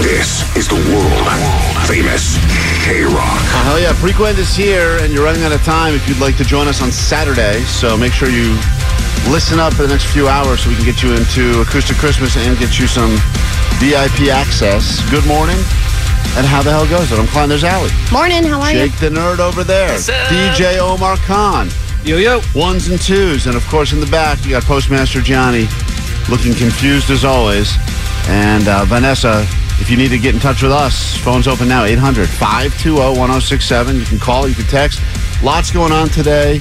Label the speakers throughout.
Speaker 1: This is the world famous K Rock.
Speaker 2: Oh, hell yeah. Frequent is here, and you're running out of time if you'd like to join us on Saturday. So make sure you listen up for the next few hours so we can get you into Acoustic Christmas and get you some VIP access. Good morning, and how the hell goes it? I'm Klein, there's Allie.
Speaker 3: Morning, how are
Speaker 2: Jake the Nerd over there. DJ Omar Khan.
Speaker 4: Yo yo.
Speaker 2: Ones and twos. And of course, in the back, you got Postmaster Johnny looking confused as always. And uh, Vanessa, if you need to get in touch with us, phone's open now 800 520 1067. You can call, you can text. Lots going on today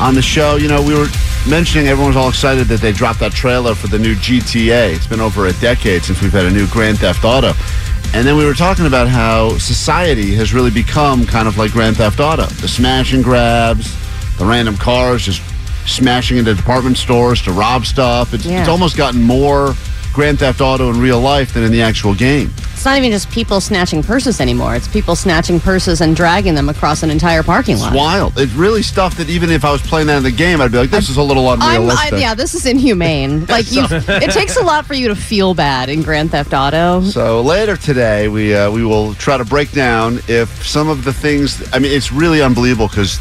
Speaker 2: on the show. You know, we were mentioning everyone was all excited that they dropped that trailer for the new GTA. It's been over a decade since we've had a new Grand Theft Auto. And then we were talking about how society has really become kind of like Grand Theft Auto. The smash and grabs, the random cars just smashing into department stores to rob stuff. It's,
Speaker 5: Yeah.
Speaker 2: it's almost gotten more Grand Theft Auto in real life than in the actual game.
Speaker 5: It's not even just people snatching purses anymore. It's people snatching purses and dragging them across an entire parking
Speaker 2: It's
Speaker 5: lot.
Speaker 2: wild. It's really stuff that even if I was playing that in the game, I'd be like, this is a little
Speaker 5: I'm,
Speaker 2: unrealistic.
Speaker 5: I, yeah, this is inhumane. Like you, it takes a lot for you to feel bad in Grand Theft Auto.
Speaker 2: So later today, we uh, we will try to break down if some of the things. I mean, it's really unbelievable because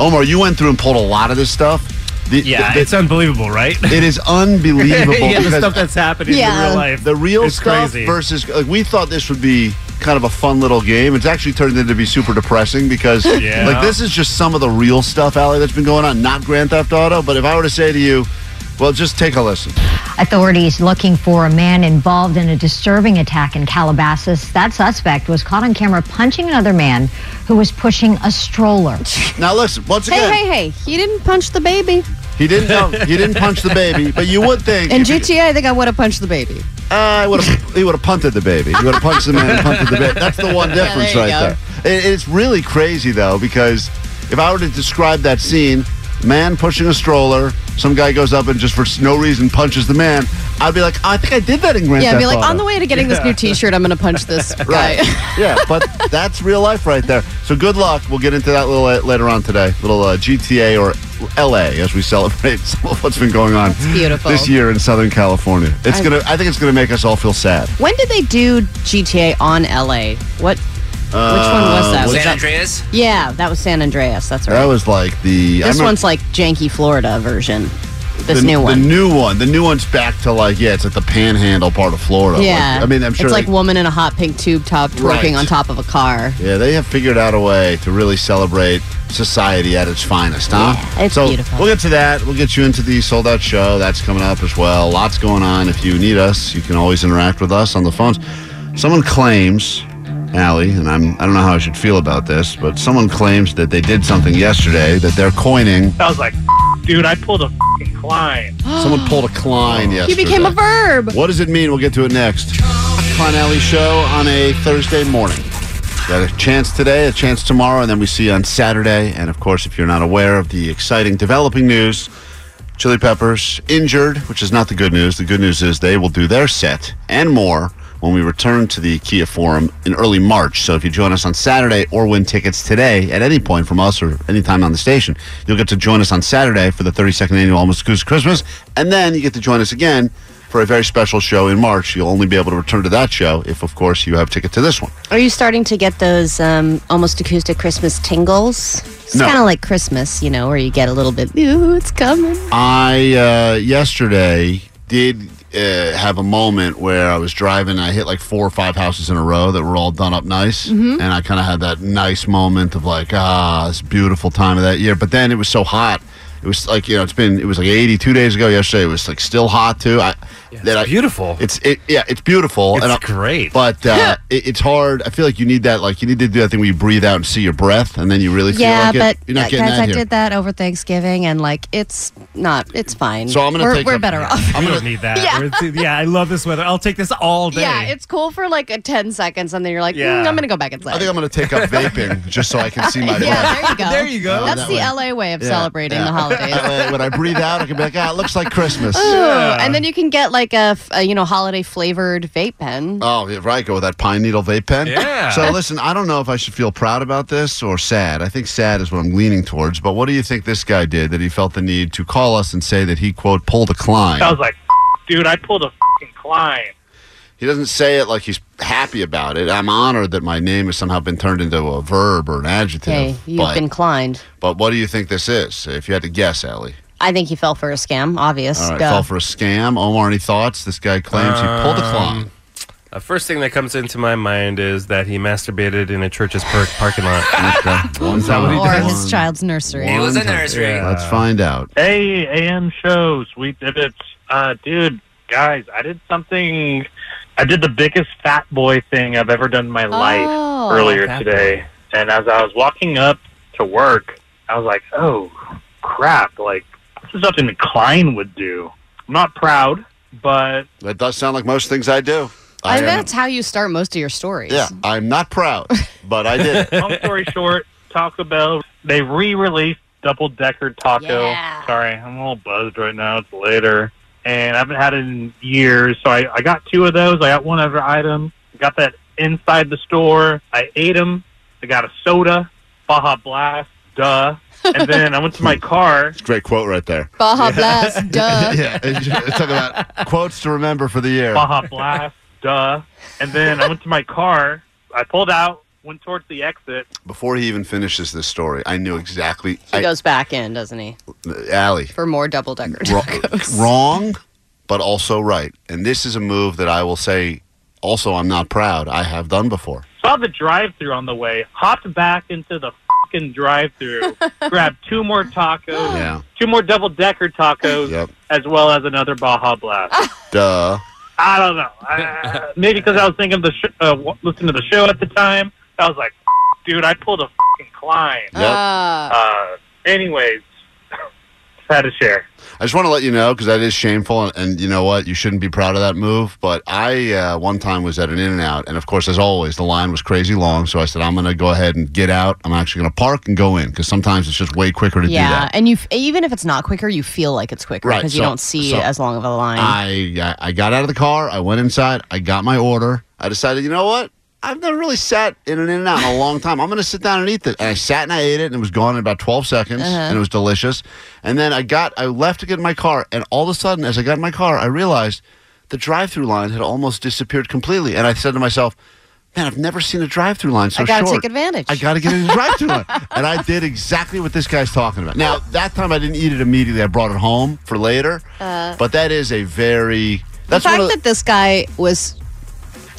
Speaker 2: Omar, you went through and pulled a lot of this stuff. The-
Speaker 4: Yeah,
Speaker 2: the-
Speaker 4: it's unbelievable, right?
Speaker 2: it is unbelievable.
Speaker 4: yeah, the
Speaker 2: because
Speaker 4: stuff that's happening
Speaker 5: Yeah.
Speaker 4: in real life.
Speaker 2: the real
Speaker 4: It's
Speaker 2: stuff
Speaker 4: crazy.
Speaker 2: versus like we thought this would be kind of a fun little game. It's actually turned into be super depressing because
Speaker 4: Yeah.
Speaker 2: like this is just some of the real stuff, Allie, that's been going on. Not Grand Theft Auto, but if I were to say to you, well, just take a listen.
Speaker 6: Authorities looking for a man involved in a disturbing attack in Calabasas. That suspect was caught on camera punching another man who was pushing a stroller.
Speaker 2: Now listen, once
Speaker 5: Hey,
Speaker 2: again,
Speaker 5: hey, hey! He didn't punch the baby
Speaker 2: he didn't know, he didn't punch the baby, but you would think
Speaker 5: in
Speaker 2: if he-
Speaker 5: GTA. I think I would have punched the baby.
Speaker 2: Uh, would have, he would have punted the baby. He would have punched the man and punted the baby. That's the one difference
Speaker 5: there you
Speaker 2: right there. It, it's really crazy, though, because if I were to describe that scene, man pushing a stroller, some guy goes up and just for no reason punches the man, I'd be like, I think I did that in Grand
Speaker 5: Yeah, I'd
Speaker 2: Theft
Speaker 5: be like,
Speaker 2: Auto.
Speaker 5: on the way to getting this new T-shirt, I'm going to punch this guy.
Speaker 2: Right. yeah, but that's real life right there. So good luck. We'll get into that a little uh, later on today. Little uh, GTA or LA as we celebrate some of what's been going on
Speaker 5: beautiful.
Speaker 2: this year in Southern California. It's gonna. I think it's gonna make us all feel sad.
Speaker 5: when did they do GTA on LA? What? Which one was that? Was
Speaker 7: San
Speaker 5: that-
Speaker 7: Andreas?
Speaker 5: Yeah, that was San Andreas. That's right.
Speaker 2: Um, That was like the. I
Speaker 5: This
Speaker 2: remember-
Speaker 5: one's like janky Florida version. This
Speaker 2: the,
Speaker 5: new one.
Speaker 2: The new one. The new one's back to like yeah, it's at the Panhandle part of Florida. Like,
Speaker 5: yeah.
Speaker 2: I mean, I'm sure.
Speaker 5: it's like
Speaker 2: they,
Speaker 5: woman in a hot pink tube top twerking
Speaker 2: Right.
Speaker 5: on top of a car.
Speaker 2: yeah, they have figured out a way to really celebrate society at its finest, huh?
Speaker 5: Yeah, it's
Speaker 2: so
Speaker 5: beautiful.
Speaker 2: We'll get to that. We'll get you into the sold out show. That's coming up as well. Lots going on. If you need us, you can always interact with us on the phones. Someone claims, Allie, and I'm I don't know how I should feel about this, but someone claims that they did something yesterday that they're coining.
Speaker 4: I was like, dude, I pulled a fing climb.
Speaker 2: Someone pulled a Klein
Speaker 5: He
Speaker 2: yesterday.
Speaker 5: became a verb.
Speaker 2: What does it mean? We'll get to it next. Klein Alley Show on a Thursday morning. Got a chance today, a chance tomorrow, and then we see you on Saturday. And of course, if you're not aware of the exciting developing news, Chili Peppers injured, which is not the good news. The good news is they will do their set and more when we return to the Kia Forum in early March. So if you join us on Saturday or win tickets today at any point from us or any time on the station, you'll get to join us on Saturday for the 32nd annual Almost Goose Christmas, and then you get to join us again for a very special show in March. You'll only be able to return to that show if, of course, you have ticket to this one.
Speaker 5: Are you starting to get those um, almost acoustic Christmas tingles? It's
Speaker 2: No.
Speaker 5: kind of like Christmas, you know, where you get a little bit, ooh, it's coming.
Speaker 2: I uh, yesterday did uh, have a moment where I was driving. I hit like four or five houses in a row that were all done up nice,
Speaker 7: Mm-hmm.
Speaker 2: and I kind of had that nice moment of like, ah, it's a beautiful time of that year. But then it was so hot. It was like you know, it's been it was like 82 days ago yesterday. It was like still hot too. I that I,
Speaker 7: beautiful.
Speaker 2: It's it yeah, it's beautiful.
Speaker 7: It's
Speaker 2: I-
Speaker 7: great.
Speaker 2: but uh, it, it's hard. I feel like you need that. Like you need to do that thing where you breathe out and see your breath, and then you really feel
Speaker 5: yeah,
Speaker 2: like it.
Speaker 5: but
Speaker 2: You're not
Speaker 5: uh,
Speaker 2: getting
Speaker 5: guys,
Speaker 2: that
Speaker 5: I
Speaker 2: here.
Speaker 5: did that over Thanksgiving, and like it's not, it's fine.
Speaker 2: So I'm gonna
Speaker 5: we're,
Speaker 2: take
Speaker 5: we're
Speaker 2: up-
Speaker 5: better off.
Speaker 2: I'm
Speaker 7: I
Speaker 2: gonna
Speaker 7: don't need that. We're- Yeah. I love this weather. I'll take this all day.
Speaker 5: Yeah, it's cool for like a ten seconds, and then you're like, mm,
Speaker 7: Yeah.
Speaker 5: I'm gonna go back inside.
Speaker 2: I think I'm going to take up vaping just so I can see my
Speaker 5: yeah,
Speaker 2: breath.
Speaker 5: there you go.
Speaker 7: There you go.
Speaker 5: That's
Speaker 2: that
Speaker 5: the
Speaker 2: way.
Speaker 5: LA way of
Speaker 2: Yeah,
Speaker 5: celebrating
Speaker 2: yeah.
Speaker 5: the holidays.
Speaker 2: That way, when I breathe out, I can be like, ah, it looks like Christmas.
Speaker 5: Ooh, And then you can get like a, f- a, you know holiday flavored vape pen.
Speaker 2: Oh, yeah, right. Go with that pine needle vape pen.
Speaker 7: Yeah.
Speaker 2: So listen, I don't know if I should feel proud about this or sad. I think sad is what I'm leaning towards. But what do you think this guy did that he felt the need to call us and say that he quote pulled a climb?
Speaker 4: I was like, dude, I pulled a fucking climb.
Speaker 2: He doesn't say it like he's happy about it. I'm honored that my name has somehow been turned into a verb or an adjective.
Speaker 5: Okay, you've
Speaker 2: but,
Speaker 5: been climbed.
Speaker 2: but what do you think this is? If you had to guess, Allie.
Speaker 5: I think he fell for a scam. Obvious.
Speaker 2: All right,
Speaker 5: Duh.
Speaker 2: fell for a scam. Omar, any thoughts? This guy claims he pulled a climb.
Speaker 8: The Um, uh, first thing that comes into my mind is that he masturbated in a church's park- parking lot.
Speaker 2: One time.
Speaker 5: or his child's nursery.
Speaker 2: One time. Let's find out.
Speaker 4: Hey, AM shows, we did it. Uh, dude, guys, I did something. I did the biggest fat boy thing I've ever done in my
Speaker 5: Oh.
Speaker 4: life earlier
Speaker 7: Fat
Speaker 4: today. And as I was walking up to work, I was like, oh, crap. Like, this is something that Klein would do. I'm not proud, but
Speaker 2: That does sound like most things I do.
Speaker 5: I,
Speaker 2: am-
Speaker 5: bet that's how you start most of your stories.
Speaker 2: Yeah, I'm not proud, but I did. it.
Speaker 4: long story short, Taco Bell they re-released Double Decker Taco.
Speaker 5: Yeah.
Speaker 4: Sorry, I'm a little buzzed right now. It's later, and I haven't had it in years. So I, I got two of those. I got one other item. Got that inside the store. I ate them. I got a soda, Baja Blast, duh. And then I went to my car.
Speaker 2: Great quote right there.
Speaker 5: Baja Blast, duh.
Speaker 2: Yeah, it's it's talking about quotes to remember for the year.
Speaker 4: Baja Blast, duh. And then I went to my car. I pulled out, went towards the exit.
Speaker 2: Before he even finishes this story, I knew exactly.
Speaker 5: He
Speaker 2: I,
Speaker 5: goes back in, doesn't he?
Speaker 2: Allie,
Speaker 5: For more double decker
Speaker 2: Wro-
Speaker 5: tacos.
Speaker 2: wrong, but also right. And this is a move that I will say. Also, I'm not proud. I have done before.
Speaker 4: saw the drive through on the way, hopped back into the fucking drive through, grabbed two more tacos,
Speaker 2: Yeah.
Speaker 4: two more double decker tacos,
Speaker 2: Yep.
Speaker 4: as well as another Baja Blast.
Speaker 2: Duh.
Speaker 4: I don't know. I, maybe because I was thinking of the sh- uh, w- listening to the show at the time, I was like, "F- dude, I pulled a fucking climb.
Speaker 2: Yep.
Speaker 5: Uh,
Speaker 4: Uh, anyways, just had to share.
Speaker 2: I just want to let you know because that is shameful, and, and you know what? You shouldn't be proud of that move. But I uh, one time was at an In and Out, and of course, as always, the line was crazy long. So I said, I'm going to go ahead and get out. I'm actually going to park and go in because sometimes it's just way quicker to do
Speaker 5: yeah,
Speaker 2: that.
Speaker 5: and you f- even if it's not quicker, you feel like it's quicker
Speaker 2: Right,
Speaker 5: because you
Speaker 2: so-
Speaker 5: don't see
Speaker 2: so-
Speaker 5: as long of a line.
Speaker 2: I I I got out of the car. I went inside. I got my order. I decided, you know what? I've never really sat in an In and Out in a long time. I'm going to sit down and eat this. And I sat and I ate it, and it was gone in about 12 seconds,
Speaker 5: Uh-huh.
Speaker 2: and it was delicious. And then I got, I left to get in my car, and all of a sudden, as I got in my car, I realized the drive-through line had almost disappeared completely. And I said to myself, "Man, I've never seen a drive-through line so
Speaker 5: I gotta
Speaker 2: short.
Speaker 5: take advantage.
Speaker 2: I got to get in the drive-through line." And I did exactly what this guy's talking about. Now that time I didn't eat it immediately. I brought it home for later. but that is a very
Speaker 5: the
Speaker 2: that's one
Speaker 5: fact
Speaker 2: of the,
Speaker 5: that this guy was.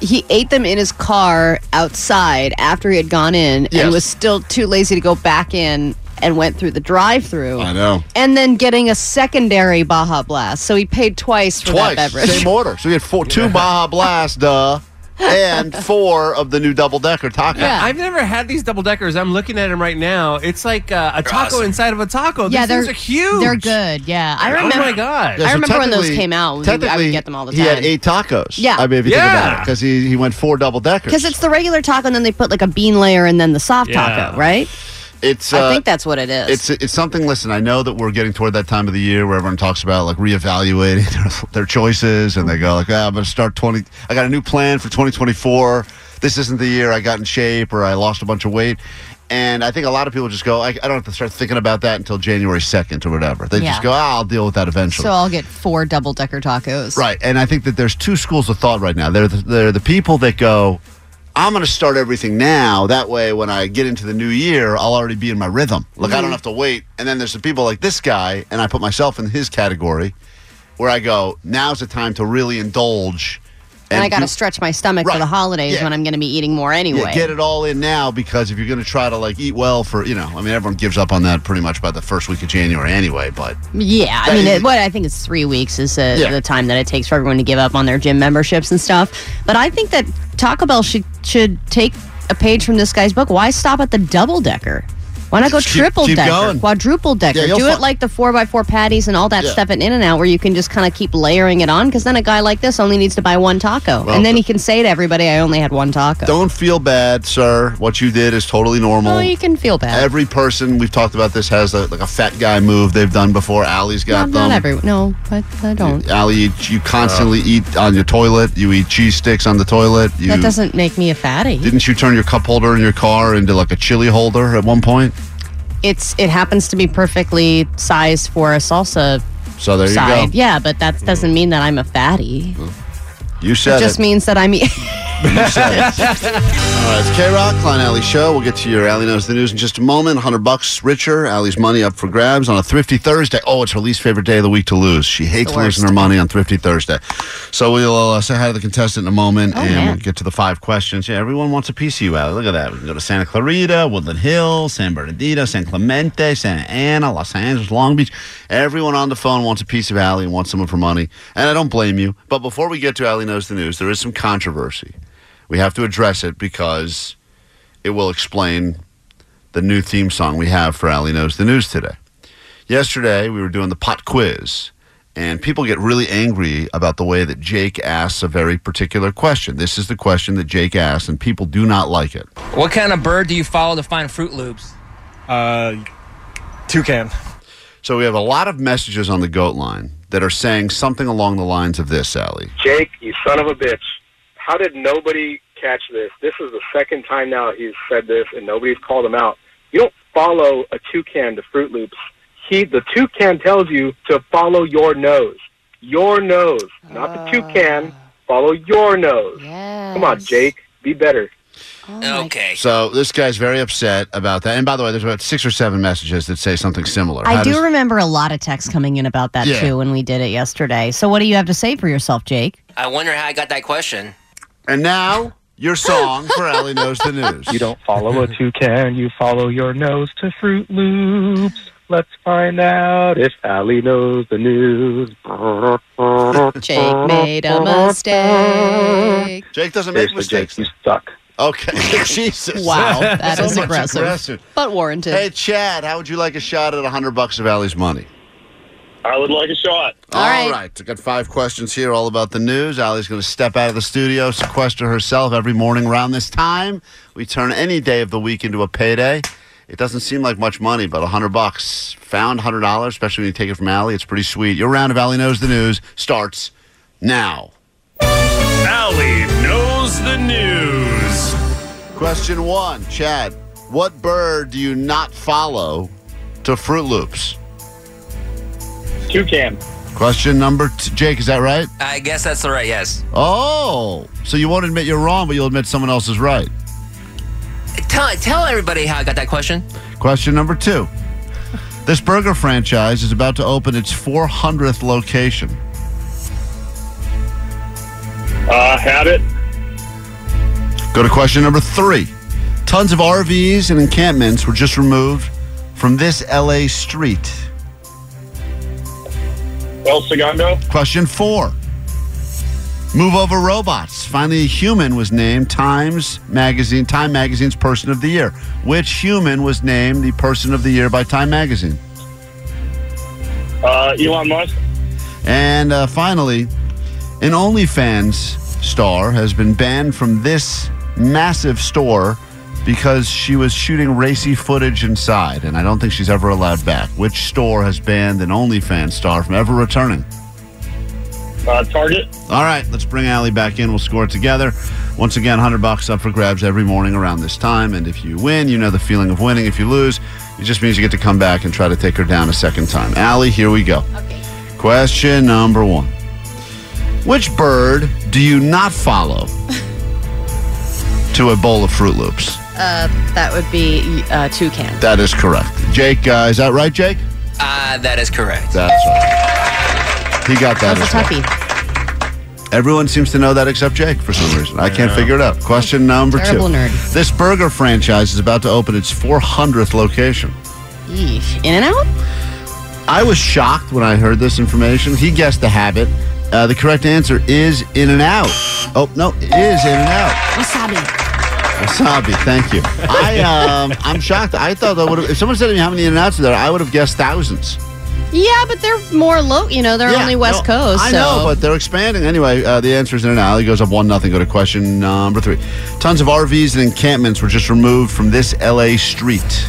Speaker 5: He ate them in his car outside after he had gone in
Speaker 2: Yes.
Speaker 5: and was still too lazy to go back in and went through the drive through.
Speaker 2: I know.
Speaker 5: And then getting a secondary Baja Blast. So he paid twice for
Speaker 2: twice
Speaker 5: that beverage.
Speaker 2: same order. So we had four, two Baja Blast, duh, and four of the new double decker taco.
Speaker 5: Yeah.
Speaker 7: I've never had these double deckers. I'm looking at them right now. It's like uh, a taco
Speaker 8: awesome.
Speaker 7: inside of a taco. These
Speaker 5: yeah, they're
Speaker 7: things are huge.
Speaker 5: They're good. Yeah, I remember.
Speaker 7: Oh my god.
Speaker 2: Yeah,
Speaker 5: I remember when those
Speaker 2: technically-
Speaker 5: came out, we- I would
Speaker 2: technically,
Speaker 5: get them all the
Speaker 2: He had
Speaker 5: time.
Speaker 2: eight tacos.
Speaker 5: Yeah.
Speaker 2: I mean, if you think about it,
Speaker 7: Yeah.
Speaker 2: because he, he went four double deckers.
Speaker 5: Because it's the regular taco, and then they put like a bean layer, and then the soft
Speaker 7: Yeah.
Speaker 5: taco, right?
Speaker 2: it's
Speaker 5: I
Speaker 2: uh,
Speaker 5: think that's what it is.
Speaker 2: it's it's something. Listen, I know that we're getting toward that time of the year where everyone talks about like reevaluating their, their choices, and they go like, ah, "I'm going to start 20. I got a new plan for 2024. This isn't the year I got in shape or I lost a bunch of weight." And I think a lot of people just go, I, "I don't have to start thinking about that until January 2nd or whatever." They
Speaker 5: Yeah.
Speaker 2: just go, ah, "I'll deal with that eventually."
Speaker 5: so I'll get four double decker tacos.
Speaker 2: Right, and I think that there's two schools of thought right now. They're the, they're the people that go, I'm going to start everything now. That way, when I get into the new year, I'll already be in my
Speaker 5: Mm-hmm.
Speaker 2: rhythm. Like I don't have to wait. And then there's the people like this guy, and I put myself in his category. where I go, now's the time to really indulge.
Speaker 5: And I got to
Speaker 2: do-
Speaker 5: stretch my stomach
Speaker 2: Right.
Speaker 5: for the holidays
Speaker 2: Yeah.
Speaker 5: when I'm going to be eating more anyway.
Speaker 2: Yeah, get it all in now because if you're going to try to like eat well for, you know, I mean, everyone gives up on that pretty much by the first week of January anyway. But
Speaker 5: Yeah, I
Speaker 2: That
Speaker 5: mean,
Speaker 2: is-
Speaker 5: it, what I think is three weeks is uh,
Speaker 2: Yeah.
Speaker 5: the time that it takes for everyone to give up on their gym memberships and stuff. But I think that Taco Bell should should take a page from this guy's book. Why stop at the double decker? Why not go
Speaker 2: Just keep-
Speaker 5: triple
Speaker 2: keep
Speaker 5: decker,
Speaker 2: going.
Speaker 5: quadruple decker?
Speaker 2: Yeah, you'll
Speaker 5: Do
Speaker 2: fi-
Speaker 5: it like the four by four patties and all that
Speaker 2: Yeah.
Speaker 5: stuff at In and Out, where you can just kind of keep layering it on. Because then a guy like this only needs to buy one taco,
Speaker 2: Well,
Speaker 5: and then
Speaker 2: the-
Speaker 5: he can say to everybody, "I only had one taco."
Speaker 2: don't feel bad, sir. What you did is totally normal.
Speaker 5: Oh, you can feel bad.
Speaker 2: Every person we've talked about this has a, like a fat guy move they've done before. Allie's got
Speaker 5: not, not
Speaker 2: them.
Speaker 5: everyone. No, but I don't.
Speaker 2: Allie, you, you constantly eat on your toilet. You eat cheese sticks on the toilet. You,
Speaker 5: that doesn't make me a fatty.
Speaker 2: Didn't you turn your cup holder in your car into like a chili holder at one point?
Speaker 5: it's it happens to be perfectly sized for a salsa
Speaker 2: So there you
Speaker 5: side.
Speaker 2: go.
Speaker 5: Yeah, but that doesn't mean that I'm a fatty.
Speaker 2: You said
Speaker 5: It just
Speaker 2: it.
Speaker 5: means that I'm. e-
Speaker 2: You said it. All right, it's K Rock, Klein Alley Show. We'll get to your Alley Knows the News in just a moment. 100 bucks richer. Allie's money up for grabs on a thrifty Thursday. Oh, it's her least favorite day of the week to lose. She hates losing her money on thrifty Thursday. So we'll uh, say hi to the contestant in a moment and
Speaker 5: man.
Speaker 2: we'll get to the five questions. Yeah, everyone wants a piece of you, Allie. Look at that. We can go to Santa Clarita, Woodland Hills, San Bernardino, San Clemente, Santa Ana, Los Angeles, Long Beach. Everyone on the phone wants a piece of Allie and wants some of her money. And I don't blame you. But before we get to Allie Knows the News, there is some controversy. We have to address it because it will explain the new theme song we have for Allie Knows the News today. Yesterday, we were doing the pot quiz, and people get really angry about the way that Jake asks a very particular question. This is the question that Jake asks, and people do not like it.
Speaker 9: What kind of bird do you follow to find Fruit Loops?
Speaker 10: Uh, toucan.
Speaker 2: So we have a lot of messages on the goat line that are saying something along the lines of this, Allie.
Speaker 11: Jake, you son of a bitch. How did nobody catch this? This is the second time now he's said this and nobody's called him out. You don't follow a toucan to Fruit Loops. He the toucan tells you to follow your nose. Your nose. Not the toucan.
Speaker 5: Ah.
Speaker 11: Follow your nose. Come on, Jake. Be better.
Speaker 5: Oh,
Speaker 9: okay.
Speaker 2: So this guy's very upset about that. And by the way, there's about six or seven messages that say something similar.
Speaker 5: I
Speaker 2: How
Speaker 5: do
Speaker 2: does-
Speaker 5: remember a lot of texts coming in about that
Speaker 2: Yeah.
Speaker 5: too when we did it yesterday. So what do you have to say for yourself, Jake?
Speaker 9: I wonder how I got that question.
Speaker 2: And now your song for Allie knows the news.
Speaker 11: You don't follow a toucan, you follow your nose to Fruit Loops. Let's find out if Allie knows the news.
Speaker 5: Jake made a mistake.
Speaker 2: Jake doesn't make
Speaker 11: Seriously, Jake,
Speaker 2: mistakes.
Speaker 11: you suck.
Speaker 2: Okay, Jesus.
Speaker 5: Wow, that
Speaker 2: So
Speaker 5: is
Speaker 2: much
Speaker 5: aggressive,
Speaker 2: aggressive.
Speaker 5: but warranted.
Speaker 2: Hey, Chad, how would you like a shot at 100 bucks of Allie's money?
Speaker 10: I would like a shot.
Speaker 5: All
Speaker 2: all
Speaker 5: right.
Speaker 2: right. I got five questions here, all about the news. Allie's going to step out of the studio, sequester herself every morning around this time. We turn any day of the week into a payday. It doesn't seem like much money, but 100 bucks, found $100, especially when you take it from Allie. It's pretty sweet. Your round of Allie Knows the News starts now.
Speaker 8: Allie knows the news.
Speaker 2: Question one, Chad. What bird do you not follow to Fruit Loops?
Speaker 10: Toucan.
Speaker 2: Question number two. Jake, is that right?
Speaker 9: I guess that's the right yes.
Speaker 2: Oh, so you won't admit you're wrong, but you'll admit someone else is right.
Speaker 9: Tell tell everybody how I got that question.
Speaker 2: Question number two. This burger franchise is about to open its 400th location.
Speaker 10: Uh, had it.
Speaker 2: Go to question number three. Tons of RVs and encampments were just removed from this LA street.
Speaker 10: El Segundo.
Speaker 2: Question four. Move over robots. Finally, a human was named Times Magazine, Time Magazine's Person of the Year. Which human was named the Person of the Year by Time Magazine?
Speaker 10: Uh, Elon Musk.
Speaker 2: And uh, finally, an OnlyFans star has been banned from this massive store because she was shooting racy footage inside, and I don't think she's ever allowed back. Which store has banned an OnlyFans star from ever returning?
Speaker 10: Uh, Target.
Speaker 2: All right, let's bring Allie back in. We'll score it together. Once again, 100 bucks up for grabs every morning around this time. And if you win, you know the feeling of winning. If you lose, it just means you get to come back and try to take her down a second time. Allie, here we go. Okay. Question number one Which bird do you not follow to a bowl of Fruit Loops?
Speaker 5: that would be uh, toucan.
Speaker 2: That is correct. Jake, uh, is that right, Jake?
Speaker 9: Uh, that is Ah, correct.
Speaker 2: That's right. He got that.
Speaker 5: That was a
Speaker 2: as well.
Speaker 5: toughie.
Speaker 2: Everyone seems to know that except Jake for some reason. I can't
Speaker 5: Yeah.
Speaker 2: figure it out. Question number
Speaker 5: Terrible
Speaker 2: two.
Speaker 5: nerd.
Speaker 2: This burger franchise is about to open its 400th location.
Speaker 5: Yeesh. In and out?
Speaker 2: I was shocked when I heard this information. He guessed the habit. Uh, the correct answer is In and Out. Oh, no, it is In and Out.
Speaker 5: Wasabi.
Speaker 2: Wasabi, thank you. I, um, I'm shocked. I thought that would have, if someone said to me how many In and Outs are there, I would have guessed thousands.
Speaker 5: Yeah, but they're more low. You know, they're
Speaker 2: Yeah,
Speaker 5: only West Coast.
Speaker 2: I
Speaker 5: Oh, so.
Speaker 2: know, but they're expanding. Anyway, uh, the answer is in and out. It goes up 1 nothing. Go to question number three. Tons of RVs and encampments were just removed from this LA street.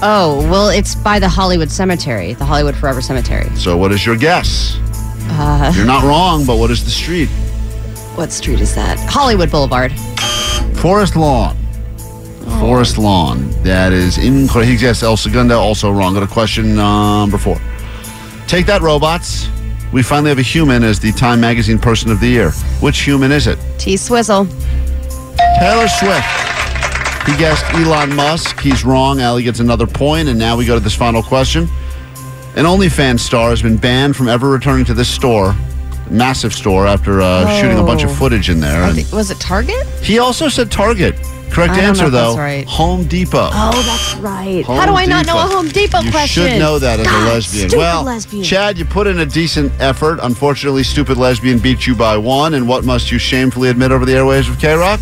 Speaker 5: Oh, well, it's by the Hollywood Cemetery, the Hollywood Forever Cemetery.
Speaker 2: So, what is your guess?
Speaker 5: Uh,
Speaker 2: You're not wrong, but what is the street?
Speaker 5: What street is that? Hollywood Boulevard.
Speaker 2: Forest Lawn.
Speaker 5: Oh.
Speaker 2: Forest Lawn. That is incorrect. He guessed El Segundo, also wrong. Go to question number four. Take that, robots. We finally have a human as the Time Magazine Person of the Year. Which human is it?
Speaker 5: T Swizzle.
Speaker 2: Taylor Swift. He guessed Elon Musk. He's wrong. Allie gets another point, and now we go to this final question. An OnlyFans star has been banned from ever returning to this store, massive store, after uh, shooting a bunch of
Speaker 5: Oh.
Speaker 2: footage in there.
Speaker 5: I
Speaker 2: And
Speaker 5: think- was it Target?
Speaker 2: he also said Target. Correct
Speaker 5: I don't
Speaker 2: answer,
Speaker 5: know if that's
Speaker 2: though.
Speaker 5: right.
Speaker 2: Home Depot.
Speaker 5: Oh, that's right.
Speaker 2: Home
Speaker 5: How do I not know a
Speaker 2: Depot.
Speaker 5: Home Depot
Speaker 2: You
Speaker 5: question?
Speaker 2: should know that as
Speaker 5: God,
Speaker 2: a lesbian.
Speaker 5: stupid
Speaker 2: Well,
Speaker 5: lesbian.
Speaker 2: Chad, you put in a decent effort. Unfortunately, stupid lesbian beat you by one. And what must you shamefully admit over the airwaves of K Rock?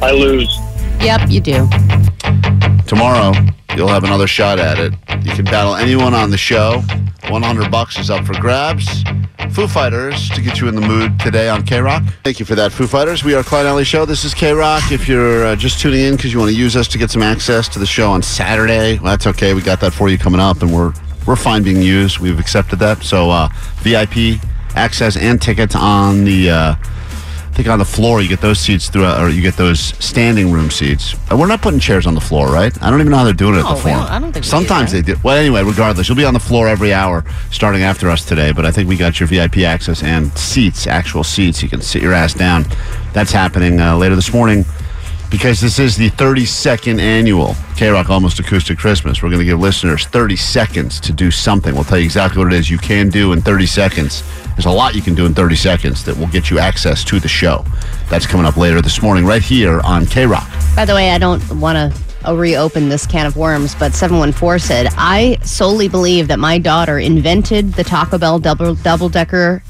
Speaker 10: I lose.
Speaker 5: Yep, you do.
Speaker 2: Tomorrow, you'll have another shot at it. You can battle anyone on the show. 100 bucks is up for grabs. Foo Fighters to get you in the mood today on K Rock. Thank you for that, Foo Fighters. We are Clyde Alley Show. This is K Rock. If you're uh, just tuning in because you want to use us to get some access to the show on Saturday, well, that's okay. We got that for you coming up, and we're we're fine being used. We've accepted that. So uh, VIP access and tickets on the. Uh, I think on the floor you get those seats throughout, or you get those standing room seats. Uh, We're not putting chairs on the floor, right? I don't even know how they're doing it at
Speaker 5: No,
Speaker 2: the
Speaker 5: we
Speaker 2: floor.
Speaker 5: don't- I don't think we do
Speaker 2: sometimes they do. Well, anyway, regardless, you'll be on the floor every hour starting after us today. But I think we got your VIP access and seats, actual seats. You can sit your ass down. That's happening uh, later this morning because this is the 32nd annual K Rock Almost Acoustic Christmas. We're going to give listeners 30 seconds to do something. We'll tell you exactly what it is you can do in 30 seconds. There's a lot you can do in 30 seconds that will get you access to the show. That's coming up later this morning, right here on K Rock.
Speaker 5: By the way, I don't want to uh, reopen this can of worms, but 714 said, I solely believe that my daughter invented the Taco Bell double, double decker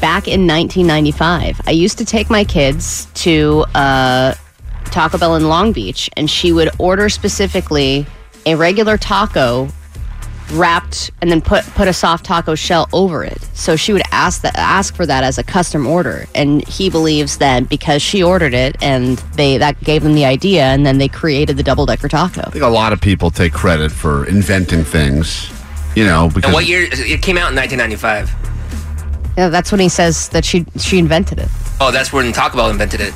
Speaker 5: back in 1995. I used to take my kids to uh, Taco Bell in Long Beach, and she would order specifically a regular taco wrapped and then put put a soft taco shell over it. So she would ask that ask for that as a custom order, and he believes that because she ordered it and they that gave them the idea, and then they created the double decker taco.
Speaker 2: I think a lot of people take credit for inventing things, you know, because
Speaker 9: And what year? It came out in 1995.
Speaker 5: Yeah, that's when he says that she she invented it,
Speaker 9: Oh, that's when Taco Bell invented it.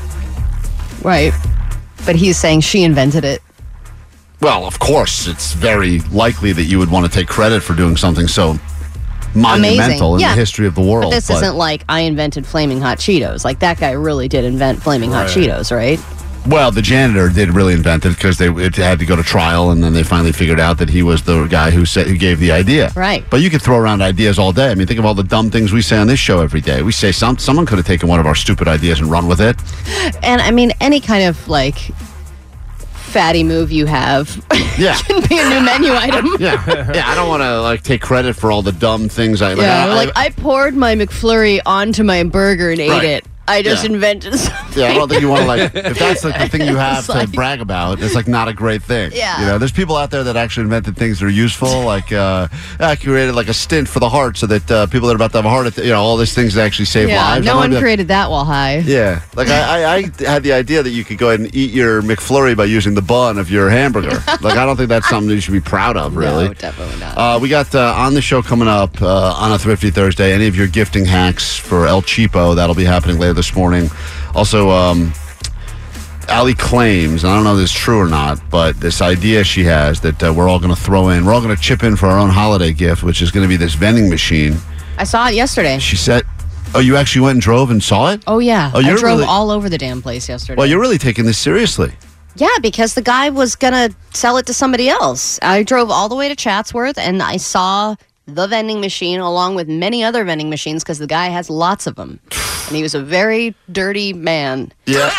Speaker 5: right? But he's saying she invented it.
Speaker 2: Well, of course, it's very likely that you would want to take credit for doing something so monumental in
Speaker 5: Yeah.
Speaker 2: the history of the world.
Speaker 5: But this
Speaker 2: but-
Speaker 5: isn't like I invented flaming hot Cheetos. Like that guy really did invent flaming hot
Speaker 2: Right.
Speaker 5: Cheetos, right?
Speaker 2: Well, the janitor did really invent it because they it had to go to trial, and then they finally figured out that he was the guy who said who gave the idea.
Speaker 5: Right.
Speaker 2: But you could throw around ideas all day. I mean, think of all the dumb things we say on this show every day. We say some someone could have taken one of our stupid ideas and run with it.
Speaker 5: And I mean, any kind of like fatty move you have
Speaker 2: Yeah.
Speaker 5: can be a new menu item.
Speaker 2: yeah. Yeah. I don't want to like take credit for all the dumb things I
Speaker 5: yeah,
Speaker 2: I,
Speaker 5: like I, poured my McFlurry onto my burger and
Speaker 2: Right.
Speaker 5: ate it. I just
Speaker 2: Yeah.
Speaker 5: invented something.
Speaker 2: Yeah, I don't think you want to like if that's like the thing you have
Speaker 5: It's like-
Speaker 2: to brag about. It's like not a great thing.
Speaker 5: Yeah.
Speaker 2: you know, there's people out there that actually invented things that are useful, like uh, I created like a stint for the heart, so that uh, people that are about to have a heart, attack, you know, all these things that actually save
Speaker 5: yeah,
Speaker 2: lives. I
Speaker 5: no
Speaker 2: wanna
Speaker 5: one
Speaker 2: be like-
Speaker 5: created that while high.
Speaker 2: Yeah, like I, I, I had the idea that you could go ahead and eat your McFlurry by using the bun of your hamburger. Like I don't think that's something that you should be proud of, really.
Speaker 5: No, definitely not.
Speaker 2: Uh, we got uh, on the show coming up uh, on a Thrifty Thursday. Any of your gifting hacks for El Cheapo that'll be happening later this morning. Also, um, Ali claims, and I don't know if this is true or not, but this idea she has that uh, we're all going to throw in, we're all going to chip in for our own holiday gift, which is going to be this vending machine.
Speaker 5: I saw it yesterday.
Speaker 2: She said, "Oh, you actually went and drove and saw it?
Speaker 5: Oh yeah,
Speaker 2: Oh,
Speaker 5: I
Speaker 2: you're
Speaker 5: drove
Speaker 2: really-
Speaker 5: all over the damn place yesterday.
Speaker 2: Well, you're really taking this seriously."
Speaker 5: Yeah, because the guy was gonna sell it to somebody else. I drove all the way to Chatsworth and I saw the vending machine along with many other vending machines because the guy has lots of them. and he was a very dirty man.
Speaker 2: Yeah.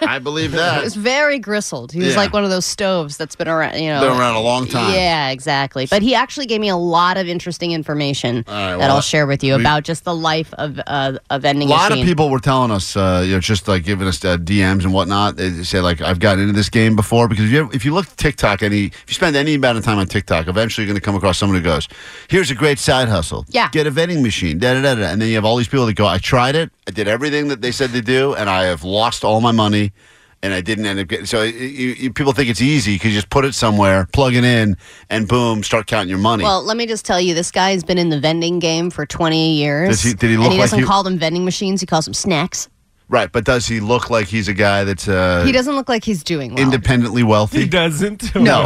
Speaker 2: I believe
Speaker 5: He
Speaker 2: that.
Speaker 5: was very gristled. He was
Speaker 2: Yeah.
Speaker 5: like one of those stoves that's been around, you know.
Speaker 2: Been around a long time.
Speaker 5: Yeah, exactly. But he actually gave me a lot of interesting information that
Speaker 2: well,
Speaker 5: I'll share with you
Speaker 2: we-
Speaker 5: about just the life of uh, a
Speaker 2: A
Speaker 5: vending
Speaker 2: lot
Speaker 5: machine.
Speaker 2: of people were telling us, uh, you know, just like giving us uh, DMs and whatnot. They say like, "I've gotten into this game before." Because if you if you look at TikTok, any if you spend any amount of time on TikTok, eventually you're going to come across someone who goes, "Here's a great side hustle.
Speaker 5: Yeah.
Speaker 2: get a vending machine." Da da da da. And then you have all these people that go, "I tried it. I did everything that they said to do, and I have lost all my money." And I didn't end up getting so you, you, people think it's easy because you just put it somewhere, plug it in, and boom, start counting your money.
Speaker 5: Well, let me just tell you, this guy's been in the vending game for 20 years.
Speaker 2: Does he- did he
Speaker 5: and
Speaker 2: look
Speaker 5: he
Speaker 2: like
Speaker 5: doesn't
Speaker 2: he-
Speaker 5: call them vending machines, he calls them snacks.
Speaker 2: right, but does he look like he's a guy that's uh,
Speaker 5: he doesn't look like he's doing well.
Speaker 2: independently wealthy? He doesn't. No,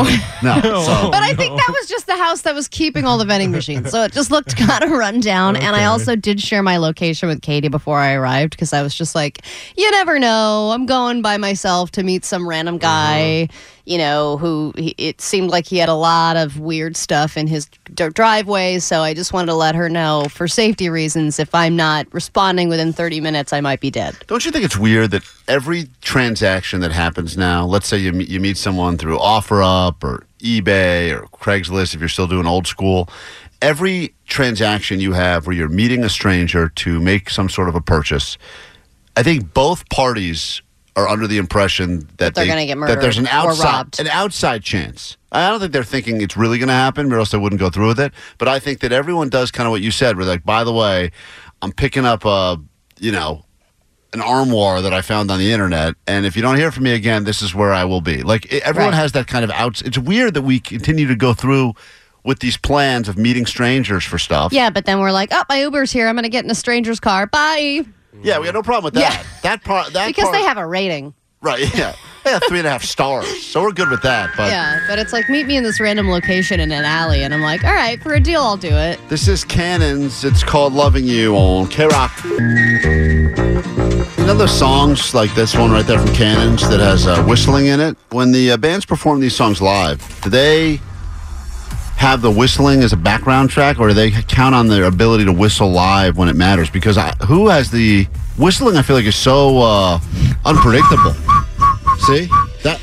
Speaker 2: no. so-
Speaker 5: but I think that was just the house that was keeping all the vending machines. So it just looked kind of run down. And I also did share my location with Katie before I arrived because I was just like, you never know. I'm going by myself to meet some random guy,
Speaker 2: Uh-huh.
Speaker 5: you know, who he, it seemed like he had a lot of weird stuff in his d- driveway. So I just wanted to let her know for safety reasons if I'm not responding within 30 minutes, I might be dead.
Speaker 2: Don't you think it's weird that every transaction that happens now, let's say you meet, you meet someone through OfferUp or eBay or Craigslist, if you're still doing old school, every transaction you have where you're meeting a stranger to make some sort of a purchase, I think both parties are under the impression that,
Speaker 5: they're
Speaker 2: they-
Speaker 5: gonna get
Speaker 2: That there's an
Speaker 5: murdered or
Speaker 2: outside,
Speaker 5: robbed.
Speaker 2: an outside chance. I don't think they're thinking it's really going to happen, or else they wouldn't go through with it. But I think that everyone does kind of what you said. We're like, by the way, I'm picking up a, you know, an armoire that I found on the internet, and if you don't hear from me again, this is where I will be. Like i- everyone
Speaker 5: Right.
Speaker 2: has that kind of outs. It's weird that we continue to go through with these plans of meeting strangers for stuff.
Speaker 5: Yeah, but then we're like, oh, my Uber's here. I'm going to get in a stranger's car. Bye.
Speaker 2: Yeah, we had no problem with that. That part. That
Speaker 5: because
Speaker 2: part,
Speaker 5: they have a rating.
Speaker 2: right. Yeah, they have three and a half stars, so we're good with that. But
Speaker 5: yeah, but it's like meet me in this random location in an alley, and I'm like, all right, for a deal, I'll do it.
Speaker 2: This is Cannons. It's called Loving You on K Rock. You know those songs like this one right there from Cannons that has uh, whistling in it? When the uh, bands perform these songs live, do they have the whistling as a background track or do they count on their ability to whistle live when it matters? Because I, who has the whistling, I feel like, is so uh, unpredictable. See? That.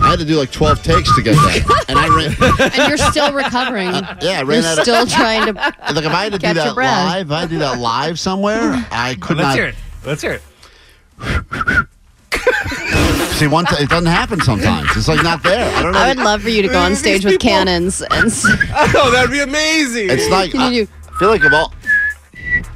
Speaker 2: I had to do like 12 takes to get that. and I ran.
Speaker 5: And you're still recovering.
Speaker 2: Yeah, I
Speaker 5: You're
Speaker 2: ran out of-
Speaker 5: still trying to.
Speaker 2: Look, if I had to do
Speaker 5: Catch your
Speaker 2: that
Speaker 5: breath.
Speaker 2: live, if I had to do that live somewhere, I could
Speaker 8: Let's
Speaker 2: not.
Speaker 8: hear it. Let's hear it.
Speaker 2: See, one t- it doesn't happen sometimes. It's like not there. I don't know.
Speaker 5: I would love for you to go on stage with cannons and. s-
Speaker 8: Oh, that'd be amazing.
Speaker 2: It's like
Speaker 5: Can you
Speaker 2: I,
Speaker 5: do-
Speaker 2: I feel like of all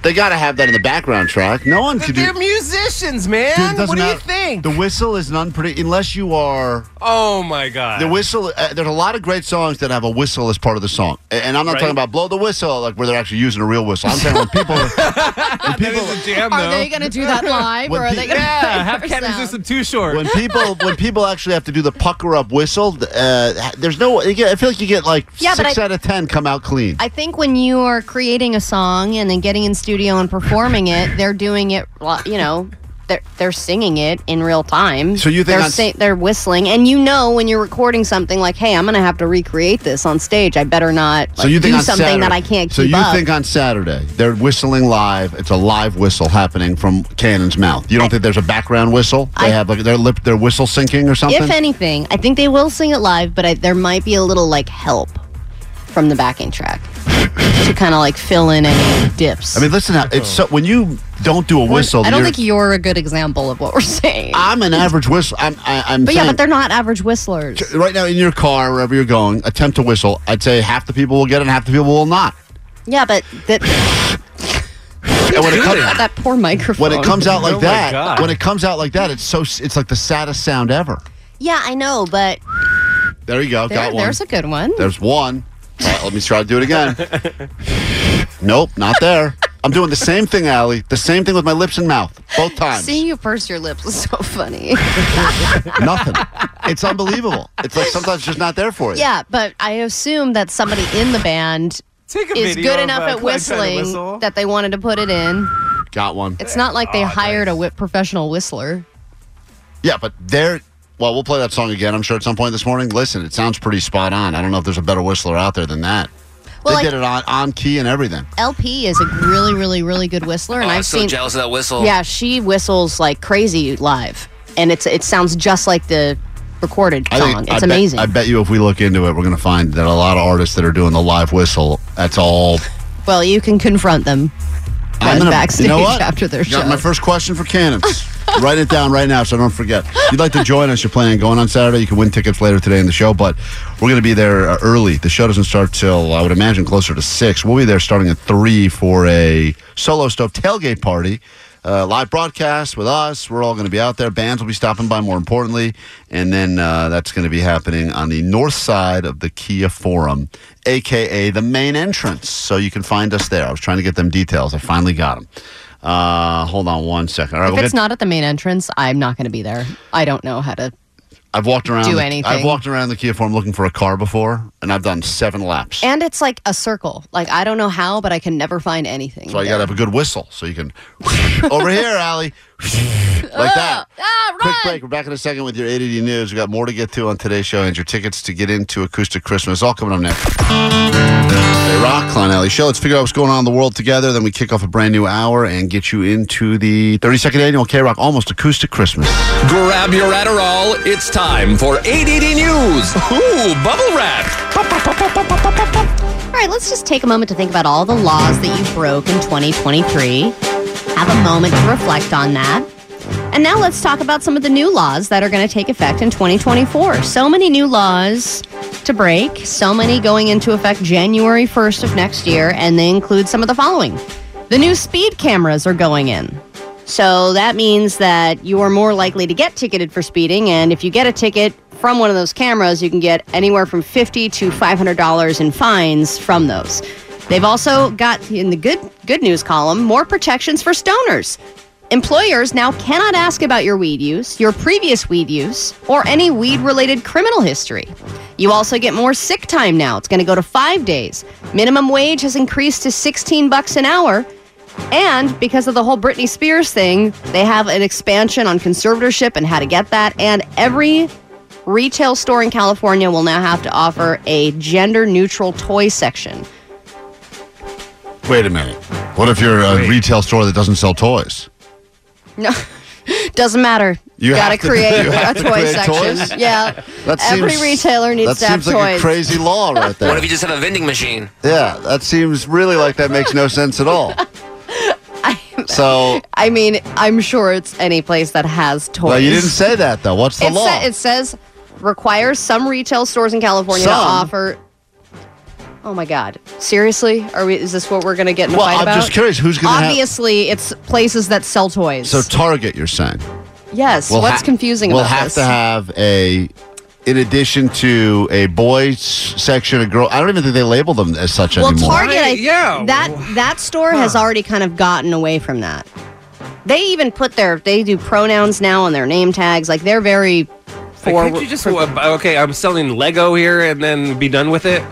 Speaker 2: they got to have that in the background track. No one could do.
Speaker 8: They're musicians, man.
Speaker 2: Dude, it doesn't
Speaker 8: what do you
Speaker 2: matter.
Speaker 8: think?
Speaker 2: The whistle is an unpretty unless you are
Speaker 8: oh my god.
Speaker 2: the whistle. Uh, there's a lot of great songs that have a whistle as part of the song, A- and I'm not
Speaker 8: Right.
Speaker 2: talking about blow the whistle like where they're actually using a real whistle. I'm saying when people when
Speaker 8: that
Speaker 2: people
Speaker 8: is a jam,
Speaker 5: Are they
Speaker 8: though.
Speaker 5: going to do that live,
Speaker 2: When
Speaker 5: or are they
Speaker 2: pe-
Speaker 5: going to?
Speaker 8: Yeah, half cannons is too short.
Speaker 2: when people when people actually have to do the pucker up whistle, uh, there's no. you get- I feel like you get like
Speaker 5: Yeah, but
Speaker 2: six
Speaker 5: I-
Speaker 2: out of ten come out clean.
Speaker 5: I think when you are creating a song and then getting in studio and performing it, they're doing it, li- you know, they're they're singing it in real time.
Speaker 2: So you think
Speaker 5: they're
Speaker 2: on s-
Speaker 5: they're whistling, and you know when you're recording something like, hey, I'm gonna have to recreate this on stage. I better not like, do something that I can't keep
Speaker 2: So you
Speaker 5: up.
Speaker 2: think on Saturday they're whistling live? It's a live whistle happening from Cannon's mouth. You don't think there's a background whistle? They
Speaker 5: I-
Speaker 2: have like their lip, their whistle syncing or something.
Speaker 5: if anything, I think they will sing it live, but I, there might be a little like help from the backing track to kind of like fill in any dips.
Speaker 2: I mean, listen, how- it's so, when you don't do a whistle.
Speaker 5: I don't
Speaker 2: you're-
Speaker 5: think you're a good example of what we're saying.
Speaker 2: I'm an average whistle. I'm. I, I'm
Speaker 5: but
Speaker 2: saying,
Speaker 5: yeah, but they're not average whistlers.
Speaker 2: right now in your car wherever you're going. Attempt to whistle. I'd say half the people will get it, and half the people will not.
Speaker 5: Yeah, but that
Speaker 2: And when it comes,
Speaker 5: that poor microphone.
Speaker 2: when it comes out like
Speaker 8: Oh my
Speaker 2: that,
Speaker 8: God.
Speaker 2: when it comes out like that, it's so it's like the saddest sound ever.
Speaker 5: Yeah, I know, but
Speaker 2: There you go,
Speaker 5: there,
Speaker 2: got one.
Speaker 5: there's a good one.
Speaker 2: There's one. All right, let me try to do it again. nope, not there. I'm doing the same thing, Allie. The same thing with my lips and mouth, both times.
Speaker 5: Seeing you purse your lips is so funny.
Speaker 2: Nothing. It's unbelievable. It's like sometimes it's just not there for you.
Speaker 5: yeah, but I assume that somebody in the band
Speaker 8: Take a
Speaker 5: is
Speaker 8: video
Speaker 5: good
Speaker 8: of,
Speaker 5: enough
Speaker 8: uh, Clyde trying
Speaker 5: at
Speaker 8: to
Speaker 5: whistling
Speaker 8: whistle.
Speaker 5: that they wanted to put it in.
Speaker 2: Got one.
Speaker 5: It's not like they hired a whip professional whistler.
Speaker 2: Yeah, but there, Well, we'll play that song again, I'm sure, at some point this morning. Listen, it sounds pretty spot on. I don't know if there's a better whistler out there than that.
Speaker 3: Well,
Speaker 2: they
Speaker 3: like-
Speaker 2: did it on, on key and everything.
Speaker 3: LP is a really, really, really good whistler, and
Speaker 9: Oh, I'm
Speaker 3: I've
Speaker 9: so
Speaker 3: seen.
Speaker 9: jealous of that whistle.
Speaker 3: Yeah, she whistles like crazy live, and it's it sounds just like the recorded
Speaker 2: I
Speaker 3: song.
Speaker 2: think- I
Speaker 3: it's
Speaker 2: bet-
Speaker 3: amazing.
Speaker 2: I bet you if we look into it, we're going to find that a lot of artists that are doing the live whistle, that's all.
Speaker 3: well, you can confront them
Speaker 2: I'm
Speaker 3: right
Speaker 2: gonna-
Speaker 3: backstage
Speaker 2: you know what?
Speaker 3: after their show.
Speaker 2: Got my first question for Cannons. Write it down right now so I don't forget. If you'd like to join us, you're planning on going on Saturday. You can win tickets later today in the show, but we're going to be there uh, early. The show doesn't start till, I would imagine, closer to 6. We'll be there starting at 3 for a solo stove tailgate party. Uh, live broadcast with us. We're all going to be out there. Bands will be stopping by, more importantly. And then uh, that's going to be happening on the north side of the Kia Forum, AKA the main entrance. So you can find us there. I was trying to get them details. I finally got them. Uh, hold on one second. All right,
Speaker 3: if
Speaker 2: we'll
Speaker 3: it's
Speaker 2: get-
Speaker 3: not at the main entrance, I'm not going to be there. I don't know how to.
Speaker 2: I've walked around.
Speaker 3: do
Speaker 2: the,
Speaker 3: anything.
Speaker 2: I've walked around the Kia Forum looking for a car before, and I've done seven laps.
Speaker 3: And it's like a circle. Like I don't know how, but I can never find anything.
Speaker 2: So you got to have a good whistle so you can over here, Allie, like that.
Speaker 3: Ah,
Speaker 2: Quick break. We're back in a second with your ADD news. We got more to get to on today's show and your tickets to get into Acoustic Christmas. All coming up next. They rock, Klein Alley Show. Let's figure out what's going on in the world together. Then we kick off a brand new hour and get you into the 32nd annual K Rock Almost Acoustic Christmas.
Speaker 12: Grab your Adderall. It's time for ADD News. Ooh, bubble wrap.
Speaker 5: All right, let's just take a moment to think about all the laws that you broke in 2023. Have a moment to reflect on that. And now let's talk about some of the new laws that are going to take effect in 2024. So many new laws to break, so many going into effect January 1st of next year, and they include some of the following. The new speed cameras are going in. So that means that you are more likely to get ticketed for speeding, and if you get a ticket from one of those cameras, you can get anywhere from $50 to $500 in fines from those. They've also got in the good good news column more protections for stoners. Employers now cannot ask about your weed use, your previous weed use, or any weed related criminal history. You also get more sick time now. It's going to go to 5 days. Minimum wage has increased to 16 bucks an hour. And because of the whole Britney Spears thing, they have an expansion on conservatorship and how to get that. And every retail store in California will now have to offer a gender neutral toy section.
Speaker 2: Wait a minute. What if you're a retail store that doesn't sell toys?
Speaker 5: No, doesn't matter.
Speaker 2: You
Speaker 5: gotta
Speaker 2: have to-
Speaker 5: create
Speaker 2: you
Speaker 5: a
Speaker 2: have to
Speaker 5: toy
Speaker 2: create
Speaker 5: section.
Speaker 2: toys?
Speaker 5: Yeah,
Speaker 2: That
Speaker 5: every
Speaker 2: seems-
Speaker 5: retailer needs
Speaker 2: that
Speaker 5: to have
Speaker 2: seems like
Speaker 5: toys.
Speaker 2: a crazy law right there.
Speaker 9: What if you just have a vending machine?
Speaker 2: Yeah, that seems really like that makes no sense at all. so,
Speaker 5: I mean, I'm sure it's any place that has toys.
Speaker 2: well, you didn't say that though. What's the
Speaker 3: it,
Speaker 2: law?
Speaker 3: sa- it says requires some retail stores in California to
Speaker 2: Some?
Speaker 3: offer. Oh my God! Seriously, are we? Is this what we're going to get in a
Speaker 2: Well,
Speaker 3: fight
Speaker 2: I'm
Speaker 3: about?
Speaker 2: just curious, who's gonna have-
Speaker 3: Obviously, it's places that sell toys.
Speaker 2: so Target, you're saying?
Speaker 3: yes.
Speaker 2: We'll
Speaker 3: what's
Speaker 2: ha-
Speaker 3: confusing
Speaker 2: We'll
Speaker 3: about
Speaker 2: have
Speaker 3: this?
Speaker 2: to have a, in addition to a boys section, a girl. I don't even think they label them as such
Speaker 3: well,
Speaker 2: anymore.
Speaker 3: Target, I, that that store has already kind of gotten away from that. They even put their they do pronouns now on their name tags. Like they're very
Speaker 8: Like,
Speaker 3: forward.
Speaker 8: could you just uh, okay? I'm selling Lego here and then be done with it.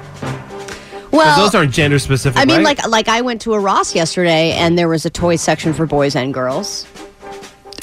Speaker 8: 'Cause
Speaker 3: well,
Speaker 8: those aren't gender specific.
Speaker 3: I mean,
Speaker 8: right?
Speaker 3: like like I went to a Ross yesterday, and there was a toy section for boys and girls.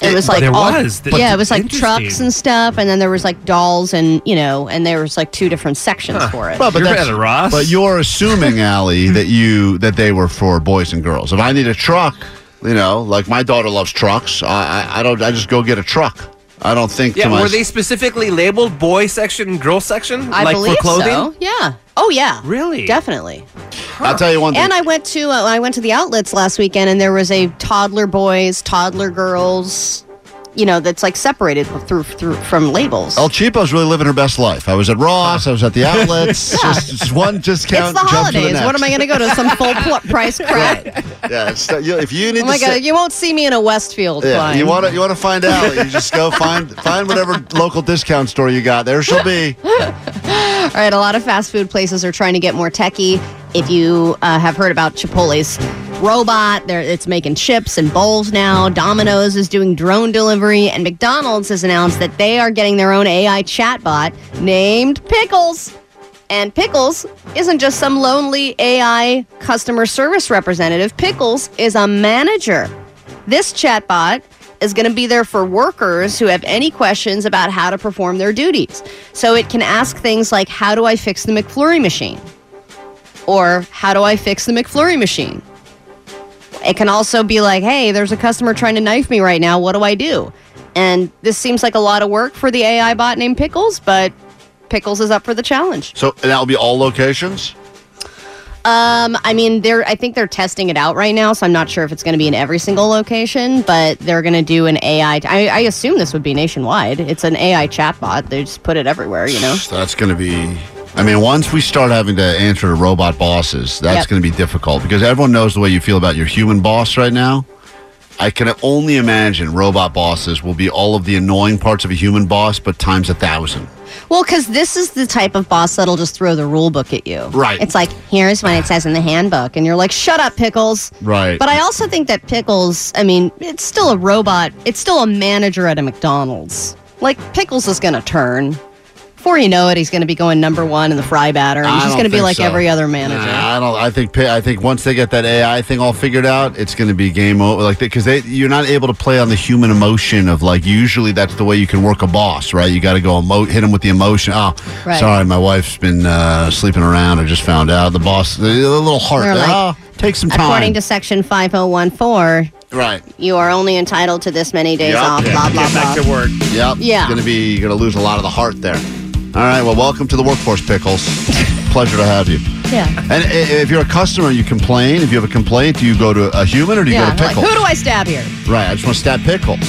Speaker 3: It
Speaker 8: It-
Speaker 3: was like
Speaker 8: There
Speaker 3: all-
Speaker 8: was. Th-
Speaker 3: yeah, it was like
Speaker 8: Interesting.
Speaker 3: trucks and stuff, and then there was like dolls and you know, and there was like two different sections for it.
Speaker 2: Well, but that's- But you're assuming, Allie, that you that they were for boys and girls. If I need a truck, you know, like my daughter loves trucks. I I, I don't. I just go get a truck. I don't think. to
Speaker 8: yeah,
Speaker 2: my,
Speaker 8: were they specifically labeled boy section, girl section,
Speaker 3: I
Speaker 8: like
Speaker 3: believe
Speaker 8: for clothing?
Speaker 3: so. Yeah. Oh yeah. Really? Definitely.
Speaker 2: I'll tell you one thing.
Speaker 3: And I went to uh, I went to the outlets last weekend, and there was a toddler boys, toddler girls. You know, that's like separated through through from labels.
Speaker 2: El Cheapo's really living her best life. I was at Ross. I was at the outlets.
Speaker 3: Yeah.
Speaker 2: just, just one discount.
Speaker 3: it's the
Speaker 2: jump to
Speaker 3: holidays.
Speaker 2: next.
Speaker 3: what am I going to go to some full pl- price crap?
Speaker 2: Yeah, it's, you- if you need
Speaker 3: Oh my
Speaker 2: to
Speaker 3: god,
Speaker 2: say-
Speaker 3: you won't see me in a Westfield.
Speaker 2: yeah,
Speaker 3: Klein.
Speaker 2: you want to you want to find out. You just go find find whatever local discount store you got. There she'll be.
Speaker 3: All right, a lot of fast food places are trying to get more techie. If you uh, have heard about Chipotle's robot, there it's making chips and bowls now. Domino's is doing drone delivery, and McDonald's has announced that they are getting their own AI chatbot named Pickles. And Pickles isn't just some lonely AI customer service representative. Pickles is a manager. This chatbot
Speaker 5: is going to be there for workers who have any questions about how to perform their duties. So it can ask things like, How do I fix the McFlurry machine? Or, How do I fix the McFlurry machine? It can also be like, Hey, there's a customer trying to knife me right now. What do I do? And this seems like a lot of work for the AI bot named Pickles, but Pickles is up for the challenge.
Speaker 2: So that'll be all locations?
Speaker 5: Um, I mean, they're I think they're testing it out right now, so I'm not sure if it's going to be in every single location, but they're going to do an AI. I, I assume this would be nationwide. It's an AI chatbot. They just put it everywhere, you know.
Speaker 2: So that's going to be. I mean, once we start having to answer to robot bosses, that's
Speaker 5: Yep.
Speaker 2: going to be difficult because everyone knows the way you feel about your human boss right now. I can only imagine robot bosses will be all of the annoying parts of a human boss, but times a thousand.
Speaker 5: Well, because this is the type of boss that'll just throw the rule book at you.
Speaker 2: Right.
Speaker 5: It's like here's when it says in the handbook, and you're like, shut up, Pickles.
Speaker 2: Right.
Speaker 5: But I also think that Pickles, I mean, it's still a robot. It's still a manager at a McDonald's. Like, Pickles is going to turn. Before you know it, he's going to be going number one in the fry batter, and
Speaker 2: I
Speaker 5: he's just
Speaker 2: don't
Speaker 5: going to be
Speaker 2: think
Speaker 5: like
Speaker 2: so.
Speaker 5: every other manager.
Speaker 2: Nah, I don't. I think. Pi- I think once they get that AI thing all figured out, it's going to be game over. Like because they, you're not able to play on the human emotion of like usually that's the way you can work a boss, right? You got to go emo- hit him with the emotion. Oh,
Speaker 5: Right.
Speaker 2: sorry, my wife's been uh, sleeping around. I just found out the boss. The, the little heart.
Speaker 5: We're like,
Speaker 2: "Oh, take some time.
Speaker 5: According to Section 5014,
Speaker 2: right.
Speaker 5: you are only entitled to this many days
Speaker 2: Yep.
Speaker 5: off,
Speaker 2: Yeah,
Speaker 5: blah, blah,
Speaker 2: get
Speaker 5: blah.
Speaker 2: back to work. Yep.
Speaker 5: Yeah.
Speaker 2: Going to be going to lose a lot of the heart there. All right. Well, welcome to the workforce, pickles. Pleasure to have you.
Speaker 5: Yeah.
Speaker 2: And i- if you're a customer, you complain. If you have a complaint, do you go to a human or do you
Speaker 5: yeah.
Speaker 2: go to
Speaker 5: like,
Speaker 2: pickles?
Speaker 5: who do I stab here?
Speaker 2: Right, I just want to stab pickles.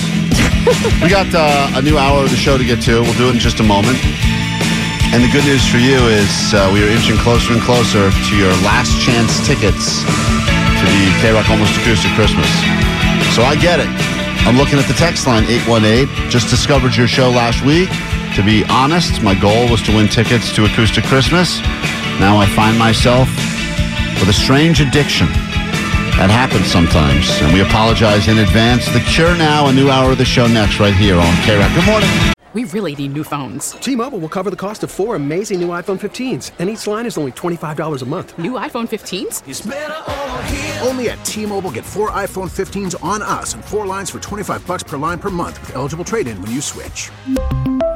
Speaker 2: we got uh, a new hour of the show to get to. We'll do it in just a moment. And the good news for you is uh, we are inching closer and closer to your last chance tickets to the K Rock Almost Acoustic Christmas. So I get it. I'm looking at the text line 818. Just discovered your show last week. To be honest, my goal was to win tickets to Acoustic Christmas. Now I find myself with a strange addiction. That happens sometimes, and we apologize in advance. The Cure Now, a new hour of the show next, right here on K Rock. Good morning.
Speaker 13: We really need new phones. T-Mobile will cover the cost of four amazing new iPhone 15s, and each line is only twenty-five dollars a month. New iPhone 15s?
Speaker 14: Only at T-Mobile, get four iPhone 15s on us and four lines for 25 bucks per line per month with eligible trade-in when you switch.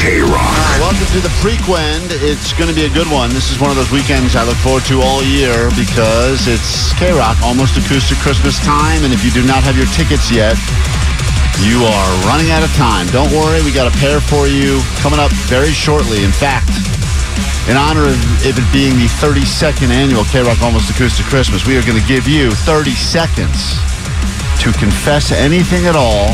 Speaker 1: K Rock.
Speaker 2: All right, welcome to the Prequend. It's going to be a good one. This is one of those weekends I look forward to all year because it's K Rock, almost acoustic Christmas time. And if you do not have your tickets yet, you are running out of time. Don't worry, we got a pair for you coming up very shortly. In fact, in honor of of it being the 32nd annual K Rock Almost Acoustic Christmas, we are going to give you 30 seconds to confess anything at all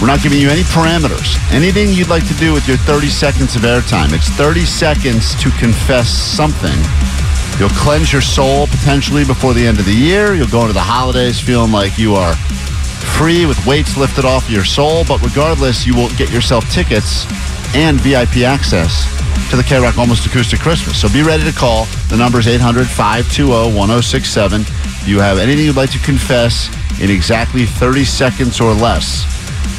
Speaker 2: we're not giving you any parameters. Anything you'd like to do with your 30 seconds of airtime. It's 30 seconds to confess something. You'll cleanse your soul potentially before the end of the year. You'll go into the holidays feeling like you are free with weights lifted off your soul. But regardless, you will get yourself tickets and VIP access to the K Rock Almost Acoustic Christmas. So be ready to call. The number is 800 520 1067. If you have anything you'd like to confess in exactly 30 seconds or less,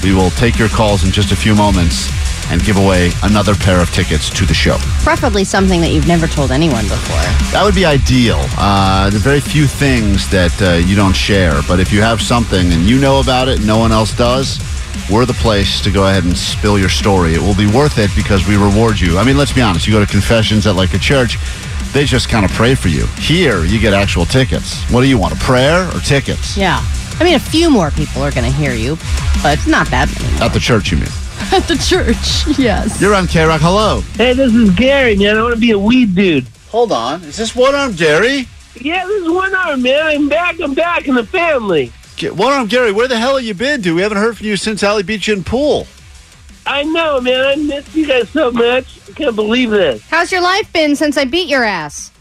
Speaker 2: we will take your calls in just a few moments and give away another pair of tickets to the show.
Speaker 5: Preferably something that you've never told anyone before.
Speaker 2: That would be ideal. Uh, there's very few things that uh, you don't share, but if you have something and you know about it, and no one else does. We're the place to go ahead and spill your story. It will be worth it because we reward you. I mean, let's be honest. You go to confessions at like a church, they just kind of pray for you. Here, you get actual tickets. What do you want? A prayer or tickets?
Speaker 5: Yeah. I mean, a few more people are going to hear you, but not that many.
Speaker 2: At the church, you mean?
Speaker 5: At the church, yes.
Speaker 2: You're on K Rock. Hello.
Speaker 15: Hey, this is Gary, man. I want to be a weed dude.
Speaker 2: Hold on. Is this one arm Gary?
Speaker 15: Yeah, this is one arm, man. I'm back. I'm back in the family.
Speaker 2: One arm Gary, where the hell have you been, dude? We haven't heard from you since Alley Beach and Pool.
Speaker 15: I know, man. I miss you guys so much. I can't believe this.
Speaker 5: How's your life been since I beat your ass?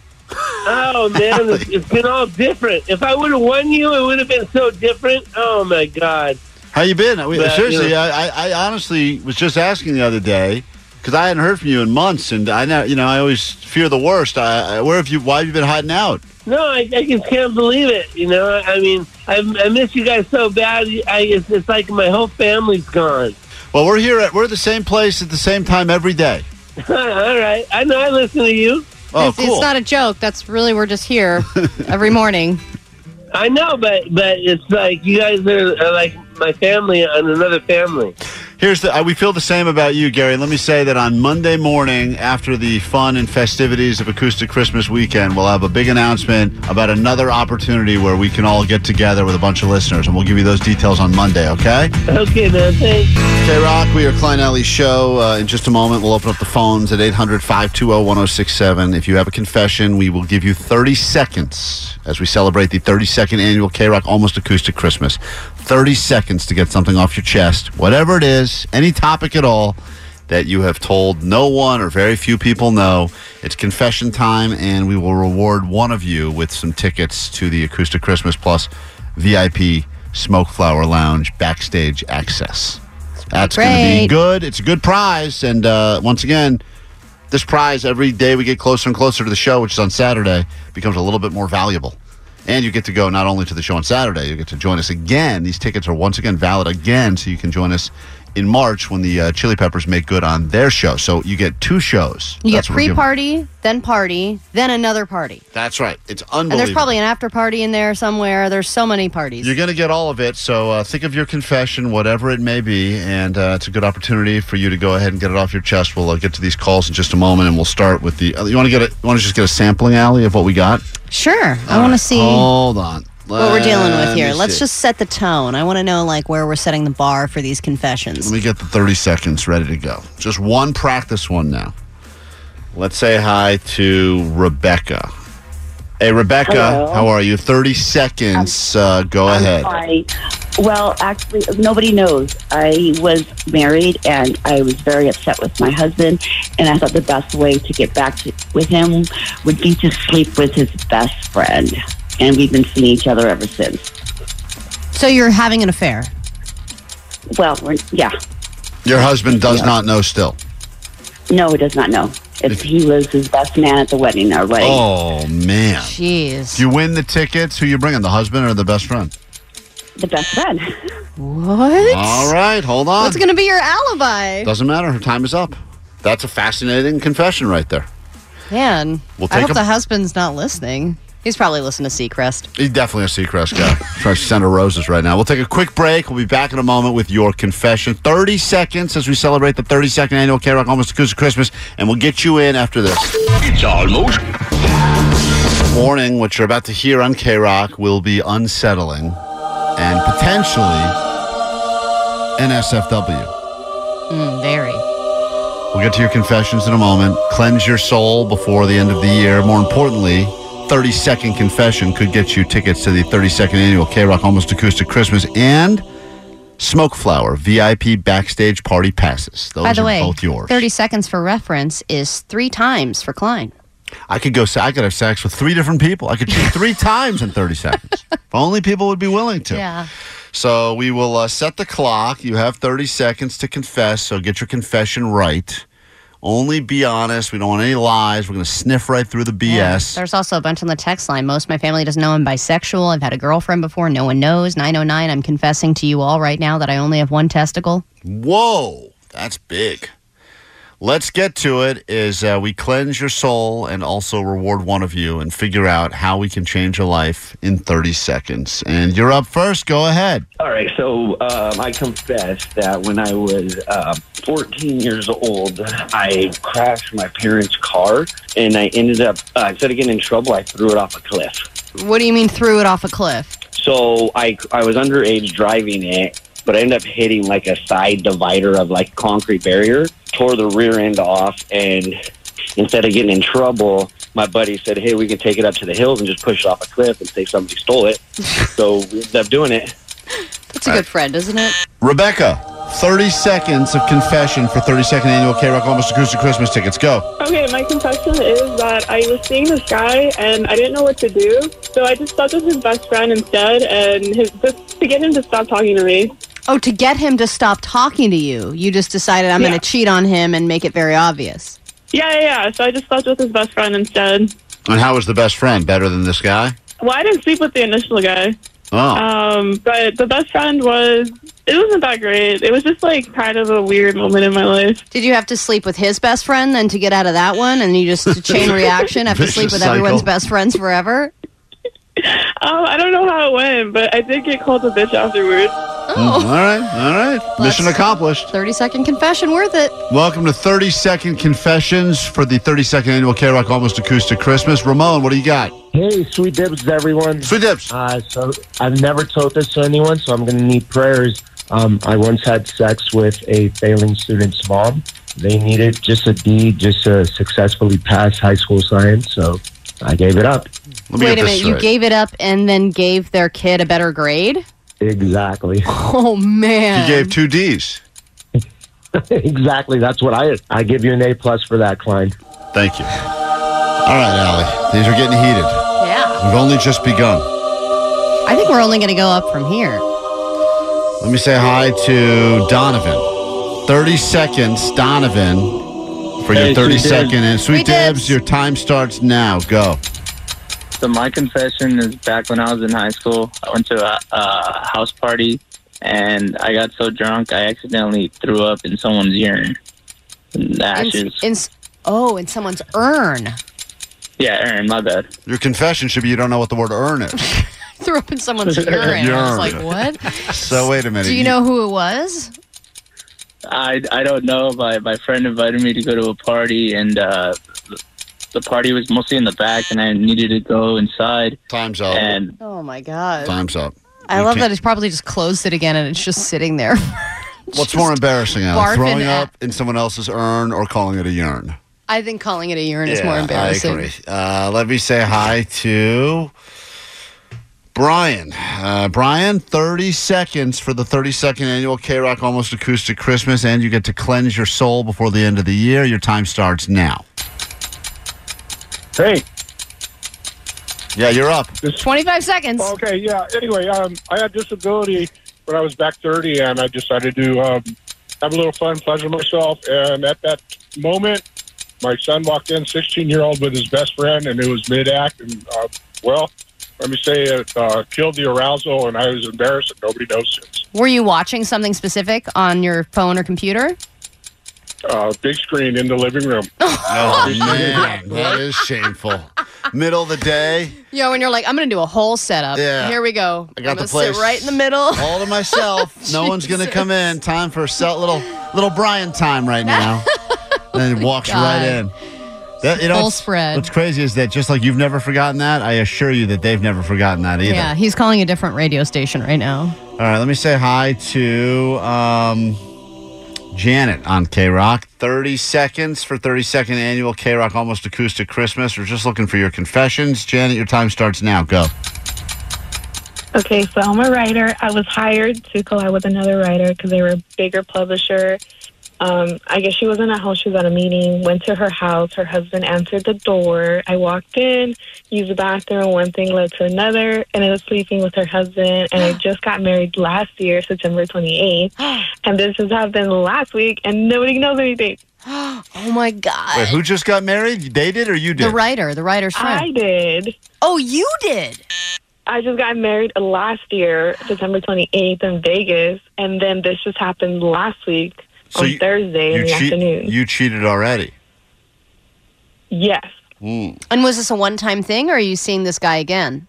Speaker 15: Oh man, it's, it's been all different. If I would have won you, it would have been so different. Oh my god.
Speaker 2: How you been? We-
Speaker 15: But,
Speaker 2: Seriously,
Speaker 15: you know-
Speaker 2: I, I, I honestly was just asking the other day because I hadn't heard from you in months, and I know you know I always fear the worst. I, I, where have you? Why have you been hiding out?
Speaker 15: No, I, I just can't believe it. You know, I mean, I, I miss you guys so bad. I, it's, it's like my whole family's gone.
Speaker 2: Well, we're here at we're the same place at the same time every day.
Speaker 15: all right, I know I listen to you.
Speaker 2: Oh,
Speaker 5: it's, it's not a joke. That's really, we're just here every morning.
Speaker 15: I know, but but it's like you guys are, are like my family and another family.
Speaker 2: Here's the. uh, We feel the same about you, Gary. Let me say that on Monday morning, after the fun and festivities of Acoustic Christmas weekend, we'll have a big announcement about another opportunity where we can all get together with a bunch of listeners, and we'll give you those details on Monday. Okay?
Speaker 15: Okay, man. Thanks.
Speaker 2: K Rock, we are Klein Alley's show. Uh, in just a moment, we'll open up the phones at 800 520 1067. If you have a confession, we will give you 30 seconds as we celebrate the 32nd annual K Rock Almost Acoustic Christmas. 30 seconds to get something off your chest, whatever it is, any topic at all that you have told no one or very few people know. It's confession time, and we will reward one of you with some tickets to the Acoustic Christmas Plus VIP Smoke Flower Lounge backstage access. That's going to be
Speaker 5: great.
Speaker 2: good. It's a good prize, and uh, once again, this prize every day we get closer and closer to the show, which is on Saturday, becomes a little bit more valuable. And you get to go not only to the show on Saturday, you get to join us again. These tickets are once again valid again, so you can join us in March when the uh, Chili Peppers make good on their show. So you get two shows.
Speaker 5: You
Speaker 2: That's what
Speaker 5: get
Speaker 2: we're
Speaker 5: pre
Speaker 2: giving.
Speaker 5: party, then party, then another party.
Speaker 2: That's right. It's
Speaker 5: And
Speaker 2: unbelievable.
Speaker 5: there's probably an after party in there somewhere. There's so many parties.
Speaker 2: You're going to get all of it. So uh, think of your confession, whatever it may be, and uh, it's a good opportunity for you to go ahead and get it off your chest. We'll uh, get to these calls in just a moment, and we'll start with the. Uh, you want to get a, you want to just get a sampling alley of what we got?
Speaker 5: Sure. I
Speaker 2: All
Speaker 5: want
Speaker 2: right,
Speaker 5: to see
Speaker 2: Hold on.
Speaker 5: what we're dealing with
Speaker 2: Let
Speaker 5: here.
Speaker 2: me
Speaker 5: Let's
Speaker 2: see.
Speaker 5: just set the tone. I want to know like where we're setting the bar for these confessions.
Speaker 2: Let me get the 30 seconds ready to go. Just one practice one now. Let's say hi to Rebecca. Hey, Rebecca,
Speaker 16: Hello.
Speaker 2: how are you? 30 seconds. uh, go ahead.
Speaker 16: I, well, actually, nobody knows. I was married and I was very upset with my husband. And I thought the best way to get back to, with him would be to sleep with his best friend. And we've been seeing each other ever since.
Speaker 5: So you're having an affair.
Speaker 16: Well, we're, yeah.
Speaker 2: Your husband does not know still.
Speaker 16: No, he does not know. If he was his best man at the wedding, our wedding.
Speaker 2: Oh, man.
Speaker 5: Jeez.
Speaker 2: Do you win the tickets? Who you bringing, the husband or the best friend?
Speaker 16: The best friend.
Speaker 5: What?
Speaker 2: All right, hold on.
Speaker 5: What's going to be your alibi?
Speaker 2: Doesn't matter. Her time is up. That's a fascinating confession right there.
Speaker 5: Man,
Speaker 2: We'll
Speaker 5: I
Speaker 2: take
Speaker 5: hope
Speaker 2: a-
Speaker 5: the husband's not listening. He's probably listening to Seacrest.
Speaker 2: He's definitely a Seacrest guy. Trying to send her roses right now. We'll take a quick break. We'll be back in a moment with your confession. 30 seconds as we celebrate the 32nd annual K Rock Almost Acoustic Christmas, and we'll get you in after this. It's almost. Warning, what you're about to hear on K Rock will be unsettling and potentially NSFW.
Speaker 5: Mm, very.
Speaker 2: We'll get to your confessions in a moment. Cleanse your soul before the end of the year. More importantly, 30 second confession could get you tickets to the 32nd annual K Rock Almost Acoustic Christmas and Smoke Flower VIP backstage party passes. Those
Speaker 5: By the
Speaker 2: are
Speaker 5: way,
Speaker 2: both yours.
Speaker 5: 30 seconds for reference is three times for Klein.
Speaker 2: I could go. sa- I could have sex with three different people. I could cheat three times in 30 seconds. If only people would be willing to.
Speaker 5: Yeah.
Speaker 2: So we will uh, set the clock. You have 30 seconds to confess, so get your confession right. Only be honest. We don't want any lies. We're going to sniff right through the BS.
Speaker 5: There's also a bunch on the text line. Most of my family doesn't know I'm bisexual. I've had a girlfriend before. No one knows. 909, I'm confessing to you all right now that I only have one testicle.
Speaker 2: Whoa, that's big. Let's get to it. Is uh, we cleanse your soul and also reward one of you and figure out how we can change your life in 30 seconds. And you're up first. Go ahead.
Speaker 10: All right, so um, I confess that when I was uh, 14 years old, I crashed my parents' car, and I ended up uh, instead of getting in trouble, I threw it off a cliff.
Speaker 5: What do you mean threw it off a cliff?
Speaker 10: So I I was underage driving it, but I ended up hitting like a side divider of like concrete barrier, tore the rear end off, and instead of getting in trouble, my buddy said, "Hey, we can take it up to the hills and just push it off a cliff and say somebody stole it." so we ended up doing it.
Speaker 5: That's a good friend, isn't it?
Speaker 2: Rebecca, 30 seconds of confession for 32nd annual K Rock Almost Acoustic Christmas tickets. Go.
Speaker 17: Okay, my confession is that I was seeing this guy and I didn't know what to do, so I just slept with his best friend instead, and his, just to get him to stop talking to me.
Speaker 5: Oh, to get him to stop talking to you, you just decided I'm going to cheat on him and make it very obvious.
Speaker 17: Yeah, yeah, yeah. So I just slept with his best friend instead.
Speaker 2: And how was the best friend? Better than this guy?
Speaker 17: Well, I didn't sleep with the initial guy.
Speaker 2: Oh.
Speaker 17: Um, but the best friend was it wasn't that great. It was just like kind of a weird moment in my life.
Speaker 5: Did you have to sleep with his best friend then to get out of that one? And you just a chain reaction, have to sleep
Speaker 17: Vicious
Speaker 5: with everyone's
Speaker 17: cycle.
Speaker 5: best friends forever?
Speaker 17: Um, I don't know how it went, but I did get called a bitch afterwards.
Speaker 2: Mm, all right, all right. Mission accomplished.
Speaker 5: 30 second confession worth it.
Speaker 2: Welcome to 30 Second Confessions for the 32nd annual K Rock Almost Acoustic Christmas. Ramon, what do you got?
Speaker 18: Hey, sweet dips, everyone.
Speaker 2: Sweet dips.
Speaker 18: Uh, so I've never told this to anyone, so I'm going to need prayers. Um, I once had sex with a failing student's mom. They needed just a D, just to successfully pass high school science, so I gave it up.
Speaker 5: Wait a minute, you gave it up and then gave their kid a better grade?
Speaker 18: Exactly.
Speaker 5: Oh, man.
Speaker 2: two D's.
Speaker 18: exactly. That's what I I give you an A plus for that, Klein.
Speaker 2: Thank you. All right, Allie. These are getting heated.
Speaker 5: Yeah.
Speaker 2: We've only just begun.
Speaker 5: I think we're only going to go up from here.
Speaker 2: Let me say hi to Donovan. 30 seconds, Donovan, for your
Speaker 10: Hey,
Speaker 2: 30
Speaker 10: Sweet Dibs.
Speaker 2: second. And sweet
Speaker 10: Sweet
Speaker 2: dibs.
Speaker 10: Dibs.
Speaker 2: your time starts now. Go.
Speaker 10: So my confession is back when I was in high school, I went to a, a house party and I got so drunk I accidentally threw up in someone's urine. And the
Speaker 5: In,
Speaker 10: ashes.
Speaker 5: in, oh, in someone's urn.
Speaker 10: yeah, Aaron, my bad.
Speaker 2: Your confession should be you don't know what the word earn is.
Speaker 5: Threw up in someone's urine. I was like,
Speaker 2: Urine.
Speaker 5: what?
Speaker 2: so wait a minute.
Speaker 5: Do you know who it was?
Speaker 10: I, I don't know. My, my friend invited me to go to a party and uh, the party was mostly in the back and I needed to go inside.
Speaker 2: Time's up.
Speaker 10: And
Speaker 5: Oh, my God.
Speaker 2: Time's up.
Speaker 5: I
Speaker 2: You
Speaker 5: love
Speaker 2: can't-
Speaker 5: that it's probably just closed it again and it's just sitting there.
Speaker 2: What's more embarrassing, Allie?
Speaker 5: barfing
Speaker 2: Throwing
Speaker 5: at-
Speaker 2: up in someone else's urn or calling it a urn?
Speaker 5: I think calling it a urine is more embarrassing.
Speaker 2: I agree. Uh, let me say hi to Brian. Uh, Brian, 30 seconds for the 32nd annual K Rock Almost Acoustic Christmas, and you get to cleanse your soul before the end of the year. Your time starts now.
Speaker 19: Hey.
Speaker 2: Yeah, you're up.
Speaker 5: 25 seconds.
Speaker 19: Okay, yeah. Anyway, um, I had disability when I was back 30, and I decided to um, have a little fun, pleasure myself. And at that moment, my son walked in, 16 year old, with his best friend, and it was mid act. And, uh, well, let me say it uh, killed the arousal, and I was embarrassed, and nobody knows it.
Speaker 5: Were you watching something specific on your phone or computer?
Speaker 19: Uh, big screen in the living room.
Speaker 2: Oh, man. That is shameful. Middle of the day.
Speaker 5: Yo, and you're like, I'm going to do a whole setup.
Speaker 2: Yeah.
Speaker 5: Here we go.
Speaker 2: I got
Speaker 5: I'm
Speaker 2: the
Speaker 5: gonna sit
Speaker 2: place
Speaker 5: right in the middle.
Speaker 2: All to myself. No one's going to come in. Time for a little little Brian time right now. and he walks
Speaker 5: Oh God.
Speaker 2: right in. That,
Speaker 5: Full
Speaker 2: what's-
Speaker 5: spread.
Speaker 2: What's crazy is that just like you've never forgotten that, I assure you that they've never forgotten that either.
Speaker 5: Yeah, he's calling a different radio station right now.
Speaker 2: All right, let me say hi to um, Janet on K Rock. 30 seconds for 32nd annual K Rock Almost Acoustic Christmas. We're just looking for your confessions. Janet, your time starts now. Go.
Speaker 17: Okay, so I'm a writer. I was hired to collab with another writer because they were a bigger publisher. Um, I guess she wasn't at home. She was at a meeting. Went to her house. Her husband answered the door. I walked in, used the bathroom. One thing led to another. Ended up sleeping with her husband. And I just got married last year, September 28th. And this has happened last week, and nobody knows anything.
Speaker 5: oh my God.
Speaker 2: Wait, who just got married? They did or you did?
Speaker 5: The writer, the writer's friend.
Speaker 17: I did.
Speaker 5: Oh, you did?
Speaker 17: I just got married last year, September 28th in Vegas, and then this just happened last week. on
Speaker 2: you-
Speaker 17: Thursday in
Speaker 2: you
Speaker 17: the
Speaker 2: cheat-
Speaker 17: afternoon.
Speaker 2: You cheated already.
Speaker 17: Yes.
Speaker 2: Mm.
Speaker 5: And was this a one time thing, or are you seeing this guy again?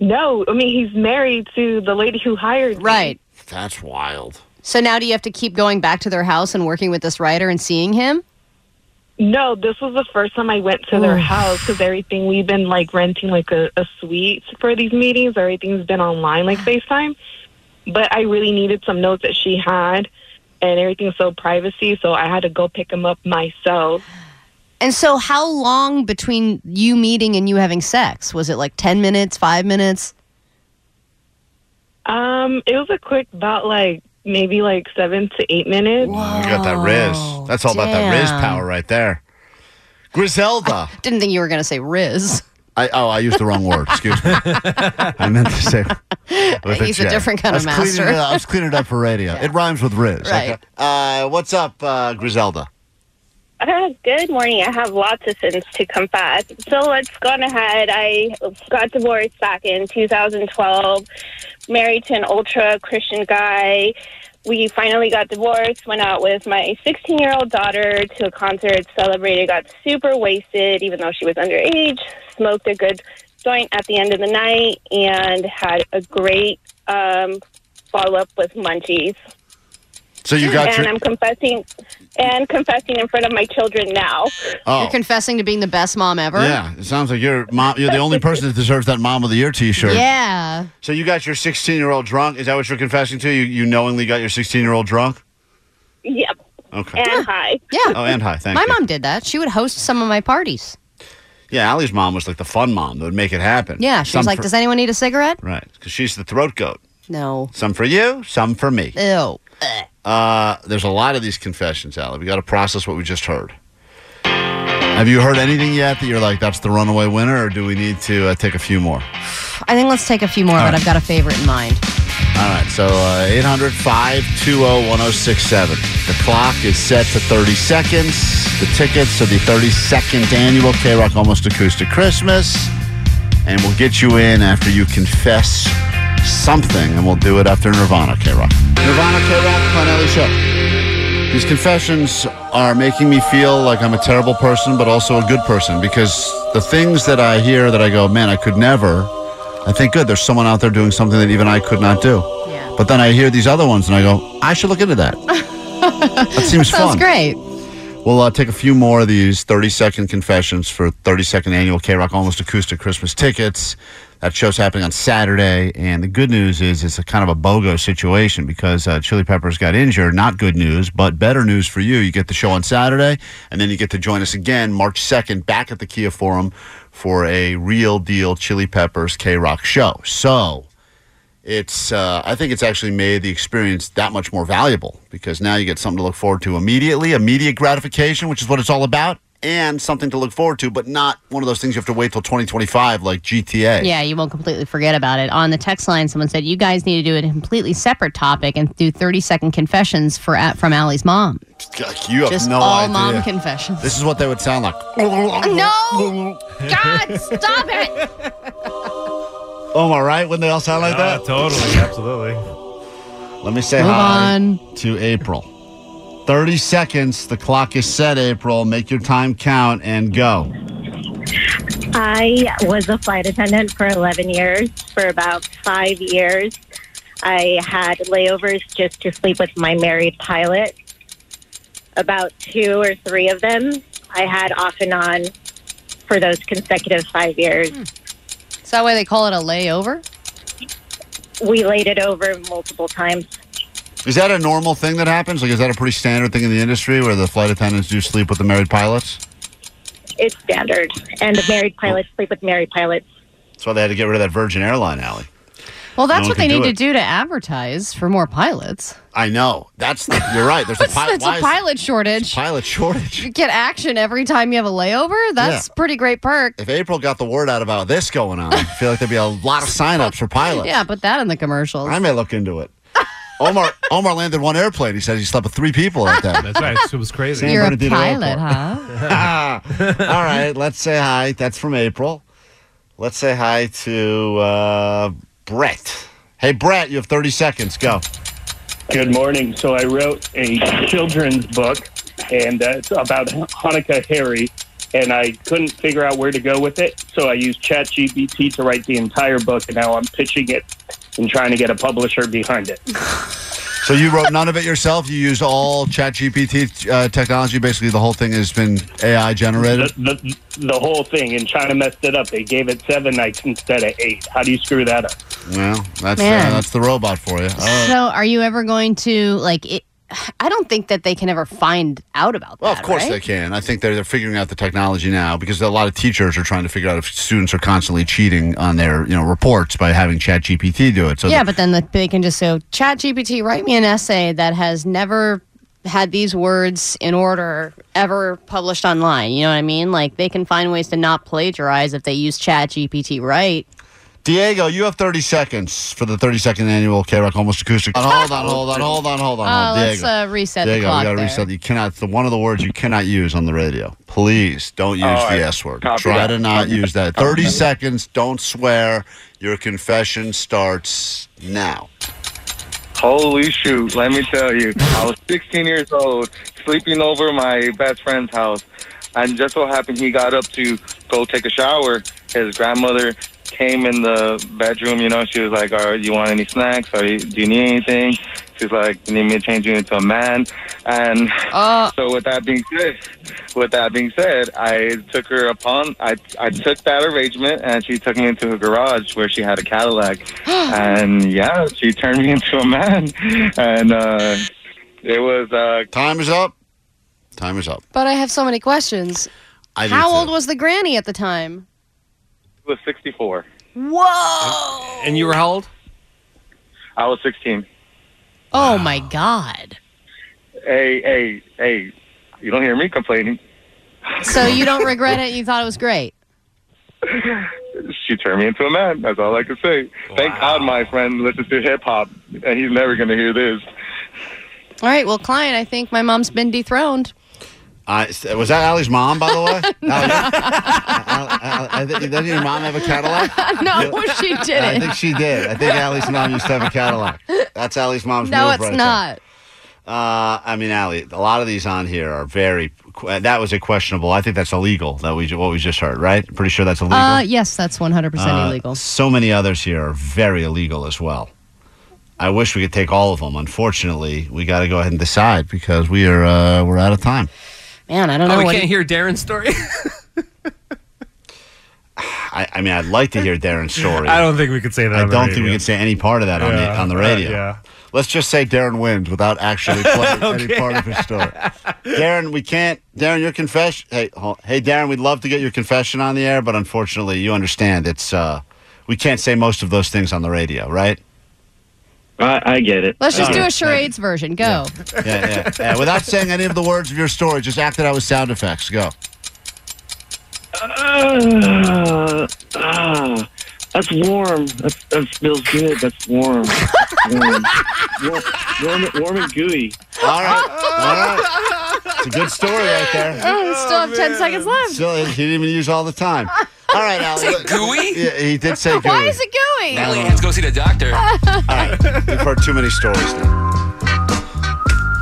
Speaker 17: No, I mean he's married to the lady who hired.
Speaker 5: Right.
Speaker 2: That's wild.
Speaker 5: So now do you have to keep going back to their house and working with this writer and seeing him?
Speaker 17: No, this was the first time I went to
Speaker 5: Oh.
Speaker 17: their house because everything we've been like renting like a, a suite for these meetings. Everything's been online, like FaceTime. But I really needed some notes that she had, and everything's so privacy, so I had to go pick them up myself.
Speaker 5: And so, how long between you meeting and you having sex? Was it like 10 minutes, five minutes?
Speaker 17: Um, it was a quick, about like maybe like seven to eight minutes.
Speaker 2: You got that Riz. That's all about that Riz
Speaker 5: Oh, damn.
Speaker 2: power right there. Griselda.
Speaker 5: Didn't think you were going to say Riz.
Speaker 2: I, oh, I used the wrong word. Excuse me. I meant to say. with
Speaker 5: He's a
Speaker 2: J.
Speaker 5: different kind
Speaker 2: I
Speaker 5: of
Speaker 2: was cleaning
Speaker 5: master.
Speaker 2: it up- I was cleaning it up for radio. It rhymes with Riz.
Speaker 4: Right.
Speaker 2: Okay. Uh, what's up, uh, Griselda?
Speaker 4: Uh, good morning. I have lots of sins to confess. So let's go on ahead. I got divorced back in 2012, married to an ultra Christian guy. We finally got divorced, went out with my 16 year old daughter to a concert, celebrated, got super wasted, even though she was underage, smoked a good joint at the end of the night, and had a great um, follow up with munchies.
Speaker 2: So you got
Speaker 4: and
Speaker 2: your.
Speaker 4: I'm confessing and confessing in front of my children now.
Speaker 2: Oh.
Speaker 5: You're confessing to being the best mom ever?
Speaker 2: Yeah, it sounds like you're mom. You're the only person that deserves that mom of the year T-shirt.
Speaker 5: Yeah.
Speaker 2: So you got your 16 year old drunk? Is that what you're confessing to? You you knowingly got your 16 year old drunk?
Speaker 4: Yep.
Speaker 2: Okay.
Speaker 4: And hi.
Speaker 5: Yeah.
Speaker 2: Oh, and hi. Thank
Speaker 5: my
Speaker 2: you.
Speaker 5: mom did that. She would host some of my parties.
Speaker 2: Yeah, Allie's mom was like the fun mom that would make it happen.
Speaker 5: Yeah. She
Speaker 2: Some
Speaker 5: was like,
Speaker 2: for-
Speaker 5: Does anyone need a cigarette?
Speaker 2: Right, because she's the throat goat.
Speaker 5: No.
Speaker 2: Some for you, some for me.
Speaker 5: Ew.
Speaker 2: Uh, there's a lot of these confessions, Allie. We got to process what we just heard. Have you heard anything yet that you're like, that's the runaway winner, or do we need to uh, take a few more?
Speaker 5: I think let's take a few more, but I've got a favorite in mind.
Speaker 2: All right, so uh, 800 520 1067. The clock is set to 30 seconds. The tickets to the 32nd annual K Rock Almost Acoustic Christmas. And we'll get you in after you confess something, and we'll do it after Nirvana K Rock. Nirvana K Rock, Connelly Show. These confessions are making me feel like I'm a terrible person, but also a good person because the things that I hear that I go, man, I could never, I think, good, there's someone out there doing something that even I could not do. But then I hear these other ones and I go, I should look into that. that seems
Speaker 5: Sounds
Speaker 2: fun.
Speaker 5: great.
Speaker 2: We'll uh, take a few more of these 30 second confessions for 30 second annual K Rock Almost Acoustic Christmas tickets. That show's happening on Saturday. And the good news is it's a kind of a BOGO situation because uh, Chili Peppers got injured. Not good news, but better news for you. You get the show on Saturday, and then you get to join us again March 2nd back at the Kia Forum for a real deal Chili Peppers K Rock show. So it's uh, I think it's actually made the experience that much more valuable because now you get something to look forward to immediately, immediate gratification, which is what it's all about, and something to look forward to, but not one of those things you have to wait till 2025 like GTA.
Speaker 5: Yeah, you won't completely forget about it. On the text line, someone said you guys need to do a completely separate topic and do 30 second confessions for from Allie's mom.
Speaker 2: God, you have
Speaker 5: Just
Speaker 2: no
Speaker 5: all
Speaker 2: idea.
Speaker 5: mom confessions.
Speaker 2: This is what they would sound like.
Speaker 5: No! God, stop it!
Speaker 2: Oh, am I right? Wouldn't they all sound like that? Totally, absolutely. Let me say
Speaker 5: Move
Speaker 2: hi to April. 30 seconds. The clock is set, April. Make your time count and go.
Speaker 4: I was a flight attendant for 11 years. For about five years, I had layovers just to sleep with my married pilot. About two or three of them I had off and on for those consecutive five years.
Speaker 5: Is that why they call it a layover?
Speaker 4: We laid it over multiple times.
Speaker 2: Is that a normal thing that happens? Like, is that a pretty standard thing in the industry where the flight attendants do sleep with the married pilots?
Speaker 4: It's standard. And married pilots sleep with married pilots.
Speaker 2: That's why they had to get rid of that Virgin Airline alley.
Speaker 5: Well, that's
Speaker 2: No one
Speaker 5: what
Speaker 2: can
Speaker 5: they
Speaker 2: do
Speaker 5: need to
Speaker 2: it.
Speaker 5: do to advertise for more pilots.
Speaker 2: I know. That's the, you're right. There's a,
Speaker 5: That's,
Speaker 2: pi-
Speaker 5: that's
Speaker 2: why
Speaker 5: a
Speaker 2: is-
Speaker 5: pilot shortage.
Speaker 2: pilot shortage.
Speaker 5: You get action every time you have a layover. That's
Speaker 2: Yeah.
Speaker 5: pretty great perk.
Speaker 2: If April got the word out about this going on, I feel like there'd be a lot of signups for pilots.
Speaker 5: Yeah, put that in the commercials.
Speaker 2: I may look into it. Omar Omar landed one airplane. He said he slept with three people out there.
Speaker 8: That's right. It was crazy.
Speaker 2: San
Speaker 5: You're a
Speaker 2: Bernardino
Speaker 5: pilot,
Speaker 2: Airport.
Speaker 5: huh?
Speaker 2: Ah. All right, let's say hi. That's from April. Let's say hi to uh, Brett. Hey, Brett, you have 30 seconds. Go.
Speaker 6: Good morning. So I wrote a children's book, and that's about Hanukkah Harry. And I couldn't figure out where to go with it, so I used ChatGPT to write the entire book, and now I'm pitching it and trying to get a publisher behind it.
Speaker 2: So you wrote none of it yourself. You used all ChatGPT uh, technology. Basically, the whole thing has been AI generated.
Speaker 6: The, the, the whole thing, and China messed it up. They gave it seven nights instead of eight. How do you screw that up?
Speaker 2: Well, that's uh,
Speaker 5: Man.
Speaker 2: that's the robot for you. Uh, All right.
Speaker 5: So, are you ever going to like? It, I don't think that they can ever find out about that.
Speaker 2: Well, of course
Speaker 5: right?
Speaker 2: they can. I think they're, they're figuring out the technology now because a lot of teachers are trying to figure out if students are constantly cheating on their you know reports by having ChatGPT do it. So
Speaker 5: yeah, but then the, they can just go, Chat GPT, write me an essay that has never had these words in order ever published online. You know what I mean? Like they can find ways to not plagiarize if they use Chat GPT right.
Speaker 2: Diego, you have 30 seconds for the 32nd annual K Rock Almost Acoustic. Hold on, hold on, hold on, hold on.
Speaker 5: Uh,
Speaker 2: hold on.
Speaker 5: let's
Speaker 2: Diego.
Speaker 5: uh, reset
Speaker 2: Diego,
Speaker 5: the clock.
Speaker 2: you gotta
Speaker 5: there.
Speaker 2: reset. You cannot. The one of the words you cannot use on the radio. Please don't use
Speaker 20: Oh,
Speaker 2: the
Speaker 20: I
Speaker 2: S word.
Speaker 20: copy
Speaker 2: Try
Speaker 20: that.
Speaker 2: to not use that. Thirty
Speaker 20: Okay.
Speaker 2: seconds. Don't swear. Your confession starts now.
Speaker 20: Holy shoot, let me tell you. I was 16 years old, sleeping over my best friend's house. And just so happened, he got up to go take a shower. His grandmother came in the bedroom, you know, she was like, All right, you want any snacks? Or do you need anything? She's like, You need me to change you into a man? And so, with that being said, with that being said, I took her upon, I, I took that arrangement and she took me into her garage where she had a Cadillac. and yeah, she turned me into a man. And uh, it was. Uh,
Speaker 2: Time is up. Time is up.
Speaker 5: But I have so many questions.
Speaker 2: I do
Speaker 5: How
Speaker 2: too.
Speaker 5: old was the granny at the time? Oh
Speaker 20: She was 64.
Speaker 5: Whoa!
Speaker 20: And you were how old? I was 16.
Speaker 5: Oh my God!
Speaker 20: Hey, hey, hey, you don't hear me complaining.
Speaker 5: So you don't regret it? You thought it was great?
Speaker 20: She turned me into a man. That's all I can say. Thank God my friend listens to hip hop, and he's never going to hear this.
Speaker 5: All right. Well, client, I think my mom's been dethroned.
Speaker 2: I, was that Allie's mom, by the way? Allie, Allie, Allie, doesn't your mom have a Cadillac?
Speaker 5: no, she
Speaker 2: I
Speaker 5: didn't.
Speaker 2: think she did. I think Allie's mom used to have a Cadillac. That's Allie's mom's
Speaker 5: No,
Speaker 2: move
Speaker 5: it's
Speaker 2: right there.
Speaker 5: not.
Speaker 2: Uh, I mean, Ali, a lot of these on here are very. That was a questionable. I think that's illegal. That we what we just heard, right? Pretty sure that's illegal.
Speaker 5: Uh, yes, that's 100%
Speaker 2: Uh,
Speaker 5: illegal.
Speaker 2: So many others here are very illegal as well. I wish we could take all of them. Unfortunately, we got to go ahead and decide because we are uh, we're out of time.
Speaker 5: Man, I
Speaker 8: Oh,
Speaker 5: don't know
Speaker 8: we
Speaker 5: what.
Speaker 8: can't hear Darren's story.
Speaker 2: I, I mean, I'd like to hear Darren's story.
Speaker 8: I don't think we could say that.
Speaker 2: I
Speaker 8: on the
Speaker 2: don't
Speaker 8: radio.
Speaker 2: think we can say any part of that on the
Speaker 8: Yeah,
Speaker 2: on the
Speaker 8: uh,
Speaker 2: radio.
Speaker 8: yeah.
Speaker 2: Let's just say Darren wins without actually playing any part of his story. Darren, we can't. Darren, your confession. Hey, hol- hey, Darren, we'd love to get your confession on the air, but unfortunately, you understand it's uh, we can't say most of those things on the radio, right?
Speaker 21: I, I get it.
Speaker 5: Let's just do a charades version. Go.
Speaker 2: Yeah, yeah, yeah. Without saying any of the words of your story, just act it out with sound effects. Go.
Speaker 15: Ah, ah, that's warm. That's, that feels good. That's warm. warm. warm, warm, warm and gooey.
Speaker 2: All right. All right. It's a good story right there.
Speaker 5: Oh, we still have 10 seconds left.
Speaker 2: Still, he didn't even use all the time. All right, Allie.
Speaker 22: Is it gooey?
Speaker 2: Yeah, he did say gooey.
Speaker 5: Why is it gooey?
Speaker 22: Allie has to go see the doctor.
Speaker 2: We've heard too many stories now.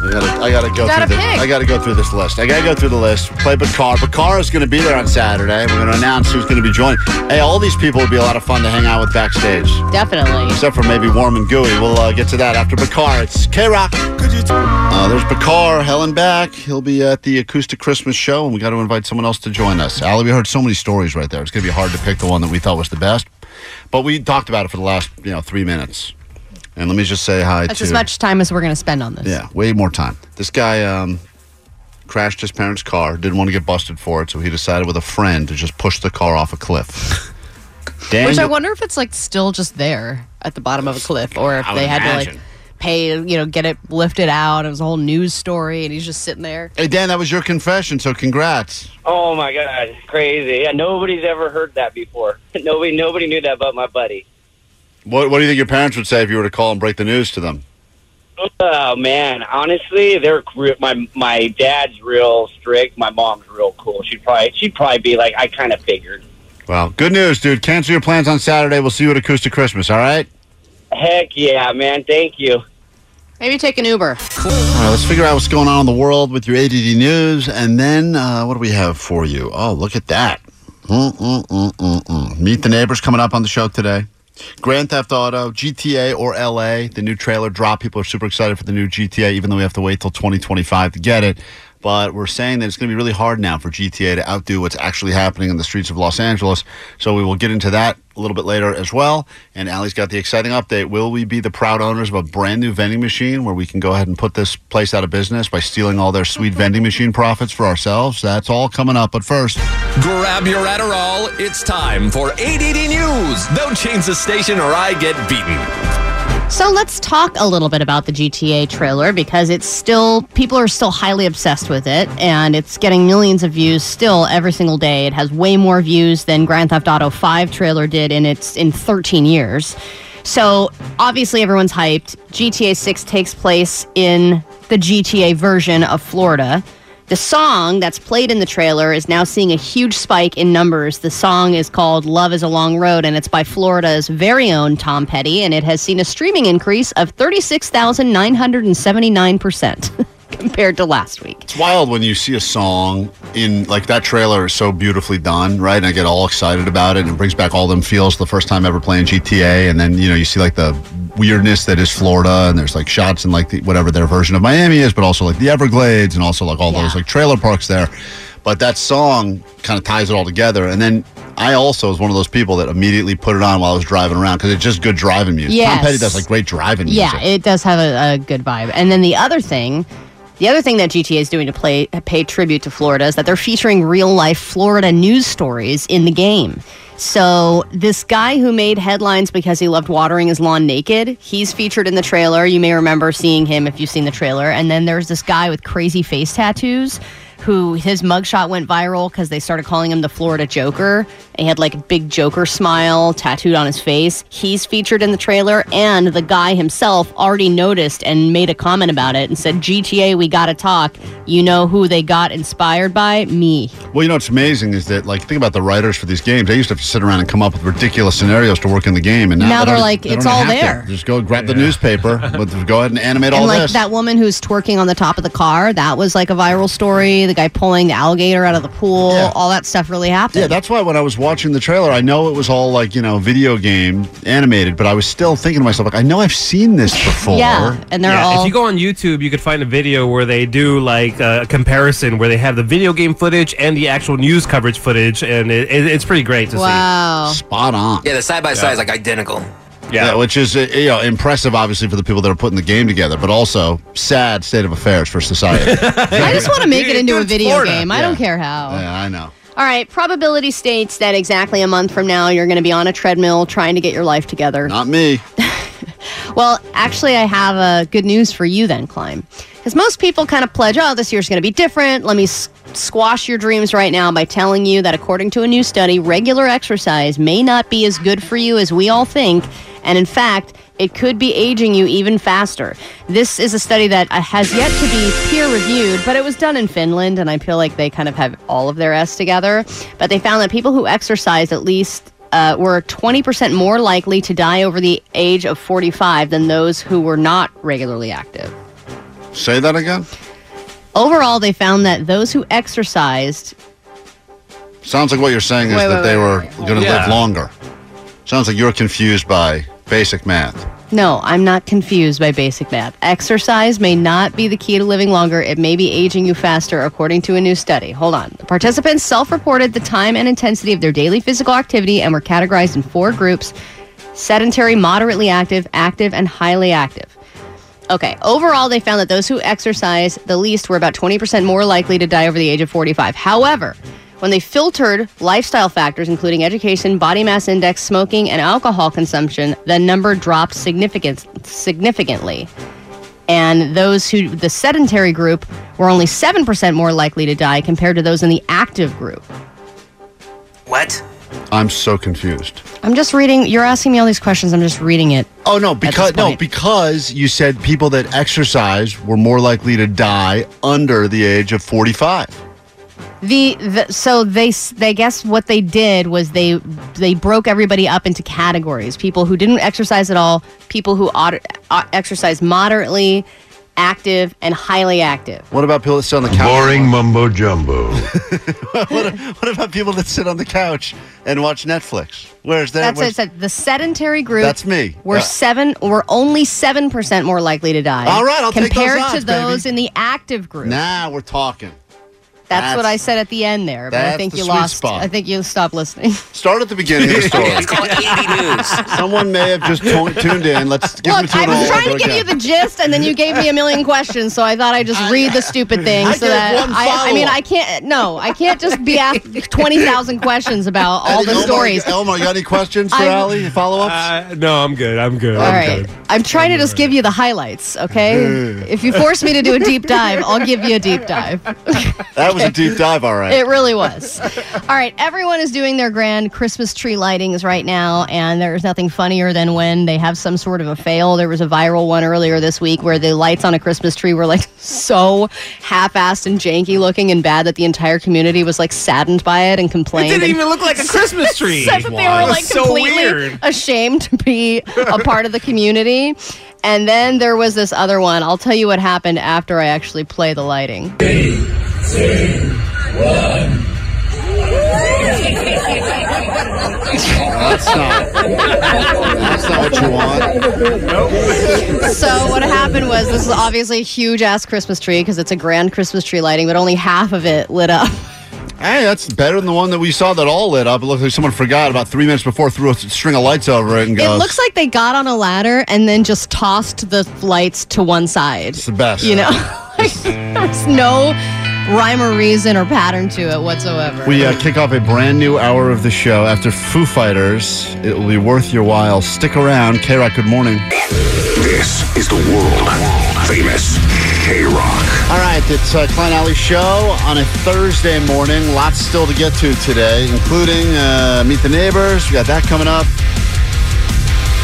Speaker 2: I gotta, I gotta go
Speaker 5: Gotta
Speaker 2: through the,
Speaker 5: pick.
Speaker 2: I gotta go through this list. I gotta go through the list. Play Bakar. Bakar is gonna be there on Saturday. We're gonna announce who's gonna be joining. Hey, all these people would be a lot of fun to hang out with backstage.
Speaker 5: Definitely.
Speaker 2: Except for maybe warm and gooey. We'll uh, get to that after Bakar. It's K Rock. Uh, there's Bakar, Helen back. He'll be at the acoustic Christmas show, and we got to invite someone else to join us. Ali, we heard so many stories right there. It's going to be hard to pick the one that we thought was the best, but we talked about it for the last you know three minutes. And let me just say hi
Speaker 5: That's
Speaker 2: to
Speaker 5: as much time as we're going to spend on this.
Speaker 2: yeah, way more time. This guy um, crashed his parents' car, didn't want to get busted for it, so he decided with a friend to just push the car off a cliff.
Speaker 5: Which I
Speaker 2: Daniel-
Speaker 5: wonder if it's like still just there at the bottom of a cliff, or if
Speaker 2: I would
Speaker 5: they had to
Speaker 2: imagine.
Speaker 5: like pay, you know, get it lifted out. It was a whole news story, and he's just sitting there.
Speaker 2: Hey, Dan, that was your confession, so congrats.
Speaker 23: Oh my god, crazy! Yeah, nobody's ever heard that before. Nobody, nobody knew that but my buddy.
Speaker 2: What, what do you think your parents would say if you were to call and break the news to them?
Speaker 23: Oh man, honestly, they're re- my my dad's real strict. My mom's real cool. She'd probably she'd probably be like, I kind of figured.
Speaker 2: Well, good news, dude. Cancel your plans on Saturday. We'll see you at Acoustic Christmas, all right?
Speaker 23: Heck yeah, man! Thank you.
Speaker 5: Maybe take an Uber.
Speaker 2: All right, let's figure out what's going on in the world with your ADD news, and then uh, what do we have for you? Oh, look at that! Mm, Mm-mm-mm-mm-mm. mm. Meet the neighbors coming up on the show today. Grand Theft Auto, GTA, or LA. The new trailer drop. People are super excited for the new GTA, even though we have to wait till 2025 to get it. But we're saying that it's going to be really hard now for GTA to outdo what's actually happening in the streets of Los Angeles. So we will get into that a little bit later as well. And Allie's got the exciting update. Will we be the proud owners of a brand new vending machine where we can go ahead and put this place out of business by stealing all their sweet vending machine profits for ourselves? That's all coming up. But first,
Speaker 3: Grab your Adderall. It's time for ADD News. Don't change the station or I get beaten.
Speaker 5: So let's talk a little bit about the GTA trailer because it's still, people are still highly obsessed with it and it's getting millions of views still every single day. It has way more views than Grand Theft Auto 5 trailer did in its in 13 years. So obviously everyone's hyped. GTA 6 takes place in the GTA version of Florida. The song that's played in the trailer is now seeing a huge spike in numbers. The song is called Love is a Long Road, and it's by Florida's very own Tom Petty, and it has seen a streaming increase of 36,979% compared to last week.
Speaker 2: It's wild when you see a song in like that trailer is so beautifully done, right? And I get all excited about it and it brings back all them feels the first time ever playing GTA and then you know you see like the weirdness that is Florida and there's like shots and like the, whatever their version of Miami is, but also like the Everglades and also like all those like trailer parks there. But that song kind of ties it all together and then I also was one of those people that immediately put it on while I was driving around because it's just good driving music. Tom
Speaker 5: Yes.
Speaker 2: Petty does like great driving music.
Speaker 5: Yeah, it does have a, a good vibe. And then the other thing, the other thing that GTA is doing to play pay tribute to Florida is that they're featuring real life Florida news stories in the game. So this guy who made headlines because he loved watering his lawn naked, he's featured in the trailer. You may remember seeing him if you've seen the trailer. And then there's this guy with crazy face tattoos who his mugshot went viral because they started calling him the Florida Joker. And he had like a big Joker smile tattooed on his face. He's featured in the trailer, and the guy himself already noticed and made a comment about it and said, GTA, we gotta talk. You know who they got inspired by? Me.
Speaker 2: Well, you know what's amazing is that, like, think about the writers for these games. They used to have to sit around and come up with ridiculous scenarios to work in the game, and now,
Speaker 5: Now
Speaker 2: they
Speaker 5: they're
Speaker 2: don't-
Speaker 5: like,
Speaker 2: they don't
Speaker 5: it's all
Speaker 2: have to.
Speaker 5: there.
Speaker 2: Just go grab the newspaper, but go ahead and animate all
Speaker 5: and like
Speaker 2: this.
Speaker 5: that woman who's twerking on the top of the car, that was like a viral story. The guy pulling the alligator out of the pool, all that stuff really happened.
Speaker 2: yeah, that's why when I was watching the trailer, I know it was all like you know video game animated, but I was still thinking to myself like, I know I've seen this before.
Speaker 5: and they're
Speaker 8: Yeah,
Speaker 5: all-
Speaker 8: If you go on YouTube, you could find a video where they do like a comparison where they have the video game footage and the actual news coverage footage, and it, it- it's pretty great to
Speaker 5: Wow.
Speaker 8: see.
Speaker 2: Spot on.
Speaker 9: Yeah, the side by side is like identical.
Speaker 2: Yeah. which is uh, you know impressive, obviously, for the people that are putting the game together, but also sad state of affairs for society.
Speaker 5: I just want to make it into a
Speaker 2: Dude,
Speaker 5: video
Speaker 2: Florida.
Speaker 5: game. I
Speaker 2: Yeah.
Speaker 5: don't care how.
Speaker 2: yeah, I know.
Speaker 5: All right, probability states that exactly a month from now you're going to be on a treadmill trying to get your life together.
Speaker 2: Not me.
Speaker 5: Well, actually, I have uh, good news for you then, Climb. Because most people kind of pledge, oh, this year's going to be different. Let me s- squash your dreams right now by telling you that according to a new study, regular exercise may not be as good for you as we all think. And in fact, it could be aging you even faster. This is a study that uh, has yet to be peer reviewed, but it was done in Finland, and I feel like they kind of have all of their S together. But they found that people who exercise at least uh, were 20% more likely to die over the age of 45 than those who were not regularly active.
Speaker 2: Say that again.
Speaker 5: Overall, they found that those who exercised
Speaker 2: Sounds like what you're saying is
Speaker 5: Wait,
Speaker 2: that
Speaker 5: wait,
Speaker 2: they
Speaker 5: wait,
Speaker 2: were
Speaker 5: wait.
Speaker 2: going to live
Speaker 5: Yeah.
Speaker 2: longer. Sounds like you're confused by basic math.
Speaker 5: No, I'm not confused by basic math. Exercise may not be the key to living longer. It may be aging you faster, according to a new study. Hold on. The participants self reported the time and intensity of their daily physical activity and were categorized in four groups sedentary, moderately active, active, and highly active. Okay, overall, they found that those who exercise the least were about 20% more likely to die over the age of 45. However, when they filtered lifestyle factors, including education, body mass index, smoking, and alcohol consumption, the number dropped significant, significantly. And those who, the sedentary group, were only 7% more likely to die compared to those in the active group.
Speaker 2: What? I'm so confused.
Speaker 5: I'm just reading, you're asking me all these questions, I'm just reading it.
Speaker 2: Oh no, because no, because you said people that exercise were more likely to die under the age of 45.
Speaker 5: The, the so they s- they guess what they did was they they broke everybody up into categories: people who didn't exercise at all, people who aut- uh, exercise moderately, active, and highly active.
Speaker 2: What about people that sit on the couch? Boring mumbo jumbo. what, what about people that sit on the couch and watch Netflix? Where's that?
Speaker 5: That's what it said. The sedentary group.
Speaker 2: That's me.
Speaker 5: We're
Speaker 2: Yeah.
Speaker 5: seven. We're only seven percent more likely to die.
Speaker 2: All right, I'll take
Speaker 5: compared
Speaker 2: those odds,
Speaker 5: to those
Speaker 2: baby.
Speaker 5: in the active group.
Speaker 2: Now we're talking.
Speaker 5: that's,
Speaker 2: that's-
Speaker 5: what I said at the end there. But I
Speaker 2: that's
Speaker 5: think
Speaker 2: the
Speaker 5: you
Speaker 2: sweet
Speaker 5: lost.
Speaker 2: spot.
Speaker 5: I think you stopped listening.
Speaker 2: Start at the beginning of the story. Someone may have just tu- tuned in. Let's give
Speaker 5: Look,
Speaker 2: them
Speaker 5: I
Speaker 2: to
Speaker 5: was
Speaker 2: an
Speaker 5: trying to give you the gist, and then you gave me a million questions, so I thought I'd just read the stupid thing.
Speaker 2: I
Speaker 5: so
Speaker 2: gave
Speaker 5: that
Speaker 2: one
Speaker 5: I, I mean,
Speaker 2: follow-up.
Speaker 5: I can't. No, I can't just be asked twenty thousand questions about all the stories.
Speaker 8: Oh,
Speaker 2: Elmo, you got any questions for
Speaker 5: I'm-
Speaker 2: Allie? Follow ups?
Speaker 8: Uh, no, I'm good. I'm good.
Speaker 5: All
Speaker 8: I'm
Speaker 5: right.
Speaker 8: good.
Speaker 5: I'm trying to just give you the highlights, okay? if you force me to do a deep dive, I'll give you a deep dive.
Speaker 2: That was a deep dive, all right.
Speaker 5: It really was. All right, everyone is doing their grand Christmas tree lightings right now, and there's nothing funnier than when they have some sort of a fail. There was a viral one earlier this week where the lights on a Christmas tree were like so half-assed and janky looking and bad that the entire community was like saddened by it and complained.
Speaker 7: It didn't
Speaker 5: and
Speaker 7: even look like a Christmas tree.
Speaker 5: Said that they
Speaker 7: Wow.
Speaker 5: were like
Speaker 7: So
Speaker 5: completely
Speaker 7: weird.
Speaker 5: ashamed to be a part of the community. And then there was this other one. I'll tell you what happened after I actually play the lighting.
Speaker 2: That's not. That's not what you want.
Speaker 5: so what happened was this is obviously a huge ass Christmas tree because it's a grand Christmas tree lighting, but only half of it lit up.
Speaker 2: Hey, that's better than the one that we saw that all lit up. It looks like someone forgot about three minutes before threw a string of lights over it and goes.
Speaker 5: It looks like they got on a ladder and then just tossed the lights to one side. It's
Speaker 2: the best.
Speaker 5: You know, Like, there's no rhyme or reason or pattern to it whatsoever.
Speaker 2: We uh, kick off a brand new hour of the show after Foo Fighters. It will be worth your while. Stick around. K Rock, good morning.
Speaker 1: This is the world famous K Rock.
Speaker 2: All right, it's uh, Klein Alley Show on a Thursday morning. Lots still to get to today, including uh, Meet the Neighbors. We got that coming up.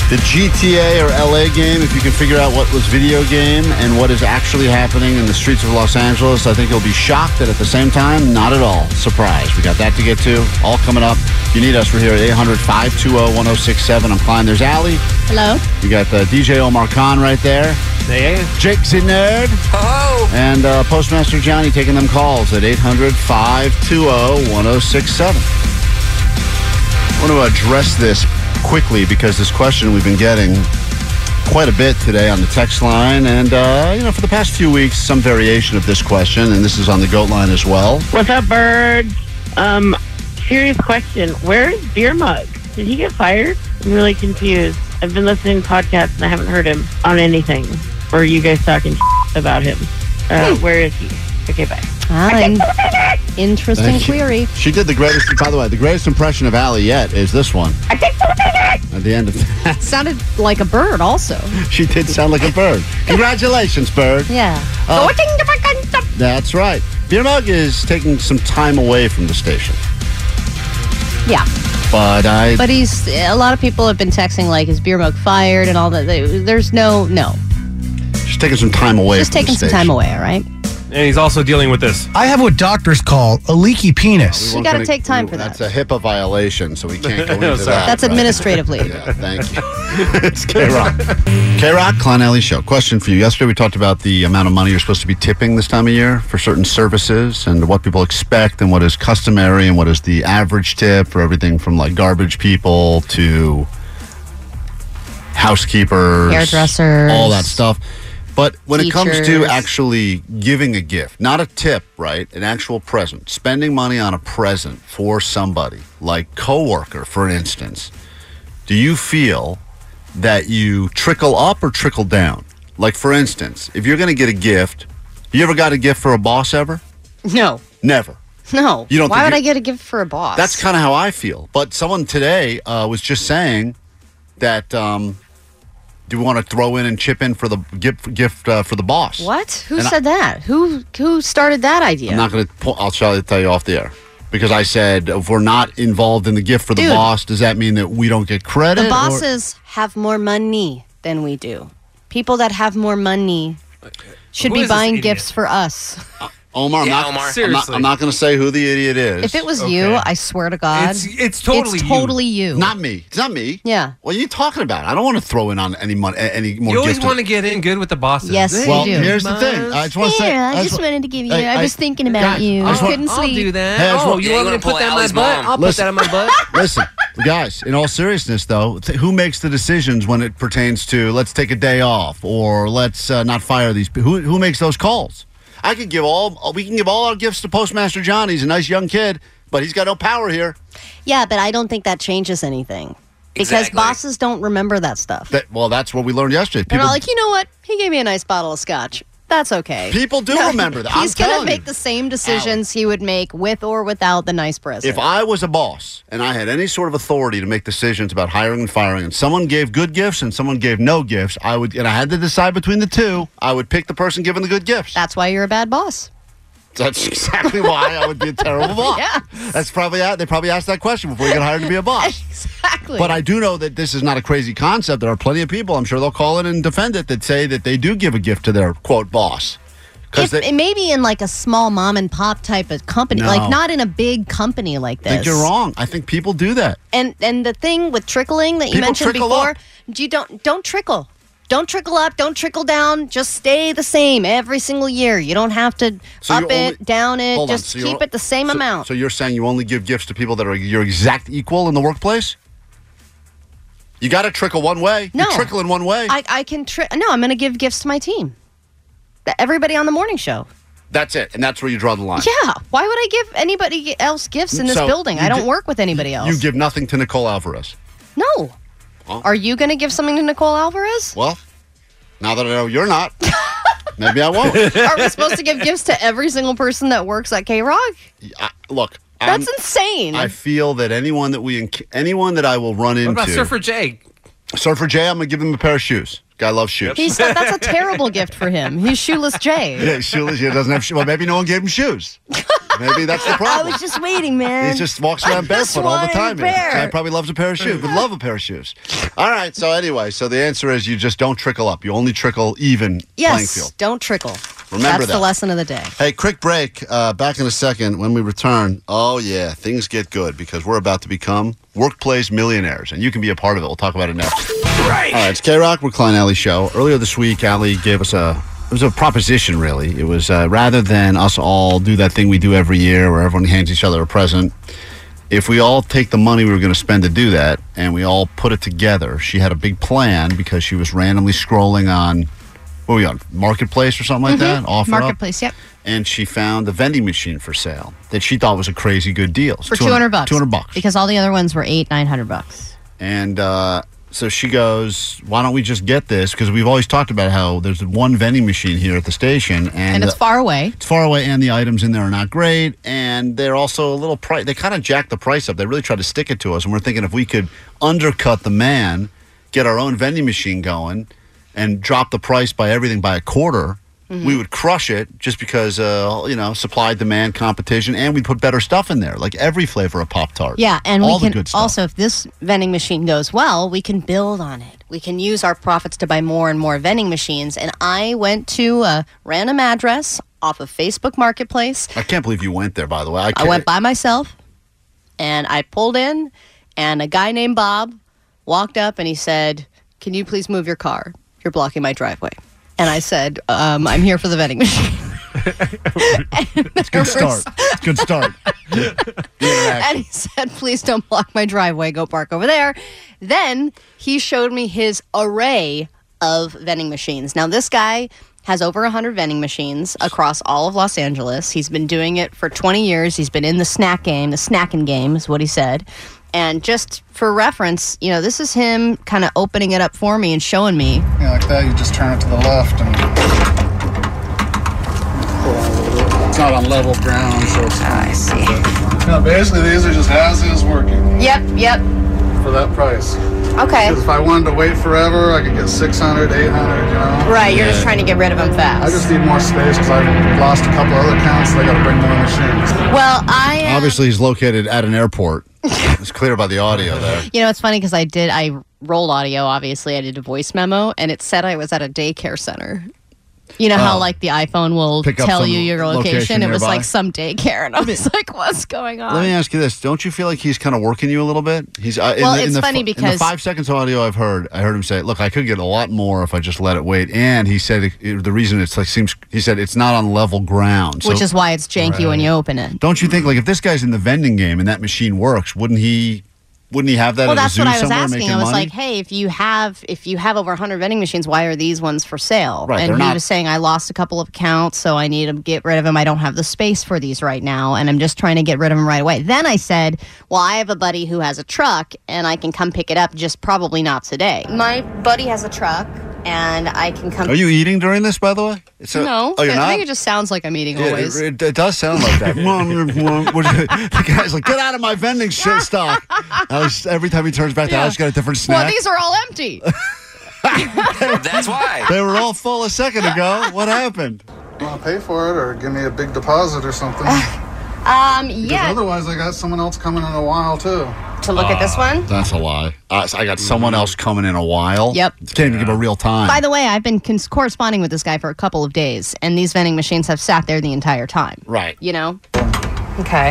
Speaker 2: The GTA or LA game, if you can figure out what was video game and what is actually happening in the streets of Los Angeles, I think you'll be shocked that at the same time, not at all. Surprise. We got that to get to. All coming up. If you need us, we're here at 800 520 1067. I'm Klein. There's Alley.
Speaker 5: Hello.
Speaker 2: You got the DJ Omar Khan right there. Jake Zinerd. And uh, Postmaster Johnny taking them calls at 800 520 1067. I want to address this quickly because this question we've been getting quite a bit today on the text line. And, uh, you know, for the past few weeks, some variation of this question, and this is on the goat line as well.
Speaker 12: What's up, birds? Um, serious question. Where is Beer Mug? Did he get fired? I'm really confused. I've been listening to podcasts and I haven't heard him on anything. Or you guys talking about him? Uh, where is he? Okay, bye.
Speaker 5: Ah, in- interesting
Speaker 2: Thank you.
Speaker 5: query.
Speaker 2: She did the greatest, by the way, the greatest impression of Allie yet is this one. At the end of
Speaker 5: Sounded like a bird, also.
Speaker 2: she did sound like a bird. Congratulations, bird.
Speaker 5: Yeah.
Speaker 2: Uh, That's right. Beer Mug is taking some time away from the station.
Speaker 5: Yeah.
Speaker 2: But I.
Speaker 5: But he's a lot of people have been texting like is beer mug fired and all that. They- There's no no.
Speaker 2: She's taking some time away.
Speaker 5: Just taking some time away, all right?
Speaker 8: And he's also dealing with this.
Speaker 13: I have what doctors call a leaky penis.
Speaker 5: You got to take time for that.
Speaker 2: That's a HIPAA violation, so we can't go into
Speaker 5: Sorry.
Speaker 2: that.
Speaker 5: That's
Speaker 2: right?
Speaker 5: administratively.
Speaker 2: yeah, thank you. it's K Rock. K Rock, Klein Alley Show. Question for you. Yesterday we talked about the amount of money you're supposed to be tipping this time of year for certain services and what people expect and what is customary and what is the average tip for everything from like garbage people to housekeepers,
Speaker 5: Hairdressers.
Speaker 2: all that stuff. But when it comes to
Speaker 5: Teachers.
Speaker 2: actually giving a gift, not a tip, right? An actual present, spending money on a present for somebody, like coworker, for instance, do you feel that you trickle up or trickle down? Like, for instance, if you're going to get a gift, you ever got a gift for a boss ever?
Speaker 5: No.
Speaker 2: Never.
Speaker 5: No.
Speaker 2: You don't
Speaker 5: Why
Speaker 2: think
Speaker 5: would
Speaker 2: you-
Speaker 5: I get a gift for a boss?
Speaker 2: That's kind of how I feel. But someone today uh, was just saying that um, do we want to throw in and chip in for the gift gift uh, for the boss?
Speaker 5: What? Who
Speaker 2: And I-
Speaker 5: said that? Who who started that idea?
Speaker 2: I'm not going to. I'll try to tell you off the air because I said if we're not involved in the gift for the
Speaker 5: Dude.
Speaker 2: boss, does that mean that we don't get credit?
Speaker 5: the
Speaker 2: or-
Speaker 5: bosses have more money than we do. People that have more money should
Speaker 2: Who
Speaker 5: be
Speaker 2: is this
Speaker 5: buying
Speaker 2: idiot?
Speaker 5: gifts for us.
Speaker 2: Omar, I'm
Speaker 9: Yeah,
Speaker 2: not,
Speaker 9: Omar.
Speaker 2: I'm not,
Speaker 9: Seriously.
Speaker 2: I'm not going to say who the idiot is.
Speaker 5: If it was you, I swear to God,
Speaker 2: It's- it's totally you.
Speaker 5: totally you.
Speaker 2: Not me. It's not me.
Speaker 5: Yeah.
Speaker 2: What are you talking about? I don't want to throw in on any money, any more.
Speaker 7: You always
Speaker 2: gift-
Speaker 7: want to get in good with the bosses.
Speaker 5: Yes,
Speaker 2: well, here's the thing. I just want to say.
Speaker 14: Here, I
Speaker 2: just
Speaker 14: just
Speaker 2: wa-
Speaker 14: wanted to give you.
Speaker 2: Hey,
Speaker 14: I
Speaker 2: I-
Speaker 14: was thinking about
Speaker 2: guys,
Speaker 14: you.
Speaker 2: I
Speaker 14: I
Speaker 2: just want-
Speaker 14: couldn't
Speaker 2: I'll
Speaker 14: sleep.
Speaker 2: do that. Hey, I just
Speaker 7: oh,
Speaker 2: want-
Speaker 7: you
Speaker 2: Yeah, you
Speaker 7: want me
Speaker 2: wanna
Speaker 7: to put
Speaker 2: pull
Speaker 7: that in my
Speaker 2: Allie's
Speaker 7: butt?
Speaker 2: mom.
Speaker 7: I'll put
Speaker 2: Listen.
Speaker 7: that in my butt.
Speaker 2: Listen, guys, in all seriousness, though, th- who makes the decisions when it pertains to let's take a day off or let's uh, not fire these people? Who, who makes those calls? I could give all, uh, we can give all our gifts to Postmaster John. He's a nice young kid, but he's got no power here.
Speaker 5: Yeah, but I don't think that changes anything because
Speaker 2: Exactly.
Speaker 5: bosses don't remember that stuff.
Speaker 2: That, well, that's what we learned yesterday.
Speaker 5: They're
Speaker 2: People-
Speaker 5: all like, you know what? He gave me a nice bottle of scotch. That's okay.
Speaker 2: People do remember that.
Speaker 5: He's
Speaker 2: I'm
Speaker 5: gonna
Speaker 2: telling you.
Speaker 5: make the same decisions he would make with or without the nice present.
Speaker 2: If I was a boss and I had any sort of authority to make decisions about hiring and firing, and someone gave good gifts and someone gave no gifts, I would, and I had to decide between the two, I would pick the person giving the good gifts.
Speaker 5: That's why you're a bad boss.
Speaker 2: That's exactly why I would be a terrible boss. That's probably they probably asked that question before you got hired to be a boss.
Speaker 5: exactly.
Speaker 2: But I do know that this is not a crazy concept. There are plenty of people, I'm sure they'll call in and defend it, that say that they do give a gift to their quote boss.
Speaker 5: If,
Speaker 2: Because they,
Speaker 5: maybe in like a small mom and pop type of company,
Speaker 2: No.
Speaker 5: like not in a big company like
Speaker 2: I
Speaker 5: this.
Speaker 2: think you're wrong. I think people do that.
Speaker 5: And and the thing with trickling that you
Speaker 2: People
Speaker 5: mentioned
Speaker 2: trickle
Speaker 5: before,
Speaker 2: up.
Speaker 5: you don't don't trickle. Don't trickle up, don't trickle down, just stay the same every single year. You don't have to
Speaker 2: So you
Speaker 5: up
Speaker 2: only-
Speaker 5: it, down it,
Speaker 2: Hold on,
Speaker 5: just
Speaker 2: so you're-
Speaker 5: keep it the same
Speaker 2: so-
Speaker 5: amount.
Speaker 2: So you're saying you only give gifts to people that are your exact equal in the workplace? You got to trickle one way.
Speaker 5: No.
Speaker 2: You're trickling one way.
Speaker 5: I, I can tri- no, I'm going to give gifts to my team. Th- Everybody on the morning show.
Speaker 2: that's it, and that's where you draw the line.
Speaker 5: Yeah, why would I give anybody else gifts in this
Speaker 2: So
Speaker 5: building?
Speaker 2: you
Speaker 5: I don't
Speaker 2: di-
Speaker 5: work with anybody else.
Speaker 2: You give nothing to Nicole Alvarez.
Speaker 5: no.
Speaker 2: Well-
Speaker 5: Are you going to give something to Nicole Alvarez?
Speaker 2: Well, now that I know you're not, maybe I won't.
Speaker 5: Are we supposed to give gifts to every single person that works at K Rock?
Speaker 2: I, look, I'm-
Speaker 5: That's insane.
Speaker 2: I feel that anyone that we enc- anyone that I will run into
Speaker 7: What about Surfer Jake?
Speaker 2: Surfer Jay, I'm gonna give him a pair of shoes. Guy loves shoes.
Speaker 5: He said that's a terrible gift for him. He's shoeless Jay.
Speaker 2: yeah, shoeless. He doesn't have shoes. Well, maybe no one gave him shoes. Maybe that's the
Speaker 14: I
Speaker 2: problem.
Speaker 14: was just waiting, man.
Speaker 2: He just walks around barefoot all the
Speaker 14: wanted a
Speaker 2: time.
Speaker 14: pair.
Speaker 2: Guy probably loves a pair of shoes. Would love a pair of shoes. All right. So anyway, so the answer is you just don't trickle up. You only trickle even playing
Speaker 5: Yes,
Speaker 2: field.
Speaker 5: don't trickle.
Speaker 2: Remember
Speaker 5: that's
Speaker 2: that.
Speaker 5: the lesson of the day.
Speaker 2: Hey, quick break. Uh, back in a second when we return. Oh, yeah, things get good because we're about to become workplace millionaires, and you can be a part of it. We'll talk about it next. Right. All right, it's K Rock. We're Klein Alley Show. Earlier this week, Alley gave us a. It was a proposition, really. It was uh, rather than us all do that thing we do every year where everyone hands each other a present, if we all take the money we were going to spend to do that and we all put it together, she had a big plan because she was randomly scrolling on, what were we on, Marketplace or something like that? Offer Up?
Speaker 5: Marketplace, yep.
Speaker 2: and she found the vending machine for sale that she thought was a crazy good deal
Speaker 5: For 200 bucks.
Speaker 2: 200 bucks.
Speaker 5: Because all the other ones were eight, 900 bucks.
Speaker 2: And uh, so she goes, "Why don't we just get this? Because we've always talked about how there's one vending machine here at the station, and,
Speaker 5: And it's
Speaker 2: the-
Speaker 5: far away.
Speaker 2: It's far away, and the items in there are not great, and they're also a little price. They kind of jacked the price up. They really tried to stick it to us, and we're thinking if we could undercut the man, get our own vending machine going, and drop the price by everything by a quarter."
Speaker 5: Mm-hmm.
Speaker 2: We would crush it just because, uh, you know, supply demand competition, and we put better stuff in there, like every flavor of Pop Tart.
Speaker 5: Yeah, and
Speaker 2: all
Speaker 5: we
Speaker 2: the
Speaker 5: can
Speaker 2: good stuff.
Speaker 5: also, if this vending machine goes well, we can build on it. We can use our profits to buy more and more vending machines. And I went to a random address off of Facebook Marketplace.
Speaker 2: I can't believe you went there, by the way. I,
Speaker 5: I
Speaker 2: can't-
Speaker 5: went by myself and I pulled in, and a guy named Bob walked up and he said, Can you please move your car? You're blocking my driveway. And I said, um, I'm here for the vending machine.
Speaker 2: It's good start. It's good start.
Speaker 5: and he said, please don't block my driveway. Go park over there. Then he showed me his array of vending machines. Now, this guy has over 100 vending machines across all of Los Angeles. He's been doing it for 20 years. He's been in the snack game, the snacking game is what he said. And just for reference, you know, this is him kind of opening it up for me and showing me.
Speaker 24: Yeah, like that, you just turn it to the left and it's not on level ground, so
Speaker 5: Oh,
Speaker 24: it's. I see. No, basically, these are just as is working
Speaker 5: Yep, yep.
Speaker 24: for that price.
Speaker 5: Okay.
Speaker 24: 'Cause if I wanted to wait forever, I could get 600, 800, you know?
Speaker 5: Right, you're just trying to get rid of them fast.
Speaker 24: I just need more space because I've lost a couple other counts, so I gotta bring more machines.
Speaker 5: Well, I am.
Speaker 2: Obviously, he's located at an airport. it's clear by the audio there.
Speaker 5: You know, it's funny because I did, I rolled audio, obviously. I did a voice memo and it said I was at a daycare center. You know how
Speaker 2: Oh.
Speaker 5: like the iPhone will
Speaker 2: Pick up
Speaker 5: tell
Speaker 2: some
Speaker 5: you your
Speaker 2: location
Speaker 5: location? it was
Speaker 2: nearby.
Speaker 5: like some daycare, and I was like, "What's going on?"
Speaker 2: Let me ask you this: Don't you feel like he's kind of working you a little bit? He's uh, in
Speaker 5: Um, Well,
Speaker 2: the- in
Speaker 5: it's
Speaker 2: the
Speaker 5: funny
Speaker 2: fi- in the
Speaker 5: because-
Speaker 2: five seconds of audio I've heard, I heard him say, "Look, I could get a lot more if I just let it wait." And he said it, it- the reason it's like seems he said it's not on level ground,
Speaker 5: Which
Speaker 2: So-
Speaker 5: is why it's janky when you open it.
Speaker 2: Don't you think like if this guy's in the vending game and that machine works, wouldn't he? Wouldn't he have that? at
Speaker 5: well,
Speaker 2: a
Speaker 5: that's
Speaker 2: zoo
Speaker 5: what I was
Speaker 2: somewhere
Speaker 5: asking.
Speaker 2: making
Speaker 5: I was
Speaker 2: money?
Speaker 5: like, "Hey, if you have if you have over 100 vending machines, why are these ones for sale?"
Speaker 2: Right,
Speaker 5: and
Speaker 2: they're
Speaker 5: he
Speaker 2: not-
Speaker 5: was saying, "I lost a couple of accounts, so I need to get rid of them. I don't have the space for these right now, and I'm just trying to get rid of them right away." Then I said, "Well, I have a buddy who has a truck, and I can come pick it up. Just probably not today. My buddy has a truck, and I can come."
Speaker 2: Are you eating during this, by the way? It's a-
Speaker 5: hmm. no,
Speaker 2: oh, you're
Speaker 5: I
Speaker 2: not.
Speaker 5: think it just sounds like I'm eating
Speaker 2: Yeah,
Speaker 5: always.
Speaker 2: It, it, it does sound like that. the guy's like, get out of my vending shit stock. I was- every time he turns back,
Speaker 5: Yeah.
Speaker 2: I just got a different snack.
Speaker 5: well, these are all empty.
Speaker 3: That's why.
Speaker 2: they were all full a second ago. What happened?
Speaker 24: Well, pay for it or give me a big deposit or something.
Speaker 5: Uh, Um,
Speaker 24: Because
Speaker 5: yeah.
Speaker 24: Otherwise, I got someone else coming in a while, too.
Speaker 5: To look at this one.
Speaker 2: Oh, That's a lie. Uh, so I got someone else coming in a while.
Speaker 5: Yep.
Speaker 2: Can't even give a real time.
Speaker 5: By the way, I've been cons- corresponding with this guy for a couple of days, and these vending machines have sat there the entire time.
Speaker 2: Right.
Speaker 5: You know? Okay.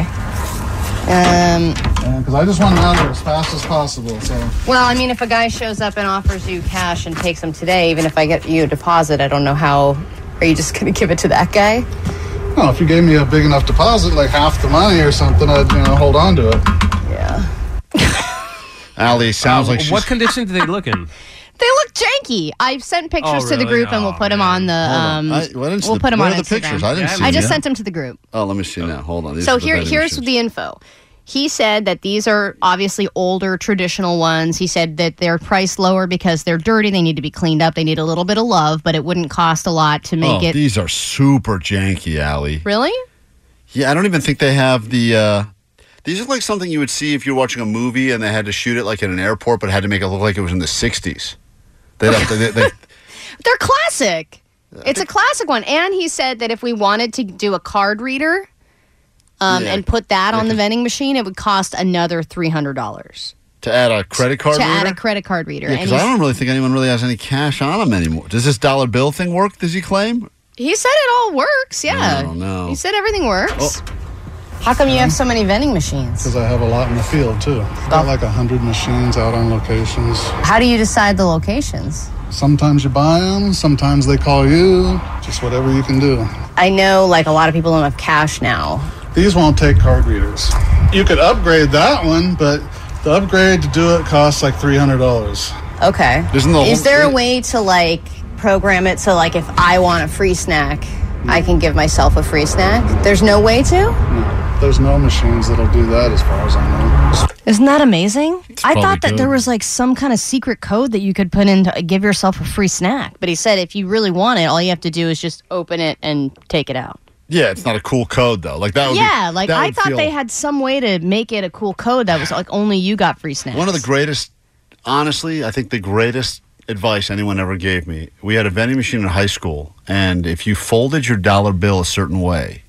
Speaker 5: Um,
Speaker 24: Because I just want them out there as fast as possible. So
Speaker 5: well, I mean, if a guy shows up and offers you cash and takes them today, even if I get you a deposit, I don't know how. Are you just going to give it to that guy?
Speaker 24: No, if you gave me a big enough deposit, like half the money or something, I'd you know hold on to it.
Speaker 5: Yeah.
Speaker 2: Allie sounds like she's.
Speaker 8: Um, what condition do they look in?
Speaker 5: They look janky. I've sent pictures to the
Speaker 2: Oh, really?
Speaker 5: group, and we'll put them on the.
Speaker 2: on.
Speaker 5: Um,
Speaker 2: I- what is
Speaker 5: we'll
Speaker 2: the-
Speaker 5: put them
Speaker 2: where
Speaker 5: on
Speaker 2: are the
Speaker 5: Instagram.
Speaker 2: pictures? I didn't see
Speaker 5: I just
Speaker 2: them.
Speaker 5: sent them to the group.
Speaker 2: oh, let me see now. Hold on. These
Speaker 5: so
Speaker 2: are the
Speaker 5: here,
Speaker 2: vending
Speaker 5: here's
Speaker 2: machines.
Speaker 5: the info. He said that these are obviously older traditional ones. He said that they're priced lower because they're dirty. They need to be cleaned up. They need a little bit of love, but it wouldn't cost a lot to make
Speaker 2: oh,
Speaker 5: it.
Speaker 2: These are super janky, Allie.
Speaker 5: really?
Speaker 2: Yeah, I don't even think they have the. Uh, these are like something you would see if you're watching a movie and they had to shoot it like in an airport, but had to make it look like it was in the '60s. They'd have to, they, they,
Speaker 5: They're classic. It's a classic one. And he said that if we wanted to do a card reader um,
Speaker 2: Yeah.
Speaker 5: and put that on the vending machine, it would cost another $300
Speaker 2: to add a credit card
Speaker 5: to
Speaker 2: reader.
Speaker 5: add a credit card reader.
Speaker 2: because I
Speaker 5: he's-
Speaker 2: don't really think anyone really has any cash on them anymore. Does this dollar bill thing work? Does he claim? Oh,
Speaker 5: He said it all works. Yeah.
Speaker 2: don't know. Oh.
Speaker 5: He said everything works. How come you have so many vending machines? Because
Speaker 24: I have a lot in the field too. I've got like a hundred machines out on locations.
Speaker 5: How do you decide the locations?
Speaker 24: Sometimes you buy them, sometimes they call you. Just whatever you can do.
Speaker 5: I know like a lot of people don't have cash now.
Speaker 24: These won't take card readers. You could upgrade that one, but the upgrade to do it costs like three hundred dollars.
Speaker 5: Okay.
Speaker 24: Isn't the
Speaker 5: Is
Speaker 24: whole-
Speaker 5: there a way to like program it so like if I want a free snack, I can give myself a free snack? There's no way to?
Speaker 24: There's no machines that'll do that, as far as I know.
Speaker 5: Isn't that amazing? I
Speaker 24: probably
Speaker 5: thought that
Speaker 24: good.
Speaker 5: there was like some kind of secret code that you could put in to uh, give yourself a free snack. But he said if you really want it, all you have to do is just open it and take it out.
Speaker 2: Yeah, it's not a cool code though. Like that. Would be-
Speaker 5: yeah, like
Speaker 2: that
Speaker 5: I
Speaker 2: would
Speaker 5: thought
Speaker 2: feel-
Speaker 5: they had some way to make it a cool code that was like only you got free snacks.
Speaker 2: One of the greatest, honestly, I think the greatest advice anyone ever gave me. We had a vending machine in high school, and if you folded your dollar bill a certain way,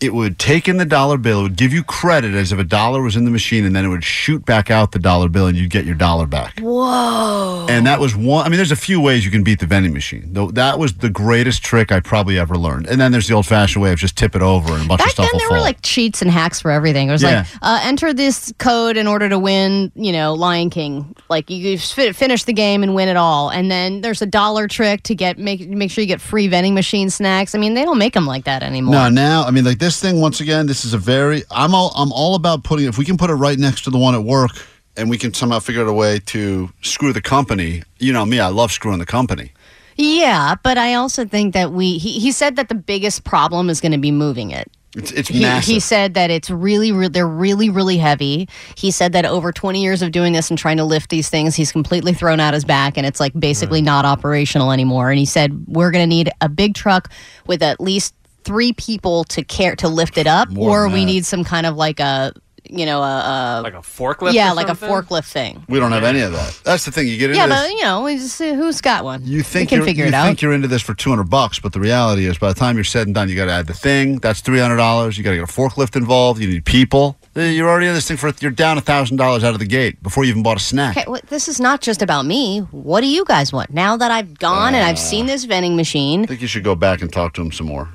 Speaker 2: it would take in the dollar bill, it would give you credit as if a dollar was in the machine, and then it would shoot back out the dollar bill, and you'd get your dollar back.
Speaker 5: Whoa.
Speaker 2: And that was one. I mean, there's a few ways you can beat the vending machine. Though that was the greatest trick I probably ever learned. And then there's the old-fashioned way of just tip it over, and a bunch of
Speaker 5: Back
Speaker 2: stuff
Speaker 5: then,
Speaker 2: will
Speaker 5: there
Speaker 2: fall.
Speaker 5: were like cheats and hacks for everything. It was
Speaker 2: Yeah.
Speaker 5: like, uh, enter this code in order to win, you know, Lion King. Like you could fi- finish the game and win it all. And then there's a dollar trick to get make make sure you get free vending machine snacks. I mean, they don't make them like that anymore.
Speaker 2: No, now I mean, like this thing once again. This is a very. I'm all. I'm all about putting. If we can put it right next to the one at work, and we can somehow figure out a way to screw the company. You know me. I love screwing the company.
Speaker 5: Yeah, but I also think that we he, he said that the biggest problem is going to be moving it.
Speaker 2: It's it's
Speaker 5: He,
Speaker 2: massive.
Speaker 5: he said that it's really, re- they're really, really heavy. He said that over 20 years of doing this and trying to lift these things, he's completely thrown out his back and it's like basically not operational anymore. And he said, we're going to need a big truck with at least three people to care to lift it up,
Speaker 2: More
Speaker 5: or
Speaker 2: than
Speaker 5: we
Speaker 2: that.
Speaker 5: need some kind of like a, you know, a, a like a
Speaker 8: forklift.
Speaker 5: Yeah,
Speaker 8: or
Speaker 5: like
Speaker 8: something?
Speaker 5: a forklift thing.
Speaker 2: we don't have any of that. That's the thing. You get into
Speaker 5: Yeah,
Speaker 2: this.
Speaker 5: but you know, we just, who's got one?
Speaker 2: you think
Speaker 5: we can
Speaker 2: you're,
Speaker 5: figure
Speaker 2: you
Speaker 5: it out?
Speaker 2: think you're into this for 200 bucks, but the reality is, by the time you're said and done, you got to add the thing. That's 300 dollars. You got to get a forklift involved. You need people. Uh, You're already in this thing for you're down $1,000 out of the gate before you even bought a snack.
Speaker 5: Okay, well, this is not just about me. What do you guys want? Now that I've
Speaker 2: Uh,
Speaker 5: gone and I've seen this vending machine,
Speaker 2: I think you should go back and talk to him some more.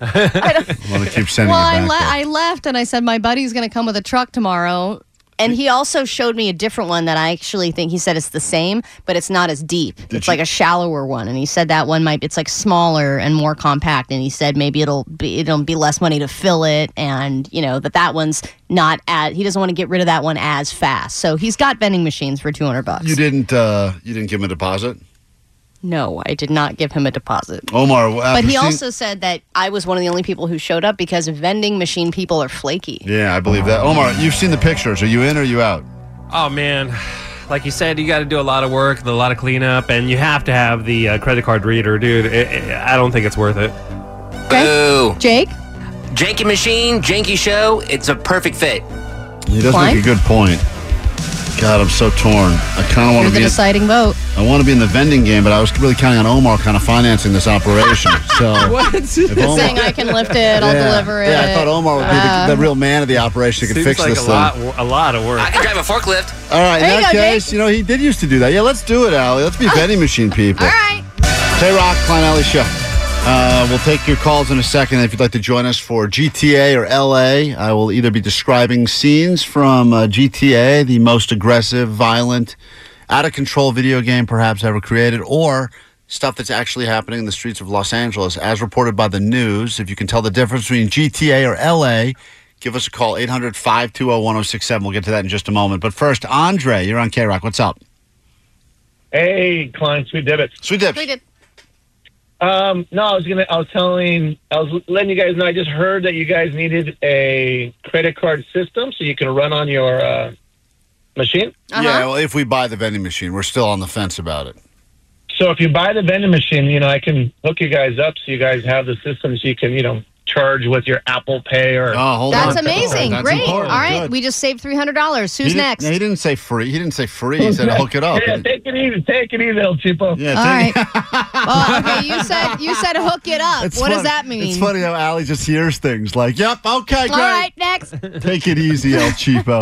Speaker 2: I'm going to keep sending
Speaker 5: well,
Speaker 2: you back.
Speaker 5: I, le- I left and I said my buddy's going to come with a truck tomorrow. And he also showed me a different one that I actually think he said it's the same, but it's not as deep. it's like a shallower one, and he said that one might it's like smaller and more compact. And he said maybe it'll be it'll be less money to fill it, and you know that that one's not at he doesn't want to get rid of that one as fast. So he's got vending machines for two hundred bucks.
Speaker 2: you didn't uh, you didn't give him a deposit?
Speaker 5: No, I did not give him a deposit.
Speaker 2: Omar, after
Speaker 5: but he
Speaker 2: seeing-
Speaker 5: also said that I was one of the only people who showed up because vending machine people are flaky.
Speaker 2: Yeah, I believe that. Omar, you've seen the pictures. Are you in or are you out?
Speaker 8: Oh man, like you said, you got to do a lot of work, a lot of cleanup, and you have to have the uh, credit card reader, dude. I- I I don't think it's worth it.
Speaker 9: Boo.
Speaker 5: Jake?
Speaker 9: Janky machine, janky show. It's a perfect fit.
Speaker 2: He does
Speaker 9: Why?
Speaker 2: make a good point. God, I'm so torn. I kind of want
Speaker 5: You're
Speaker 2: to
Speaker 5: the
Speaker 2: be. in-
Speaker 5: deciding vote.
Speaker 2: I want to be in the vending game, but I was really counting on Omar kind of financing this operation. So If Omar-
Speaker 5: Saying I can lift it, I'll
Speaker 2: Yeah.
Speaker 5: deliver it.
Speaker 2: Yeah, I thought Omar would be
Speaker 5: Uh,
Speaker 2: the, the real man of the operation who could
Speaker 8: Seems
Speaker 2: fix
Speaker 8: like
Speaker 2: this
Speaker 8: a
Speaker 2: thing.
Speaker 8: lot, a lot of work. I
Speaker 9: can drive a forklift.
Speaker 2: All right,
Speaker 9: There
Speaker 2: in
Speaker 9: you
Speaker 2: that
Speaker 9: go, Jake. Oh.
Speaker 2: case, you know, he did used to do that. Yeah, let's do it, Allie. Let's be vending machine people. All right. K Rock, Klein Alley Show. Uh, we'll take your calls in a second. If you'd like to join us for GTA or LA, I will either be describing scenes from uh, GTA, the most aggressive, violent, out of control video game perhaps ever created, or stuff that's actually happening in the streets of Los Angeles, as reported by the news. If you can tell the difference between GTA or LA, give us a call 800 520 1067. We'll get to that in just a moment. But first, Andre, you're on K Rock. What's up?
Speaker 14: Hey, Klein, sweet divots.
Speaker 2: Sweet dips.
Speaker 14: Um, no, I was gonna. I was telling. I was letting you guys know. I just heard that you guys needed a credit card system so you can run on your uh, machine.
Speaker 5: Uh-huh.
Speaker 2: Yeah, well, if we buy the vending machine, we're still on the fence about it.
Speaker 14: So if you buy the vending machine, you know I can hook you guys up so you guys have the system so you can you know charge with your Apple Pay or.
Speaker 2: Oh,
Speaker 5: That's amazing. Great. All right.
Speaker 2: Good.
Speaker 5: We just saved $300.
Speaker 2: he
Speaker 5: Who's
Speaker 2: didn't-
Speaker 5: next?
Speaker 2: no, he didn't say free. He didn't say free. He said hook it up.
Speaker 14: Yeah, take it easy. Take it easy, El Cheapo.
Speaker 2: Yeah,
Speaker 5: All
Speaker 2: take-
Speaker 5: right. oh, okay. You said you said hook it up.
Speaker 2: It's
Speaker 5: what does
Speaker 2: funny-
Speaker 5: that mean?
Speaker 2: It's funny how Allie just hears things like, yep, okay, great.
Speaker 5: All right, next.
Speaker 2: Take it easy, El Cheapo.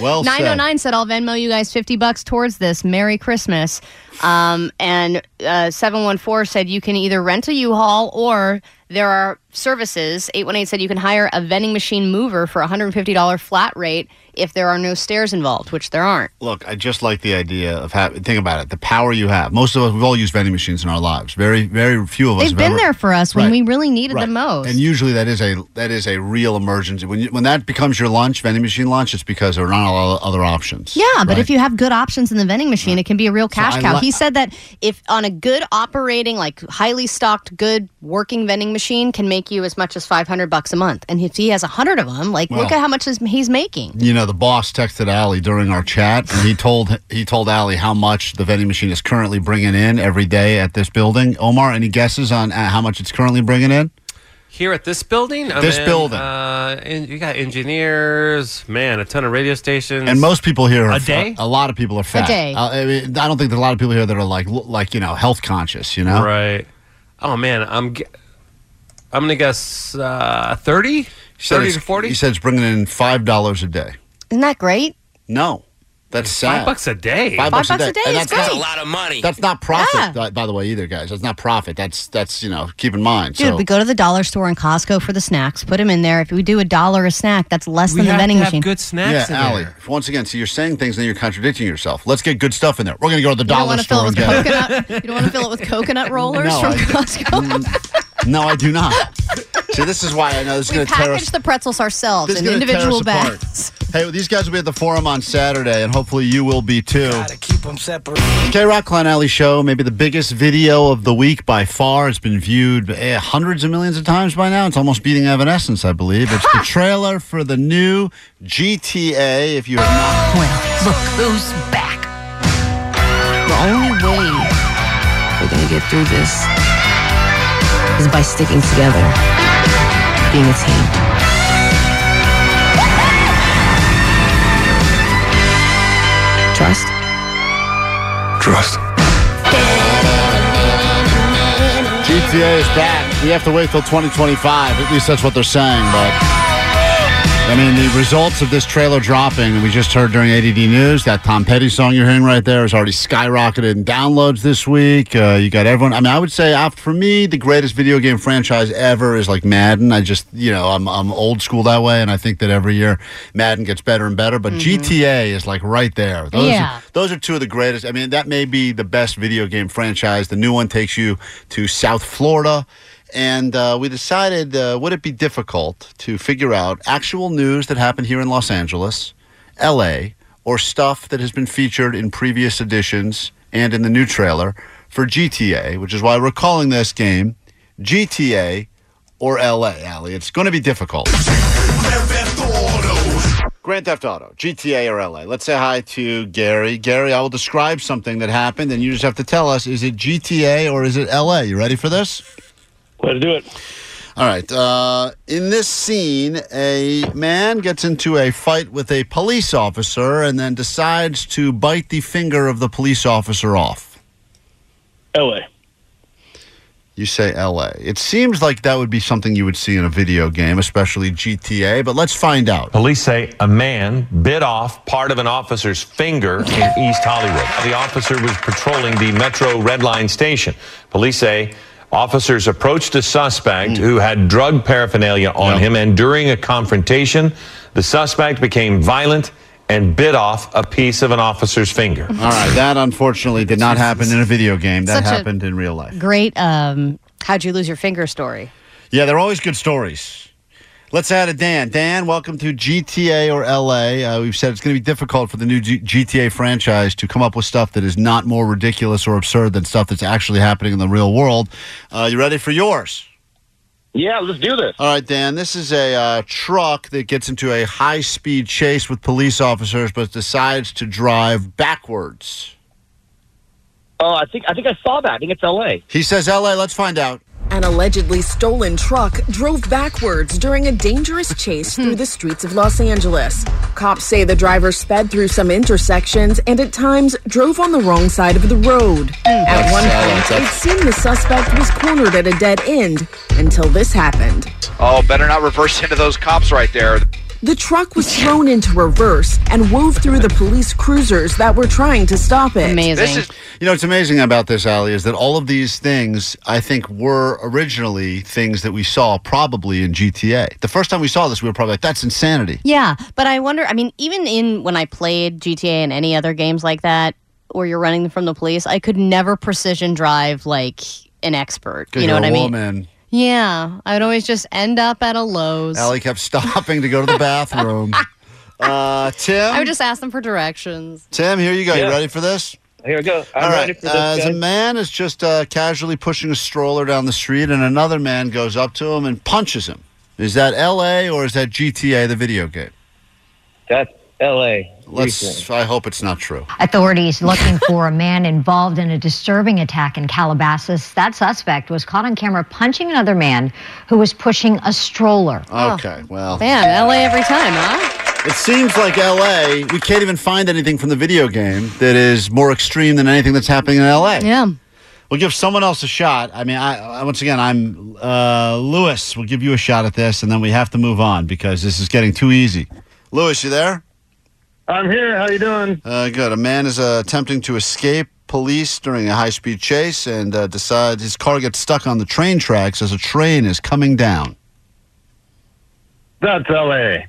Speaker 2: Well said.
Speaker 5: 909 said, I'll Venmo you guys 50 bucks towards this. Merry Christmas. Um, and uh, 714 said, you can either rent a U-Haul or there are services. 818 said, you can hire a vending machine mover for $150 flat rate if there are no stairs involved, which there aren't.
Speaker 2: Look, I just like the idea of having. Think about it. The power you have. Most of us, we've all used vending machines in our lives. Very, very few of us.
Speaker 5: They've
Speaker 2: have
Speaker 5: been
Speaker 2: ever-
Speaker 5: there for us when
Speaker 2: Right.
Speaker 5: we really needed
Speaker 2: Right.
Speaker 5: them most.
Speaker 2: And usually that is a that is a real emergency. When you, when that becomes your lunch, vending machine lunch, it's because there are not a lot of other options.
Speaker 5: Yeah, but
Speaker 2: right?
Speaker 5: if you have good options in the vending machine, it can be a real cash
Speaker 2: I
Speaker 5: cow.
Speaker 2: li-
Speaker 5: he said that if on a good operating, like highly stocked, good working vending machine, can make you as much as five hundred bucks a month. And if he has a hundred of them, like look
Speaker 2: Well.
Speaker 5: at how much is, he's making.
Speaker 2: You know, the boss texted Allie during our chat, and he told he told Allie how much the vending machine is currently bringing in every day at this building. Omar, any guesses on uh, how much it's currently bringing in?
Speaker 8: Here at this building, I
Speaker 2: This
Speaker 8: mean,
Speaker 2: building.
Speaker 8: uh, en- you got engineers, man, a ton of radio stations,
Speaker 2: And most people here, are
Speaker 8: a
Speaker 2: fa-
Speaker 8: day.
Speaker 2: a, lot of people are fat.
Speaker 8: day.
Speaker 2: Uh, I, mean, I don't think there are a lot of people here that are like lo- like you know health conscious. You know,
Speaker 8: Right. Oh man, I'm ge- I'm gonna guess uh, thirty.
Speaker 2: He said
Speaker 8: 30
Speaker 2: it's-
Speaker 8: to 40?
Speaker 2: He said it's bringing in five dollars a day.
Speaker 5: Isn't that great?
Speaker 2: No, that's sad.
Speaker 8: Five bucks a day.
Speaker 2: Five, bucks, a day. And
Speaker 8: is
Speaker 2: not-
Speaker 8: great. That's a lot of money.
Speaker 2: That's not profit,
Speaker 5: Yeah.
Speaker 2: by, by the way, either, guys. That's not profit. That's that's you know keep in mind.
Speaker 5: Dude,
Speaker 2: so
Speaker 5: we go to the dollar store in Costco for the snacks. Put them in there. If we do a dollar a snack, that's less than the vending machine.
Speaker 2: Yeah, Allie. Once again, so you're saying things and you're contradicting yourself. Let's get good stuff in there. We're gonna go to the
Speaker 5: You don't
Speaker 2: dollar
Speaker 5: want to
Speaker 2: store
Speaker 5: fill it
Speaker 2: and
Speaker 5: with
Speaker 2: get. it.
Speaker 5: coconut. You don't want to fill it with coconut rollers
Speaker 2: No,
Speaker 5: from
Speaker 2: I-
Speaker 5: Costco.
Speaker 2: No, I do not. See, this is why I know this is
Speaker 5: we
Speaker 2: gonna tear us.
Speaker 5: package the pretzels ourselves
Speaker 2: This is
Speaker 5: in
Speaker 2: gonna tear us
Speaker 5: individual
Speaker 2: apart.
Speaker 5: bags.
Speaker 2: Hey, well, these guys will be at the forum on Saturday, and hopefully you will be too. K Rock Klein Alley Show, maybe the biggest video of the week by far. It's been viewed eh, hundreds of millions of times by now. It's almost beating Evanescence, I believe. It's the trailer for the new GTA. If you have not,
Speaker 25: well, look who's back. The only way we're gonna get through this is by sticking together, being a team. Trust.
Speaker 1: Trust.
Speaker 2: GTA is back. We have to wait till 2025. At least that's what they're saying. But I mean, the results of this trailer dropping, we just heard during ADD News, that Tom Petty song you're hearing right there has already skyrocketed in downloads this week. Uh, you got everyone. I mean, I would say, uh, for me, the greatest video game franchise ever is like Madden. I just, you know, I'm, I'm old school that way, and I think that every year Madden gets better and better, but GTA is like right there. Those,
Speaker 26: Yeah.
Speaker 2: are, those are two of the greatest. I mean, that may be the best video game franchise. The new one takes you to South Florida. And uh, we decided, uh, would it be difficult to figure out actual news that happened here in Los Angeles, LA, or stuff that has been featured in previous editions and in the new trailer for GTA, which is why we're calling this game GTA or LA, Allie? It's going to be difficult. Grand Theft Auto, GTA or LA. Let's say hi to Gary. Gary, I will describe something that happened, and you just have to tell us is it GTA or is it LA? You ready for this?
Speaker 6: Let's do it.
Speaker 2: All right. Uh, in this scene, a man gets into a fight with a police officer and then decides to bite the finger of the police officer off.
Speaker 6: LA.
Speaker 2: You say LA. It seems like that would be something you would see in a video game, especially GTA, but let's find out.
Speaker 15: Police say a man bit off part of an officer's finger in East Hollywood. The officer was patrolling the Metro Red Line station. Police say officers approached a suspect
Speaker 2: Hmm.
Speaker 15: who had drug paraphernalia on him, and during a confrontation, the suspect became violent and bit off a piece of an officer's finger.
Speaker 2: All right. That unfortunately did not happen in a video game, that
Speaker 5: Such a-
Speaker 2: happened in real life.
Speaker 5: Great. Um, how'd you lose your finger story?
Speaker 2: Yeah, they're always good stories. Let's add a Dan. Dan, welcome to GTA or LA. Uh, we've said it's going to be difficult for the new G- GTA franchise to come up with stuff that is not more ridiculous or absurd than stuff that's actually happening in the real world. Uh, you ready for yours?
Speaker 16: Yeah, let's do this.
Speaker 2: All right, Dan. This is a uh, truck that gets into a high speed chase with police officers, but decides to drive backwards.
Speaker 16: Oh, I think I think I saw that. I think it's L.A.
Speaker 2: He says LA. Let's find out.
Speaker 27: An allegedly stolen truck drove backwards during a dangerous chase through the streets of Los Angeles. Cops say the driver sped through some intersections and at times drove on the wrong side of the road. At one point, it seemed the suspect was cornered at a dead end until this happened.
Speaker 28: Oh, better not reverse into those cops right there.
Speaker 27: The truck was thrown into reverse and wove through the police cruisers that were trying to stop it. Amazing.
Speaker 2: You know, what's amazing about this, Ali, is that all of these things, I think, were originally things that we saw probably in GTA. The first time we saw this, we were probably like, that's insanity.
Speaker 5: Yeah, but I wonder. I mean, even in when I played GTA and any other games like that, where you're running from the police, I could never precision drive like an expert. You
Speaker 2: you're
Speaker 5: know what
Speaker 2: a
Speaker 5: I mean?
Speaker 2: woman.
Speaker 5: Yeah, I would always just end up at a Lowe's.
Speaker 2: Ali kept stopping to go to the bathroom. uh, Tim?
Speaker 5: I would just ask them for directions.
Speaker 2: Tim, here you go.
Speaker 5: Yeah.
Speaker 2: You ready for this?
Speaker 16: Here we go.
Speaker 5: I'm
Speaker 2: All right. uh,
Speaker 5: ready for this,
Speaker 2: As a
Speaker 5: guys.
Speaker 2: man is just uh, casually pushing a stroller down the street, and another man goes up to him and punches him. Is that L.A. or is that GTA, the video game?
Speaker 16: That's L.A.
Speaker 2: Let's. I hope it's not true.
Speaker 29: Authorities looking for a man involved in a disturbing attack in Calabasas. That suspect was caught on camera punching another man who was pushing a stroller.
Speaker 2: Okay. Well.
Speaker 5: Man, LA every time, huh?
Speaker 2: It seems like LA, we can't even find anything from the video game that is more extreme than anything that's happening in LA.
Speaker 5: Yeah.
Speaker 2: We'll give someone else a shot. I mean, I, I once again, I'm uh, Lewis. We'll give you a shot at this, and then we have to move on because this is getting too easy. Lewis, you there?
Speaker 16: I'm here. How you doing?
Speaker 2: Uh, good. A man is uh, attempting to escape police during a high-speed chase and uh, decides his car gets stuck on the train tracks as a train is coming down.
Speaker 16: That's L.A.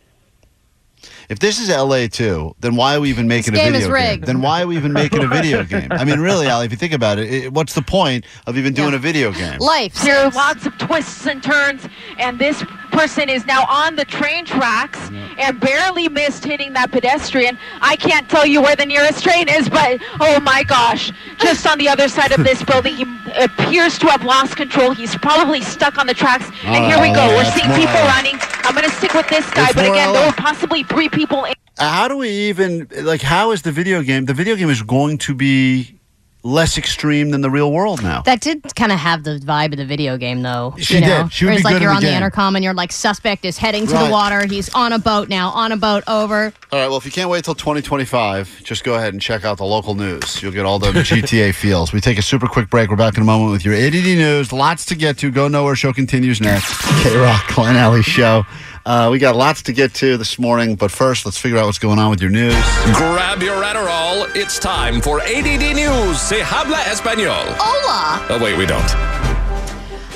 Speaker 2: If this is LA too, then why are we even making
Speaker 5: game
Speaker 2: a
Speaker 5: is
Speaker 2: video game?
Speaker 5: rigged.
Speaker 2: Then why are we even making a video game? I mean, really, Ali, if you think about it, it what's the point of even doing a video game?
Speaker 5: Life.
Speaker 30: There are lots of twists and turns, and this person is now on the train tracks and barely missed hitting that pedestrian. I can't tell you where the nearest train is, but oh my gosh, just on the other side of this building, he appears to have lost control. He's probably stuck on the tracks, and here we go.
Speaker 2: Oh,
Speaker 30: We're
Speaker 2: that's
Speaker 30: seeing
Speaker 2: more-
Speaker 30: people running. I'm going to stick with this guy,
Speaker 2: It's
Speaker 30: but
Speaker 2: more
Speaker 30: again,
Speaker 2: LA.
Speaker 30: there were possibly three people. In-
Speaker 2: Uh, How do we even like? How is the video game? The video game is going to be less extreme than the real world now.
Speaker 5: That did kind of have the vibe of the video game, though.
Speaker 2: She
Speaker 5: you
Speaker 2: did.
Speaker 5: know?
Speaker 2: She would
Speaker 5: Where
Speaker 2: be good
Speaker 5: it's like
Speaker 2: in
Speaker 5: you're
Speaker 2: the
Speaker 5: on the
Speaker 2: game.
Speaker 5: intercom and you're like, suspect is heading to
Speaker 2: Right.
Speaker 5: the water. He's on a boat now, on a boat over.
Speaker 2: All right. Well, if you can't wait till 2025, just go ahead and check out the local news. You'll get all the GTA feels. We take a super quick break. We're back in a moment with your ADD news. Lots to get to. Go nowhere. Show continues next. K Rock Klein Alley Show Uh, we got lots to get to this morning, but first, let's figure out what's going on with your news.
Speaker 3: Grab your Adderall. It's time for ADD News. Se habla español.
Speaker 5: Hola.
Speaker 3: Oh, wait, we don't.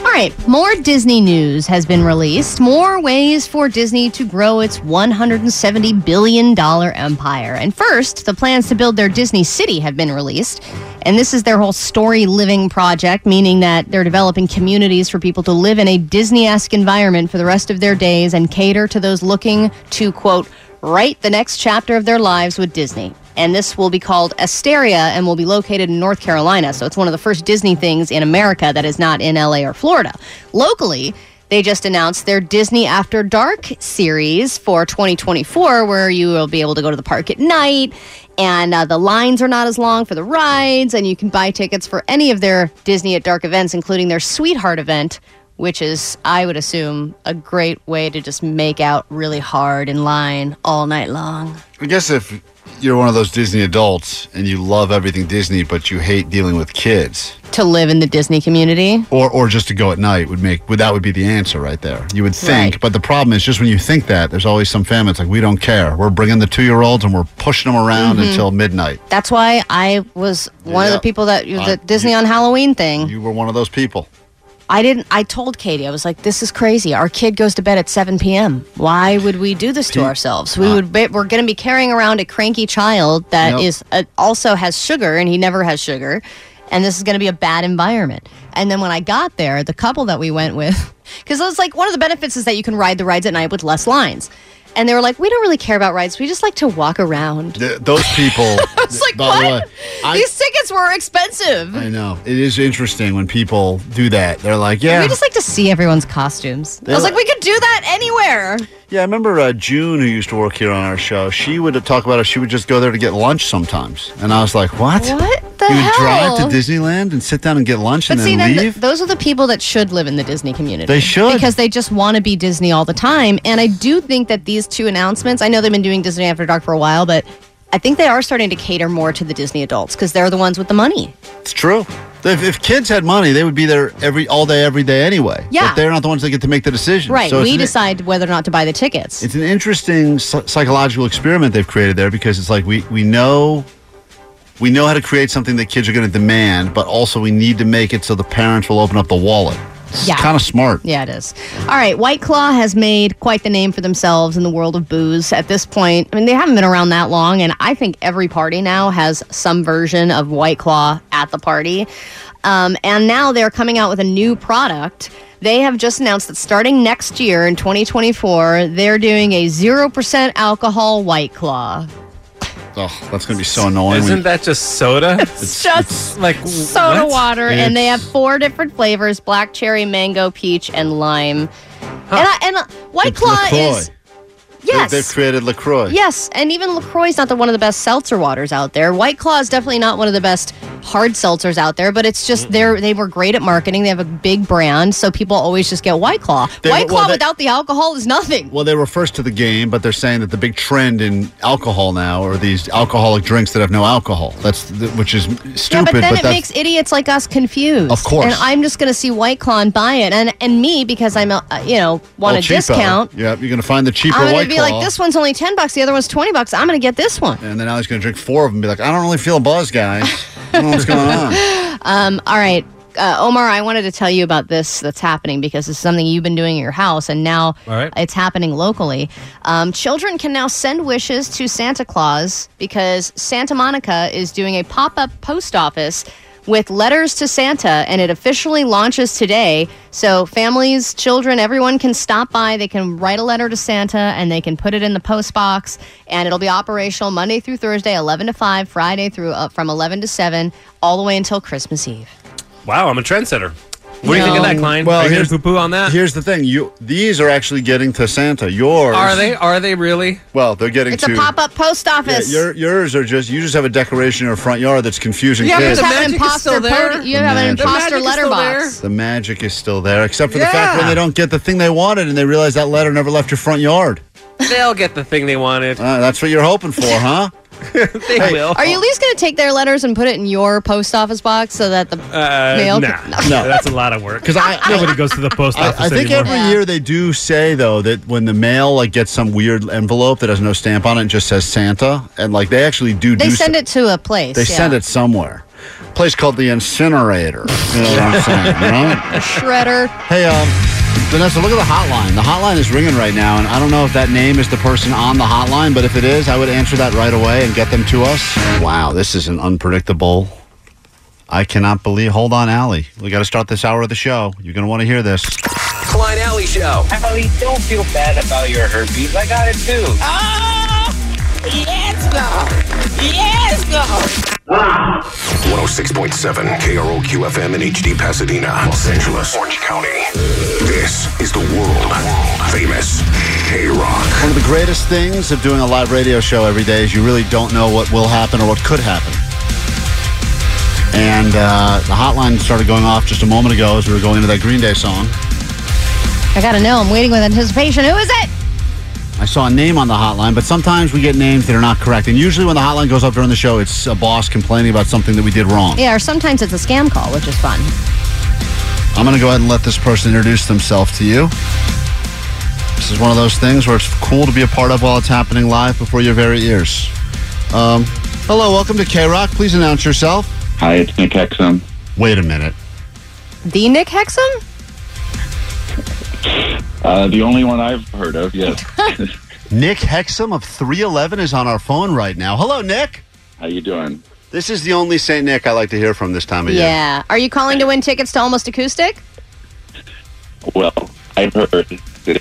Speaker 5: All right, more Disney news has been released. More ways for Disney to grow its $170 billion empire. And first, the plans to build their Disney city have been released. And this is their whole story living project, meaning that they're developing communities for people to live in a Disney esque environment for the rest of their days and cater to those looking to, quote, write the next chapter of their lives with Disney. And this will be called Asteria and will be located in North Carolina. So it's one of the first Disney things in America that is not in LA or Florida. Locally, they just announced their Disney After Dark series for 2024, where you will be able to go to the park at night, and uh, the lines are not as long for the rides, and you can buy tickets for any of their Disney at Dark events, including their Sweetheart event, which is, I would assume, a great way to just make out really hard in line all night long.
Speaker 2: I guess if you're one of those Disney adults and you love everything Disney, but you hate dealing with kids,
Speaker 5: To live in the Disney community.
Speaker 2: or or just to go at night would make would, that would be the answer right there. You would think,
Speaker 5: Right.
Speaker 2: but the problem is just when you think that, there's always some family that's like, we don't care. We're bringing the two year olds and we're pushing them around
Speaker 5: Mhm.
Speaker 2: until midnight.
Speaker 5: That's why I was one of
Speaker 2: Yeah.
Speaker 5: the people that
Speaker 2: I-
Speaker 5: the Disney on Halloween thing.
Speaker 2: You were one of those people.
Speaker 5: I didn't. I told Katie, I was like, "This is crazy. Our kid goes to bed at 7 p.m. Why would we do this to ourselves?
Speaker 2: Uh.
Speaker 5: We would. Be, we're going to be carrying around a cranky child that
Speaker 4: Yep.
Speaker 5: is uh, also has sugar, and he never has sugar, and this is going to be a bad environment." And then when I got there, the couple that we went with, because it's like one of the benefits is that you can ride the rides at night with less lines, and they were like, "We don't really care about rides. We just like to walk around."
Speaker 2: Th- those people.
Speaker 5: I was like,
Speaker 2: by
Speaker 5: "What?
Speaker 2: the way, I-
Speaker 5: These tickets were expensive.
Speaker 2: I know it is interesting when people do that. They're like, yeah,
Speaker 5: We just like to see everyone's costumes. I was
Speaker 2: Yeah.
Speaker 5: like, we could do that anywhere.
Speaker 2: Yeah, I remember uh, June, who used to work here on our show. She would talk about how she would just go there to get lunch sometimes, and I was like, "What?
Speaker 5: What the
Speaker 2: you would
Speaker 5: hell?
Speaker 2: drive to Disneyland and sit down and get lunch
Speaker 5: But
Speaker 2: and
Speaker 5: see,
Speaker 2: then
Speaker 5: then th-
Speaker 2: leave?"
Speaker 5: those are the people that should live in the Disney community.
Speaker 2: They should.
Speaker 5: Because they just want to be Disney all the time. And I do think that these two announcements, I know they've been doing Disney After Dark for a while, but I think they are starting to cater more to the Disney adults because they're the ones with the money.
Speaker 2: it's true. If, if kids had money, they would be there every all day, every day anyway.
Speaker 5: Yeah.
Speaker 2: but they're not the ones that get to make the decision.
Speaker 5: Right.
Speaker 2: So it's
Speaker 5: we
Speaker 2: an-
Speaker 5: decide whether or not to buy the tickets.
Speaker 2: It's an interesting psy- psychological experiment they've created there because it's like we we know we know how to create something that kids are going to demand, but also we need to make it so the parents will open up the wallet. It's
Speaker 5: Yeah.
Speaker 2: kind of smart.
Speaker 5: Yeah, it is. All right, White Claw has made quite the name for themselves in the world of booze at this point. I mean, they haven't been around that long, and I think every party now has some version of White Claw at the party. Um, and now they're coming out with a new product. They have just announced that starting next year in 2024, they're doing a 0% alcohol White Claw.
Speaker 2: Oh, that's going to be so annoying.
Speaker 8: Isn't
Speaker 2: that just soda?
Speaker 5: It's just
Speaker 8: like
Speaker 5: soda
Speaker 8: what?
Speaker 5: water, and they
Speaker 8: It's-
Speaker 5: have four different flavors: black cherry, mango, peach, and lime. And, I, and uh, White Claw is yes,
Speaker 2: They, have created LaCroix.
Speaker 5: yes, and even Lacroix is not the one of the best seltzer waters out there. White Claw is definitely not one of the best hard seltzers out there, but it's just they're they were great at marketing. They have a big brand, so people always just get White Claw.
Speaker 2: They-
Speaker 5: White
Speaker 2: well,
Speaker 5: Claw
Speaker 2: they-
Speaker 5: without the alcohol is nothing.
Speaker 2: Well, they were first to the game, but they're saying that the big trend in alcohol now are these alcoholic drinks that have no alcohol. That's the, which is stupid.
Speaker 5: yeah, but then it
Speaker 2: that's,
Speaker 5: makes idiots like us confused.
Speaker 2: Of course.
Speaker 5: and I'm just going to see White Claw and buy it, and and me because I'm a, uh, you know want
Speaker 2: all
Speaker 5: a
Speaker 2: cheapo.
Speaker 5: discount.
Speaker 2: Yeah, you're going to find the Oh, cheaper
Speaker 5: I'm
Speaker 2: White
Speaker 5: to be
Speaker 2: Claw.
Speaker 5: like, this one's only 10 bucks, the other one's 20 bucks. I'm going to get this one.
Speaker 2: and then Alex going to drink four of them and be like, I don't really feel a buzz, guys. I don't know what's going on.
Speaker 5: Um, all right. Uh, Omar, I wanted to tell you about this that's happening because it's something you've been doing at your house, and now
Speaker 4: All right.
Speaker 5: it's happening locally. Um, children can now send wishes to Santa Claus because Santa Monica is doing a pop up post office with letters to Santa, and it officially launches today. So, families, children, everyone can stop by. They can write a letter to Santa and they can put it in the post box, and it'll be operational Monday through Thursday, 11 to 5, Friday through uh, from 11 to 7, all the way until Christmas Eve.
Speaker 8: Wow, I'm a trendsetter. What do you think of that, Klein?
Speaker 2: Well,
Speaker 8: Are you
Speaker 2: here's-
Speaker 8: poo poo on that?
Speaker 2: Here's the thing: you these are actually getting to Santa. Yours
Speaker 8: Are they? Are they really?
Speaker 2: Well, they're getting
Speaker 5: It's
Speaker 2: to
Speaker 5: a pop up post
Speaker 2: Yeah,
Speaker 5: office.
Speaker 2: your, yours are just you just have a decoration in your front yard that's confusing.
Speaker 5: Yeah, but
Speaker 2: kids.
Speaker 5: the You have an magic is imposter still there. podi- you
Speaker 2: The
Speaker 5: have an
Speaker 2: magic-
Speaker 5: imposter The magic is still letterbox.
Speaker 2: The magic is still there, except for the
Speaker 5: Yeah.
Speaker 2: fact when they don't get the thing they wanted and they realize that letter never left your front yard.
Speaker 8: They'll get the thing they wanted.
Speaker 2: Uh, that's what you're hoping for, huh?
Speaker 8: they will.
Speaker 5: Are you at least going to take their letters and put it in your post office box so that the
Speaker 8: Uh,
Speaker 5: mail?
Speaker 8: nah.
Speaker 5: could-
Speaker 8: no, that's a lot of work. Because nobody goes to the post office
Speaker 2: I, I think
Speaker 8: anymore.
Speaker 2: every year they do say though that when the mail like gets some weird envelope that has no stamp on it and just says Santa, and like they actually do
Speaker 5: They
Speaker 2: do
Speaker 5: send it to a place.
Speaker 2: They send it somewhere. place called the incinerator. You know what I'm saying? right?
Speaker 5: Shredder.
Speaker 2: Hey, um, Vanessa, look at the hotline. The hotline is ringing right now, and I don't know if that name is the person on the hotline, but if it is, I would answer that right away and get them to us. Wow, this is an unpredictable. I cannot believe. Hold on, Allie. We got to start this hour of the show. You're going to want to hear this.
Speaker 3: Klein Alley Show.
Speaker 4: Allie, don't feel bad about your herpes. I got it too.
Speaker 2: Ah!
Speaker 10: Oh, let's go. Let's go.
Speaker 1: 106.7 KROQ FM in HD Pasadena, Los Angeles, Orange County. This is the world famous K Rock.
Speaker 2: One of the greatest things of doing a live radio show every day is you really don't know what will happen or what could happen. And uh, the hotline started going off just a moment ago as we were going into that Green Day song.
Speaker 5: I gotta know. I'm waiting with anticipation. Who is it?
Speaker 2: I saw a name on the hotline, but sometimes we get names that are not correct. And usually when the hotline goes up during the show, it's a boss complaining about something that we did wrong.
Speaker 5: Yeah, or sometimes it's a scam call, which is fun.
Speaker 2: I'm going to go ahead and let this person introduce themselves to you. This is one of those things where it's cool to be a part of while it's happening live before your very ears. Um, hello, welcome to K Rock. Please announce yourself.
Speaker 11: Hi, it's Nick Hexum.
Speaker 2: Wait a minute.
Speaker 5: The Nick Hexum?
Speaker 11: Uh, the only one I've heard of, yes.
Speaker 2: Nick Hexum of 311 is on our phone right now. Hello, Nick.
Speaker 11: How you doing?
Speaker 2: This is the only St. Nick I like to hear from this time of year.
Speaker 5: Yeah. Are you calling to win tickets to Almost Acoustic?
Speaker 11: Well, I've heard that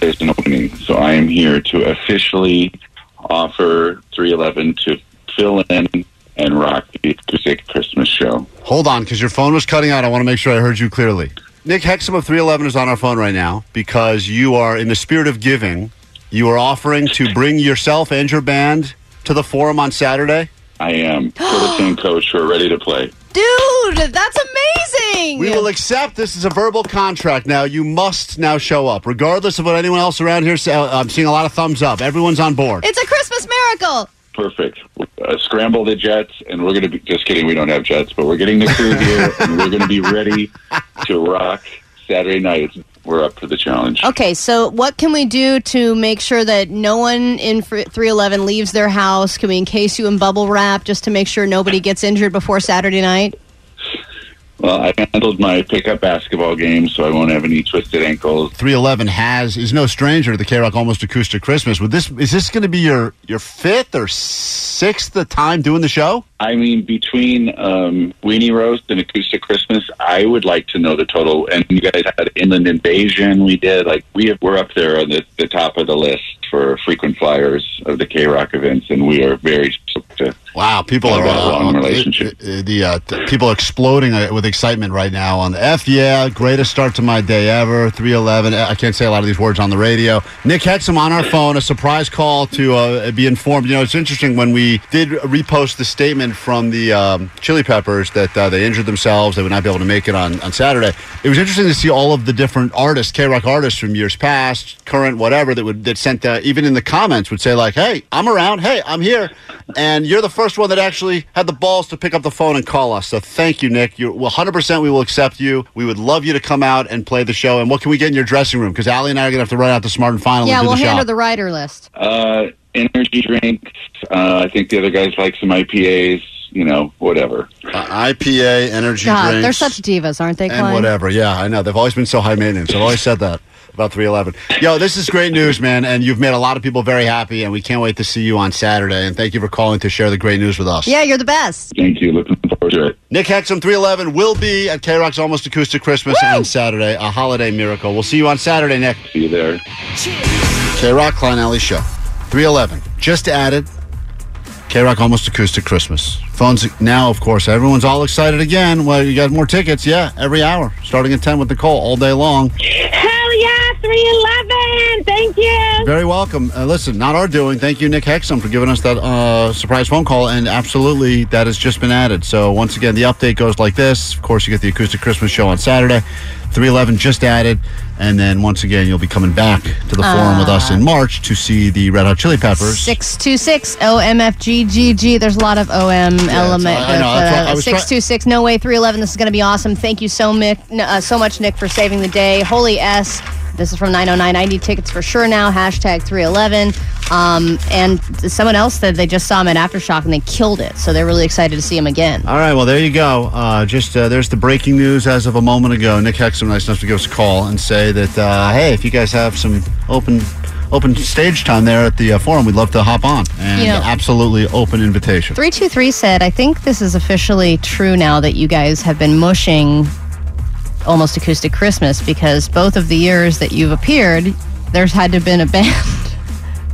Speaker 11: there's an opening, so I am here to officially offer 311 to fill in and rock the acoustic Christmas show.
Speaker 2: Hold on, because your phone was cutting out. I want to make sure I heard you clearly. Nick Hexum of 311 is on our phone right now because you are, in the spirit of giving, you are offering to bring yourself and your band to the forum on Saturday.
Speaker 11: I am quarterback coach. We're ready to play.
Speaker 5: Dude, that's amazing.
Speaker 2: We will accept this is a verbal contract. Now you must now show up, regardless of what anyone else around here says. I'm seeing a lot of thumbs up. Everyone's on board.
Speaker 5: It's a Christmas miracle.
Speaker 11: Perfect. Uh, scramble the jets, and we're going to be just kidding. We don't have jets, but we're getting the crew here, and we're going to be ready to rock Saturday night. We're up for the challenge.
Speaker 5: Okay, so what can we do to make sure that no one in fr- 311 leaves their house? Can we encase you in bubble wrap just to make sure nobody gets injured before Saturday night?
Speaker 11: Well, I handled my pickup basketball game, so I won't have any twisted ankles.
Speaker 2: 311 has is no stranger to the K Rock Almost Acoustic Christmas. With this, is this going to be your your fifth or sixth time doing the show?
Speaker 11: I mean, between um, Weenie Roast and Acoustic Christmas, I would like to know the total. And you guys had Inland Invasion. We did like we have, we're up there on the, the top of the list for frequent flyers of the K Rock events, and we are very stoked to
Speaker 2: Wow, people
Speaker 11: have
Speaker 2: are
Speaker 11: that
Speaker 2: uh,
Speaker 11: long
Speaker 2: uh,
Speaker 11: relationship.
Speaker 2: The, the, uh, th- people are exploding uh, with excitement right now on the F. Yeah, greatest start to my day ever. Three eleven. I can't say a lot of these words on the radio. Nick Hexum on our phone. A surprise call to uh, be informed. You know, it's interesting when we did repost the statement from the um, Chili Peppers that uh, they injured themselves. They would not be able to make it on on Saturday. It was interesting to see all of the different artists, K Rock artists from years past, current, whatever that would that sent uh, even in the comments would say like, "Hey, I'm around. Hey, I'm here." And you're the first one that actually had the balls to pick up the phone and call us. So thank you, Nick. You're 100%. We will accept you. We would love you to come out and play the show. And what can we get in your dressing room? Because Allie and I are going to have to run out the smart and final.
Speaker 5: yeah,
Speaker 2: and do
Speaker 5: we'll
Speaker 2: the
Speaker 5: hand her
Speaker 2: shop.
Speaker 5: the rider list.
Speaker 11: Uh, energy drinks. Uh, I think the other guys like some IPAs. You know, whatever.
Speaker 2: Uh, IPA, energy
Speaker 5: God, they're
Speaker 2: drinks,
Speaker 5: such divas, aren't they,
Speaker 2: and
Speaker 5: Klein?
Speaker 2: whatever. Yeah, I know. They've always been so high maintenance. I've always said that about 311. Yo, this is great news, man. And you've made a lot of people very happy. And we can't wait to see you on Saturday. And thank you for calling to share the great news with us.
Speaker 5: Yeah, you're the best.
Speaker 11: Thank you. Looking forward to it.
Speaker 2: Nick Hexum 311 will be at K Rock's Almost Acoustic Christmas on Saturday, a holiday miracle. We'll see you on Saturday, Nick.
Speaker 11: See you there.
Speaker 2: K Rock Klein Alley Show 311. Just added K Rock Almost Acoustic Christmas. Phones now, of course. Everyone's all excited again. Well, you got more tickets. Yeah, every hour, starting at 10 with Nicole all day long.
Speaker 10: Hell yes, 311. Thank you.
Speaker 2: Very welcome. Uh, listen, not our doing. Thank you, Nick Hexum, for giving us that uh, surprise phone call. And absolutely, that has just been added. So, once again, the update goes like this. Of course, you get the Acoustic Christmas Show on Saturday. 311 just added. And then, once again, you'll be coming back to the forum with us in March to see the Red Hot Chili Peppers.
Speaker 5: 626 OMFGGG. There's a lot of OM element.
Speaker 2: I know, that's what I was try-
Speaker 5: 626 No Way 311. This is going to be awesome. Thank you so, Mick, uh, so much, Nick, for saving the day. Holy S. This is from 909. I need tickets for sure now. Hashtag 311. Um, and someone else said they just saw him at Aftershock and they killed it. So they're really excited to see him again.
Speaker 2: All right, well, there you go. Uh, just uh, there's the breaking news as of a moment ago. Nick Hexum, nice enough to give us a call and say that, uh, hey, if you guys have some open open stage time there at the uh, forum, we'd love to hop on. And
Speaker 5: You know-
Speaker 2: absolutely open invitation.
Speaker 5: 323 said, I think this is officially true now that you guys have been mushing almost acoustic Christmas because both of the years that you've appeared, there's had to have been a band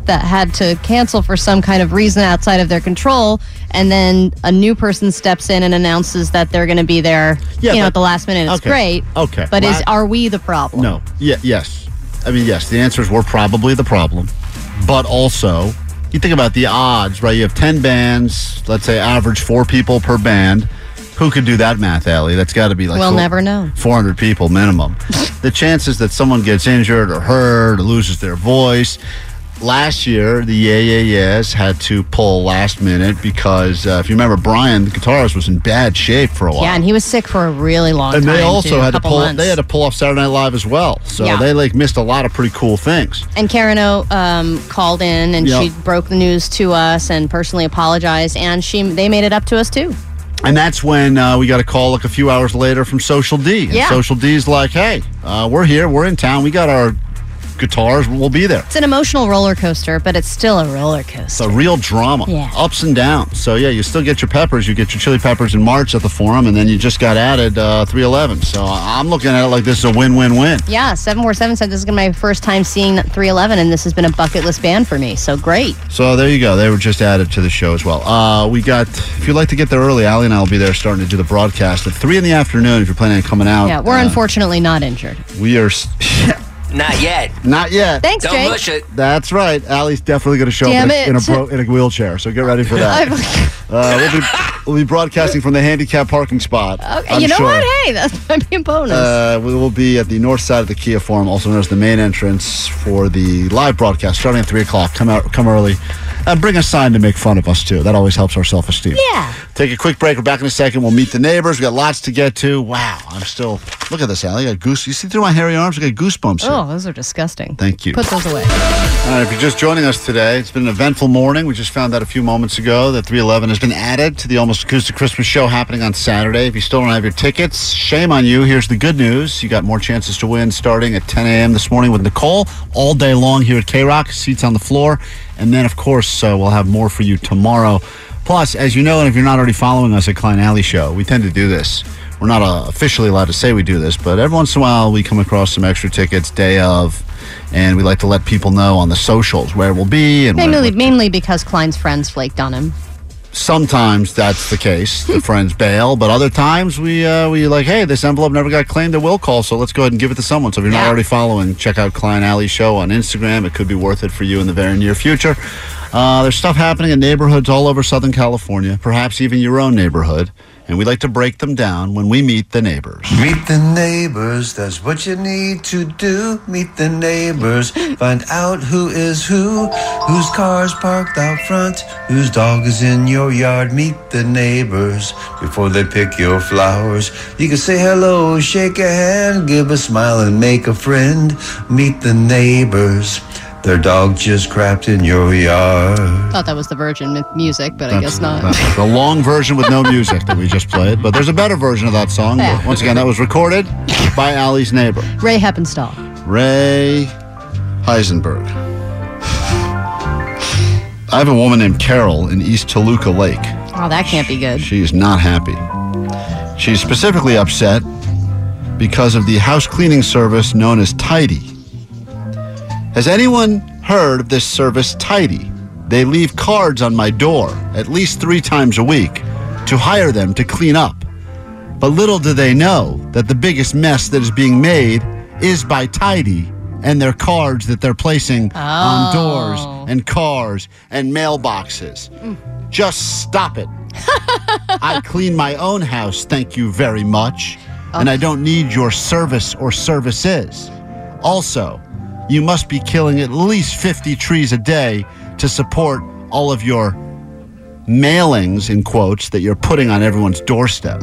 Speaker 5: that had to cancel for some kind of reason outside of their control. And then a new person steps in and announces that they're going to be there,
Speaker 2: Yeah,
Speaker 5: you know,
Speaker 2: but-
Speaker 5: at the last minute. It's
Speaker 2: okay,
Speaker 5: great.
Speaker 2: okay.
Speaker 5: But is
Speaker 2: Well, I-
Speaker 5: are we the problem?
Speaker 2: No. Yeah. Yes. I mean, yes. The answer is we're probably the problem, but also you think about the odds, right? You have ten bands. Let's say average four people per band. Who could do that math, Allie? That's got to be like
Speaker 5: we'll
Speaker 2: four-
Speaker 5: never know.
Speaker 2: 400 people minimum. the chances that someone gets injured or hurt or loses their voice. Last year, the Yeah Yeah Yeahs had to pull last minute because uh, if you remember, Brian, the guitarist, was in bad shape for a while
Speaker 5: Yeah, and he was sick for a really long
Speaker 2: and
Speaker 5: time.
Speaker 2: they also
Speaker 5: too, a
Speaker 2: had to
Speaker 5: couple
Speaker 2: pull.
Speaker 5: months.
Speaker 2: They had to pull off Saturday Night Live as well. So
Speaker 5: Yeah.
Speaker 2: they like missed a lot of pretty cool things.
Speaker 5: And Karen O um, called in and
Speaker 2: Yeah.
Speaker 5: she broke the news to us and personally apologized. And she they made it up to us too.
Speaker 2: And that's when uh, we got a call like a few hours later from Social D. And
Speaker 5: Yeah.
Speaker 2: Social D's like, "Hey, uh, we're here. We're in town. We got our guitars. We'll be there."
Speaker 5: It's an emotional roller coaster, but it's still a roller coaster.
Speaker 2: It's a real drama,
Speaker 5: Yeah.
Speaker 2: ups and downs. So yeah, you still get your peppers. You get your chili peppers in March at the forum, and then you just got added uh, 311. So I- I'm looking at it like this is a win-win-win.
Speaker 5: Yeah, 747 said this is gonna be my first time seeing 311, and this has been a bucket list band for me. So great.
Speaker 2: So there you go. They were just added to the show as well. Uh, we got, if you'd like to get there early, Ali and I will be there starting to do the broadcast at 3 in the afternoon if you're planning on coming out.
Speaker 5: yeah, we're unfortunately not injured.
Speaker 2: We are. s-
Speaker 9: Not yet.
Speaker 2: Not yet.
Speaker 5: Thanks, Don't Jake. mush
Speaker 9: it.
Speaker 2: That's right. Ali's definitely going to show
Speaker 5: Damn
Speaker 2: up in a- in a,
Speaker 5: it.
Speaker 2: bro- in a wheelchair, so get ready for that. uh, we'll, be, we'll be broadcasting from the handicap parking spot.
Speaker 5: Okay,
Speaker 2: I'm
Speaker 5: you know
Speaker 2: sure.
Speaker 5: what? Hey, that's might be a bonus.
Speaker 2: Uh, we will be at the north side of the Kia Forum, also known as the main entrance, for the live broadcast starting at three o'clock. Come out, come early, and bring a sign to make fun of us too. That always helps our self esteem.
Speaker 5: yeah.
Speaker 2: Take a quick break. We're back in a second. We'll meet the neighbors. We got lots to get to. Wow, I'm still. Look at this, Al. I got goose. You see through my hairy arms? I got goosebumps. here.
Speaker 5: Oh, those are disgusting.
Speaker 2: Thank you.
Speaker 5: Put those away.
Speaker 2: All right, Uh, if you're just joining us today, it's been an eventful morning. We just found out a few moments ago that 311 has been added to the Almost Acoustic Christmas show happening on Saturday. If you still don't have your tickets, shame on you. Here's the good news you got more chances to win starting at 10 a.m. this morning with Nicole all day long here at K Rock, seats on the floor. And then, of course, uh, we'll have more for you tomorrow. Plus, as you know, and if you're not already following us at Klein Alley Show, we tend to do this. We're not uh, officially allowed to say we do this, but every once in a while we come across some extra tickets day of, and we like to let people know on the socials where we'll be. And when-
Speaker 5: Mainly, mainly because Klein's friends flaked on him.
Speaker 2: sometimes that's the case. The friends bail, but other times we uh, we like, hey, this envelope never got claimed at will call, so let's go ahead and give it to someone. So if you're not already following, check out Klein Alley Show on Instagram. It could be worth it for you in the very near future. Uh, there's stuff happening in neighborhoods all over Southern California, perhaps even your own neighborhood, and we like to break them down when we meet the neighbors.
Speaker 12: Meet the neighbors, that's what you need to do. Meet the neighbors, find out who is who, whose car's parked out front, whose dog is in your yard. Meet the neighbors before they pick your flowers. You can say hello, shake a hand, give a smile, and make a friend. Meet the neighbors, their dog just crapped in your yard.
Speaker 5: Thought that was the Virgin mu- music, but I guess not.
Speaker 2: That's the long version with no music that we just played, but there's a better version of that song.
Speaker 5: Yeah.
Speaker 2: Once again, that was recorded by Allie's neighbor.
Speaker 5: Ray Heppenstall.
Speaker 2: Ray Heisenberg. I have a woman named Carol in East Toluca Lake.
Speaker 5: Oh, that can't be good.
Speaker 2: She is not happy. She's specifically upset because of the house cleaning service known as Tidy. Has anyone heard of this service, Tidy? They leave cards on my door at least three times a week to hire them to clean up. But little do they know that the biggest mess that is being made is by Tidy and their cards that they're placing on doors and cars and mailboxes. Just stop it. I clean my own house, thank you very much, and I don't need your service or services. Also, you must be killing at least 50 trees a day to support all of your mailings, in quotes, that you're putting on everyone's doorstep.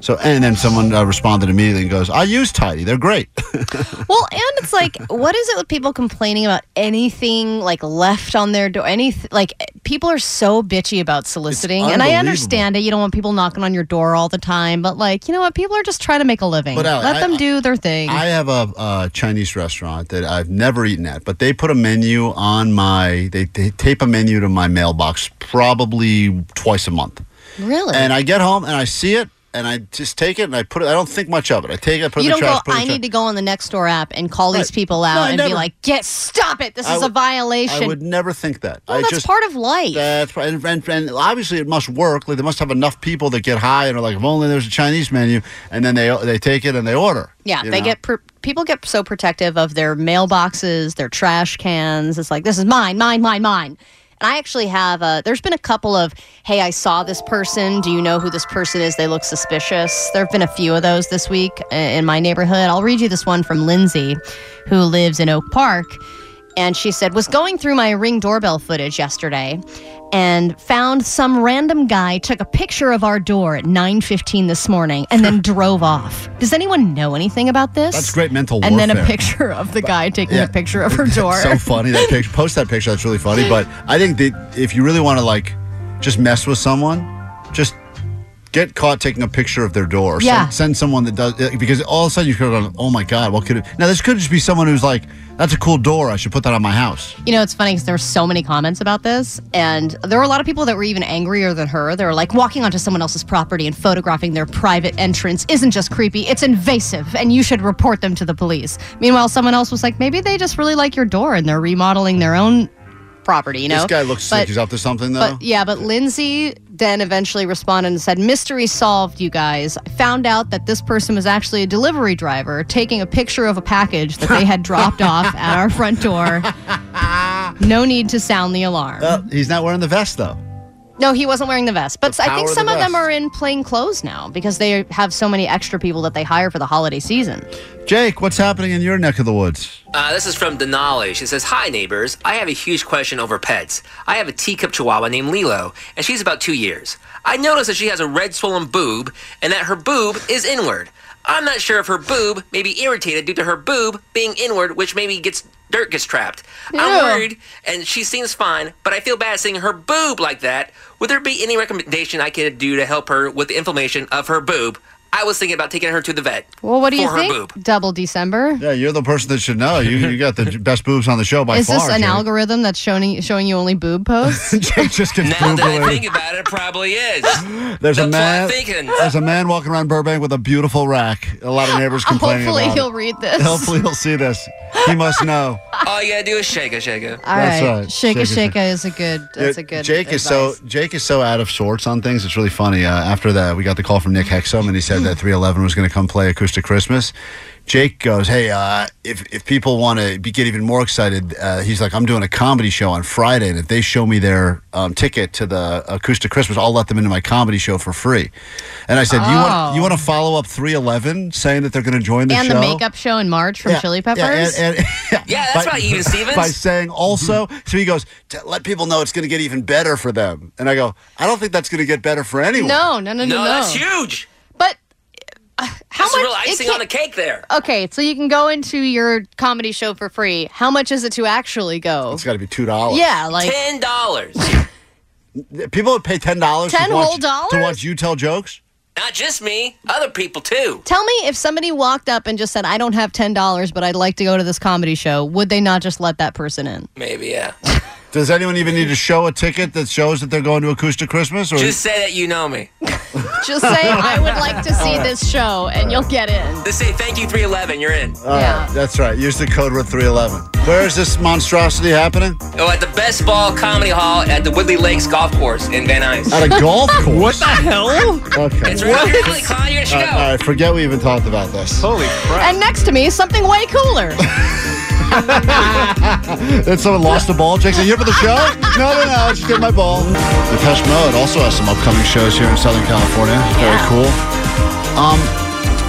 Speaker 2: So, and then someone uh, responded immediately and goes, I use Tidy. They're great.
Speaker 5: Well, and it's like, what is it with people complaining about anything like left on their door? Any like people are so bitchy about soliciting, and I
Speaker 2: unbelievable.
Speaker 5: understand it. You don't want people knocking on your door all the time, but like, you know what? People are just trying to make a living.
Speaker 2: But, Ally,
Speaker 5: Let
Speaker 2: I-
Speaker 5: them do their thing.
Speaker 2: I have a, uh Chinese restaurant that I've never eaten at, but they put a menu on my, they, they tape a menu to my mailbox probably twice a month.
Speaker 5: really?
Speaker 2: And I get home and I see it and I just take it and I put it, I don't think much of it. I take it, I put
Speaker 5: you
Speaker 2: it in
Speaker 5: don't
Speaker 2: the trash.
Speaker 5: go.
Speaker 2: put it in
Speaker 5: I
Speaker 2: the trash."
Speaker 5: need to go on the next door app and call these
Speaker 2: Right.
Speaker 5: people
Speaker 2: No,
Speaker 5: out
Speaker 2: I
Speaker 5: and
Speaker 2: never-
Speaker 5: be like, "Get stop it! This
Speaker 2: I
Speaker 5: is
Speaker 2: would-
Speaker 5: a violation."
Speaker 2: I would never think that.
Speaker 5: Well,
Speaker 2: I
Speaker 5: that's
Speaker 2: just,
Speaker 5: part of life.
Speaker 2: That's right. And, and, and obviously, it must work. Like, they must have enough people that get high and are like, if only there's a Chinese menu. And then they they take it and they order.
Speaker 5: Yeah,
Speaker 2: you
Speaker 5: they
Speaker 2: know?
Speaker 5: get pr- people get so protective of their mailboxes, their trash cans. It's like this is mine, mine, mine, mine. And I actually have. A, there's been a couple of hey, I saw this person. Do you know who this person is? They look suspicious. There have been a few of those this week uh, in my neighborhood. I'll read you this one from Lindsay, who lives in Oak Park. And she said, was going through my ring doorbell footage yesterday and found some random guy took a picture of our door at 9.15 this morning and then drove off. Does anyone know anything about this?
Speaker 2: That's great mental
Speaker 5: And then a
Speaker 2: warfare.
Speaker 5: picture of the guy taking
Speaker 2: Yeah.
Speaker 5: a picture of her door.
Speaker 2: so funny that picture. Post that picture. That's really funny. But I think that if you really want to like just mess with someone, just get caught taking a picture of their door. Send-
Speaker 5: Yeah.
Speaker 2: Send, someone that does uh, because all of a sudden you could have gone, oh my god, what could it? Now this could just be someone who's like, that's a cool door. I should put that on my house.
Speaker 5: You know, it's funny because there were so many comments about this, and there were a lot of people that were even angrier than her. They were like, walking onto someone else's property and photographing their private entrance isn't just creepy, it's invasive, and you should report them to the police. Meanwhile, someone else was like, maybe they just really like your door and they're remodeling their own property, you know?
Speaker 2: this guy looks
Speaker 5: But-
Speaker 2: like he's up to something though.
Speaker 5: But yeah, but Lindsay then eventually responded and said, "Mystery solved, you guys. I found out that this person was actually a delivery driver taking a picture of a package that they had dropped off at our front door. No need to sound the alarm.
Speaker 2: Uh, he's not wearing the vest though.
Speaker 5: no, he wasn't wearing the vest. But
Speaker 2: The
Speaker 5: I think
Speaker 2: power of
Speaker 5: some
Speaker 2: the
Speaker 5: of them
Speaker 2: vest.
Speaker 5: are in plain clothes now because they have so many extra people that they hire for the holiday season.
Speaker 2: Jake, what's happening in your neck of the woods?
Speaker 9: Uh, this is from Denali. She says, Hi, neighbors. I have a huge question over pets. I have a teacup chihuahua named Lilo, and she's about two years. I noticed that she has a red swollen boob and that her boob is inward. I'm not sure if her boob may be irritated due to her boob being inward, which maybe gets dirt gets trapped.
Speaker 10: Ew.
Speaker 9: I'm worried, and she seems fine, but I feel bad seeing her boob like that. Would there be any recommendation I could do to help her with the inflammation of her boob? I was thinking about taking her to the vet.
Speaker 5: Well, what do you
Speaker 9: for her
Speaker 5: think?
Speaker 9: boob.
Speaker 5: Double December.
Speaker 2: Yeah, you're the person that should know. You, you got the best boobs on the show by
Speaker 5: Is
Speaker 2: far.
Speaker 5: this an
Speaker 2: Jake.
Speaker 5: algorithm that's showing showing you only boob posts?
Speaker 2: Jake just gets
Speaker 9: Now that I
Speaker 2: Googling.
Speaker 9: think about it, it probably is.
Speaker 2: There's
Speaker 9: That's
Speaker 2: a
Speaker 9: what
Speaker 2: man.
Speaker 9: I'm thinking.
Speaker 2: There's a man walking around Burbank with a beautiful rack. A lot of neighbors complaining.
Speaker 5: Hopefully
Speaker 2: about
Speaker 5: he'll
Speaker 2: it.
Speaker 5: read this.
Speaker 2: Hopefully he'll see this. He must know.
Speaker 9: All you gotta do is shake it, shake it.
Speaker 5: All
Speaker 2: That's
Speaker 5: right.
Speaker 2: right. Shaka
Speaker 5: Shaka Shaka is a good. That's a good.
Speaker 2: Jake is so Jake is so out of sorts on things. It's really funny. Uh, after that, we got the call from Nick Hexum, and he said that 311 was going to come play Acoustic Christmas. Jake goes, "Hey, uh, if if people want to be, get even more excited, uh, he's like, I'm doing a comedy show on Friday, and if they show me their um, ticket to the Acoustic Christmas, I'll let them into my comedy show for free." And I said, "You want
Speaker 5: Oh.
Speaker 2: you want to follow up 311 saying that they're going to join the
Speaker 5: and
Speaker 2: show
Speaker 5: the makeup show in March from
Speaker 2: Yeah,
Speaker 5: Chili
Speaker 2: yeah,
Speaker 5: Peppers.
Speaker 2: and- and-
Speaker 9: Yeah, that's right, Even Stevens.
Speaker 2: by saying also. So he goes, "To let people know it's going to get even better for them. And I go, I don't think that's going to get better for anyone.
Speaker 5: no, no, no, no, no.
Speaker 9: that's huge.
Speaker 5: But uh, how
Speaker 9: that's
Speaker 5: much?
Speaker 9: real
Speaker 5: it
Speaker 9: icing
Speaker 5: can't-
Speaker 9: on the cake there.
Speaker 5: Okay, so you can go into your comedy show for free. How much is it to actually go?
Speaker 2: It's got to be two dollars.
Speaker 5: Yeah, like
Speaker 9: Ten dollars.
Speaker 2: people would pay ten dollars.
Speaker 5: $10 whole
Speaker 2: to
Speaker 5: dollars?
Speaker 2: watch you tell jokes.
Speaker 9: Not just me, other people too.
Speaker 5: Tell me if somebody walked up and just said, "I don't have ten dollars, but I'd like to go to this comedy show." Would they not just let that person in?
Speaker 9: Maybe, yeah.
Speaker 2: Does anyone even need to show a ticket that shows that they're going to Acoustic Christmas? Or
Speaker 9: Just say that you know me.
Speaker 5: Just say I would like to see this show, and you'll get in.
Speaker 9: Just say thank you 311. You're in.
Speaker 2: All right, that's right. Use the code word 311. Where is this monstrosity happening?
Speaker 9: Oh, at the Best Ball Comedy Hall at the Woodley Lakes Golf Course in Van Nuys.
Speaker 2: At a golf course.
Speaker 9: What the hell?
Speaker 2: Okay.
Speaker 9: It's right up your alley, Colin. You're in
Speaker 2: All right, all right, forget we even talked about this. Holy crap.
Speaker 5: And next to me is something way cooler.
Speaker 2: Then someone lost the ball. Jake said, You here for the show? no, no, no. I just get my ball. The Pesh Mode also has some upcoming shows here in Southern California. Very cool. Um,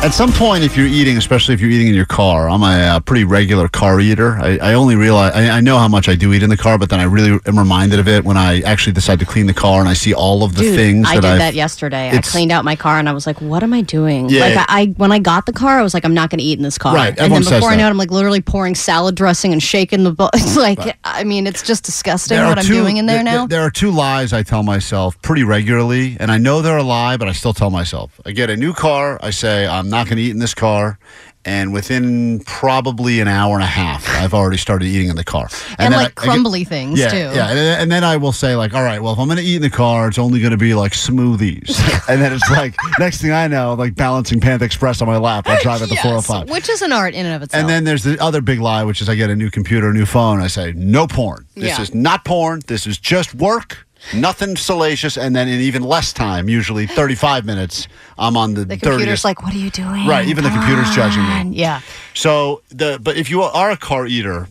Speaker 2: at some point, if you're eating, especially if you're eating in your car, I'm a uh, pretty regular car eater. I, I only realize, I, I know how much I do eat in the car, but then I really am reminded of it when I actually decide to clean the car and I see all of the
Speaker 5: Dude,
Speaker 2: things
Speaker 5: I
Speaker 2: that
Speaker 5: did
Speaker 2: I've-
Speaker 5: that yesterday. I
Speaker 2: It's-
Speaker 5: cleaned out my car and I was like, "What am I doing?"
Speaker 2: Yeah.
Speaker 5: Like I, I when I got the car, I was like, "I'm not going to eat in this car."
Speaker 2: Right,
Speaker 5: And
Speaker 2: everyone
Speaker 5: then
Speaker 2: says
Speaker 5: before I know
Speaker 2: that.
Speaker 5: it, I'm like literally pouring salad dressing and shaking the. Bo- it's like
Speaker 2: Right.
Speaker 5: I mean, it's just disgusting
Speaker 2: There
Speaker 5: what
Speaker 2: are
Speaker 5: I'm
Speaker 2: two-
Speaker 5: doing in there
Speaker 2: th- th-
Speaker 5: now.
Speaker 2: There are two lies I tell myself pretty regularly, and I know they're a lie, but I still tell myself. I get a new car, I say, I'm not going to eat in this car. And within probably an hour and a half, I've already started eating in the car. then
Speaker 5: and like
Speaker 2: I- I get-
Speaker 5: crumbly things
Speaker 2: yeah,
Speaker 5: too.
Speaker 2: Yeah, and, and then I will say like, all right, well, if I'm going to eat in the car, it's only going to be like smoothies, and then it's like next thing I know, like balancing Panda Express on my lap, I drive at the 405.
Speaker 5: Which is an art in and of itself.
Speaker 2: And then there's the other big lie, which is I get a new computer, a new phone. I say, no porn. This
Speaker 5: Yeah.
Speaker 2: is not porn. This is just work. Nothing salacious. And then in even less time, usually 35 minutes, I'm on the,
Speaker 5: the computer's
Speaker 2: 30th.
Speaker 5: like, "What are you doing?"
Speaker 2: Right, even the
Speaker 5: Come
Speaker 2: computer's judging me.
Speaker 5: on." Yeah.
Speaker 2: So the but if you are a car eater,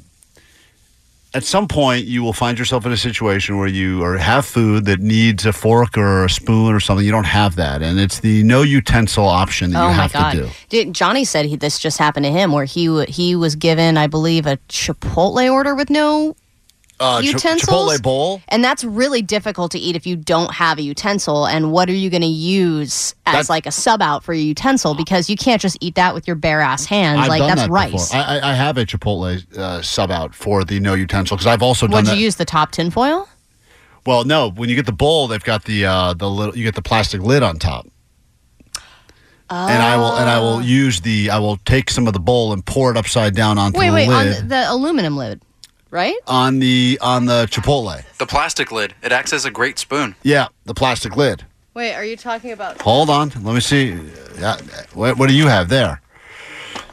Speaker 2: at some point you will find yourself in a situation where you or have food that needs a fork or a spoon or something. You don't have that, and it's the no utensil option that
Speaker 5: oh
Speaker 2: you
Speaker 5: my
Speaker 2: have
Speaker 5: god!
Speaker 2: to do.
Speaker 5: Dude, Johnny said he, this just happened to him, where he w- he was given, I believe, a Chipotle order with no
Speaker 2: Uh, chi-
Speaker 5: utensils.
Speaker 2: Chipotle bowl.
Speaker 5: And that's really difficult to eat if you don't have a utensil. And what are you going to use as
Speaker 2: That-
Speaker 5: like a sub out for your utensil? Because you can't just eat that with your bare ass hands.
Speaker 2: I've
Speaker 5: like
Speaker 2: done
Speaker 5: that's
Speaker 2: that
Speaker 5: rice.
Speaker 2: Before. I, I- I have a Chipotle uh, sub out for the no utensil because I've also done
Speaker 5: Would
Speaker 2: that.
Speaker 5: you use the top tinfoil?
Speaker 2: well, no, when you get the bowl, they've got the uh, the little you get the plastic lid on top. And I will and I
Speaker 5: Oh.
Speaker 2: will use the I will take some of the bowl and pour it upside down onto
Speaker 5: Wait,
Speaker 2: the
Speaker 5: wait, on
Speaker 2: lid
Speaker 5: the, the aluminum lid, right?
Speaker 2: on the on the Chipotle.
Speaker 7: The plastic lid. It acts as a great spoon.
Speaker 2: Yeah, the plastic lid.
Speaker 5: Wait, are you talking about?
Speaker 2: Hold on, let me see. Uh, what, what do you have there?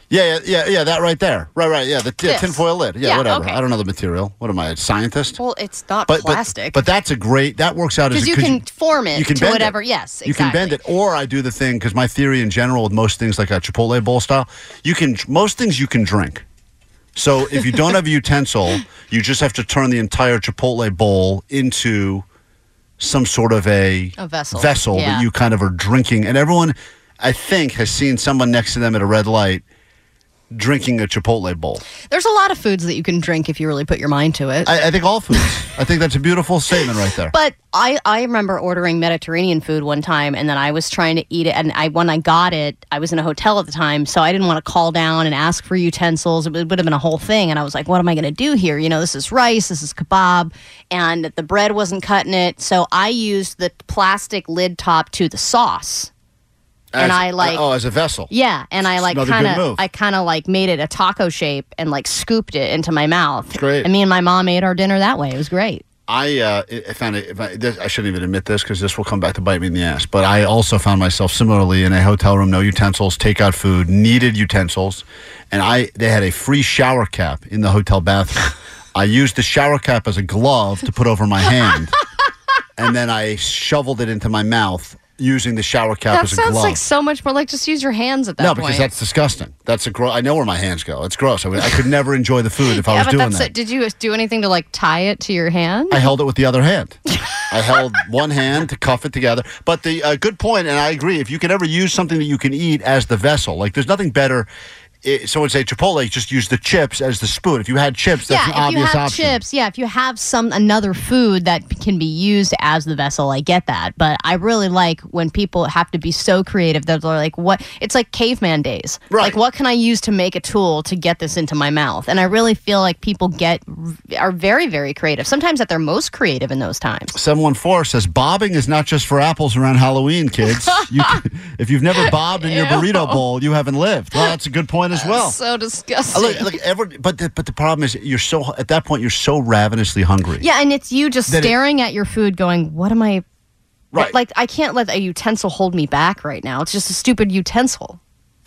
Speaker 2: Yeah, yeah, yeah, yeah, that right there. Right, right, yeah, the t-
Speaker 5: This.
Speaker 2: tinfoil lid. Yeah,
Speaker 5: Yeah,
Speaker 2: whatever.
Speaker 5: okay.
Speaker 2: I don't know the material. What am I, a scientist?
Speaker 5: Well, it's not plastic.
Speaker 2: But, that's a great. That works out as
Speaker 5: because
Speaker 2: a-
Speaker 5: you can form it
Speaker 2: you can
Speaker 5: to
Speaker 2: bend it.
Speaker 5: whatever. Yes, exactly.
Speaker 2: You can bend it, or I do the thing because my theory in general with most things like a Chipotle bowl style, you can most things you can drink. So if you don't have a utensil, you just have to turn the entire Chipotle bowl into some sort of a,
Speaker 5: A vessel.
Speaker 2: that
Speaker 5: Yeah.
Speaker 2: you kind of are drinking. And everyone, I think, has seen someone next to them at a red light drinking a Chipotle bowl.
Speaker 5: There's a lot of foods that you can drink if you really put your mind to it.
Speaker 2: I, I think all foods. I think that's a beautiful statement right there.
Speaker 5: But I, I remember ordering Mediterranean food one time, and then I was trying to eat it. And I when I got it, I was in a hotel at the time, so I didn't want to call down and ask for utensils. It would would have been a whole thing. And I was like, what am I going to do here? You know, this is rice, this is kebab, and the bread wasn't cutting it. So I used the plastic lid top to the sauce. and
Speaker 2: As-
Speaker 5: I like
Speaker 2: oh, as a vessel.
Speaker 5: Yeah, and I like
Speaker 2: another good
Speaker 5: kind
Speaker 2: move.
Speaker 5: of I kind of like made it a taco shape and like scooped it into my mouth.
Speaker 2: Great.
Speaker 5: And me and my mom ate our dinner that way. It was great.
Speaker 2: I uh, I I found it. If I, this, I shouldn't even admit this because this will come back to bite me in the ass. But I also found myself similarly in a hotel room, no utensils, takeout food, needed utensils, and I they had a free shower cap in the hotel bathroom. I used the shower cap as a glove to put over my hand, and then I shoveled it into my mouth using the shower cap
Speaker 5: that
Speaker 2: as a
Speaker 5: sounds
Speaker 2: glove.
Speaker 5: like so much more like just use your hands at that
Speaker 2: no,
Speaker 5: point.
Speaker 2: because that's disgusting. That's a gross. I know where my hands go. It's gross. I, would- I could never enjoy the food if I
Speaker 5: yeah,
Speaker 2: was
Speaker 5: but
Speaker 2: doing
Speaker 5: that's
Speaker 2: that.
Speaker 5: it. Did you do anything to like tie it to your hand?
Speaker 2: I held it with the other hand. I held one hand to cuff it together. But the uh, good point, and I agree, if you can ever use something that you can eat as the vessel, like there's nothing better. It, someone say Chipotle, just use the chips as the spoon. If you had chips, that's an
Speaker 5: yeah, if you
Speaker 2: obvious
Speaker 5: have
Speaker 2: option.
Speaker 5: chips, yeah, if you have some another food that can be used as the vessel, I get that. But I really like when people have to be so creative that they're like, "What?" It's like caveman days. Right. Like, what can I use to make a tool to get this into my mouth? And I really feel like people get are very, very creative. Sometimes at their most creative in those times.
Speaker 2: 714 says bobbing is not just for apples around Halloween, kids. You can, if you've never bobbed in your
Speaker 5: Ew.
Speaker 2: burrito bowl, you haven't lived. Well, that's a good point one as well.
Speaker 5: So
Speaker 2: Uh,
Speaker 5: disgusting.
Speaker 2: Look, look, every, but the, but the problem is you're so at that point you're so ravenously hungry.
Speaker 5: yeah, and it's you just
Speaker 2: That it-
Speaker 5: staring at your food, going, "What am I?"
Speaker 2: Right.
Speaker 5: Like I can't let a utensil hold me back right now. It's just a stupid utensil.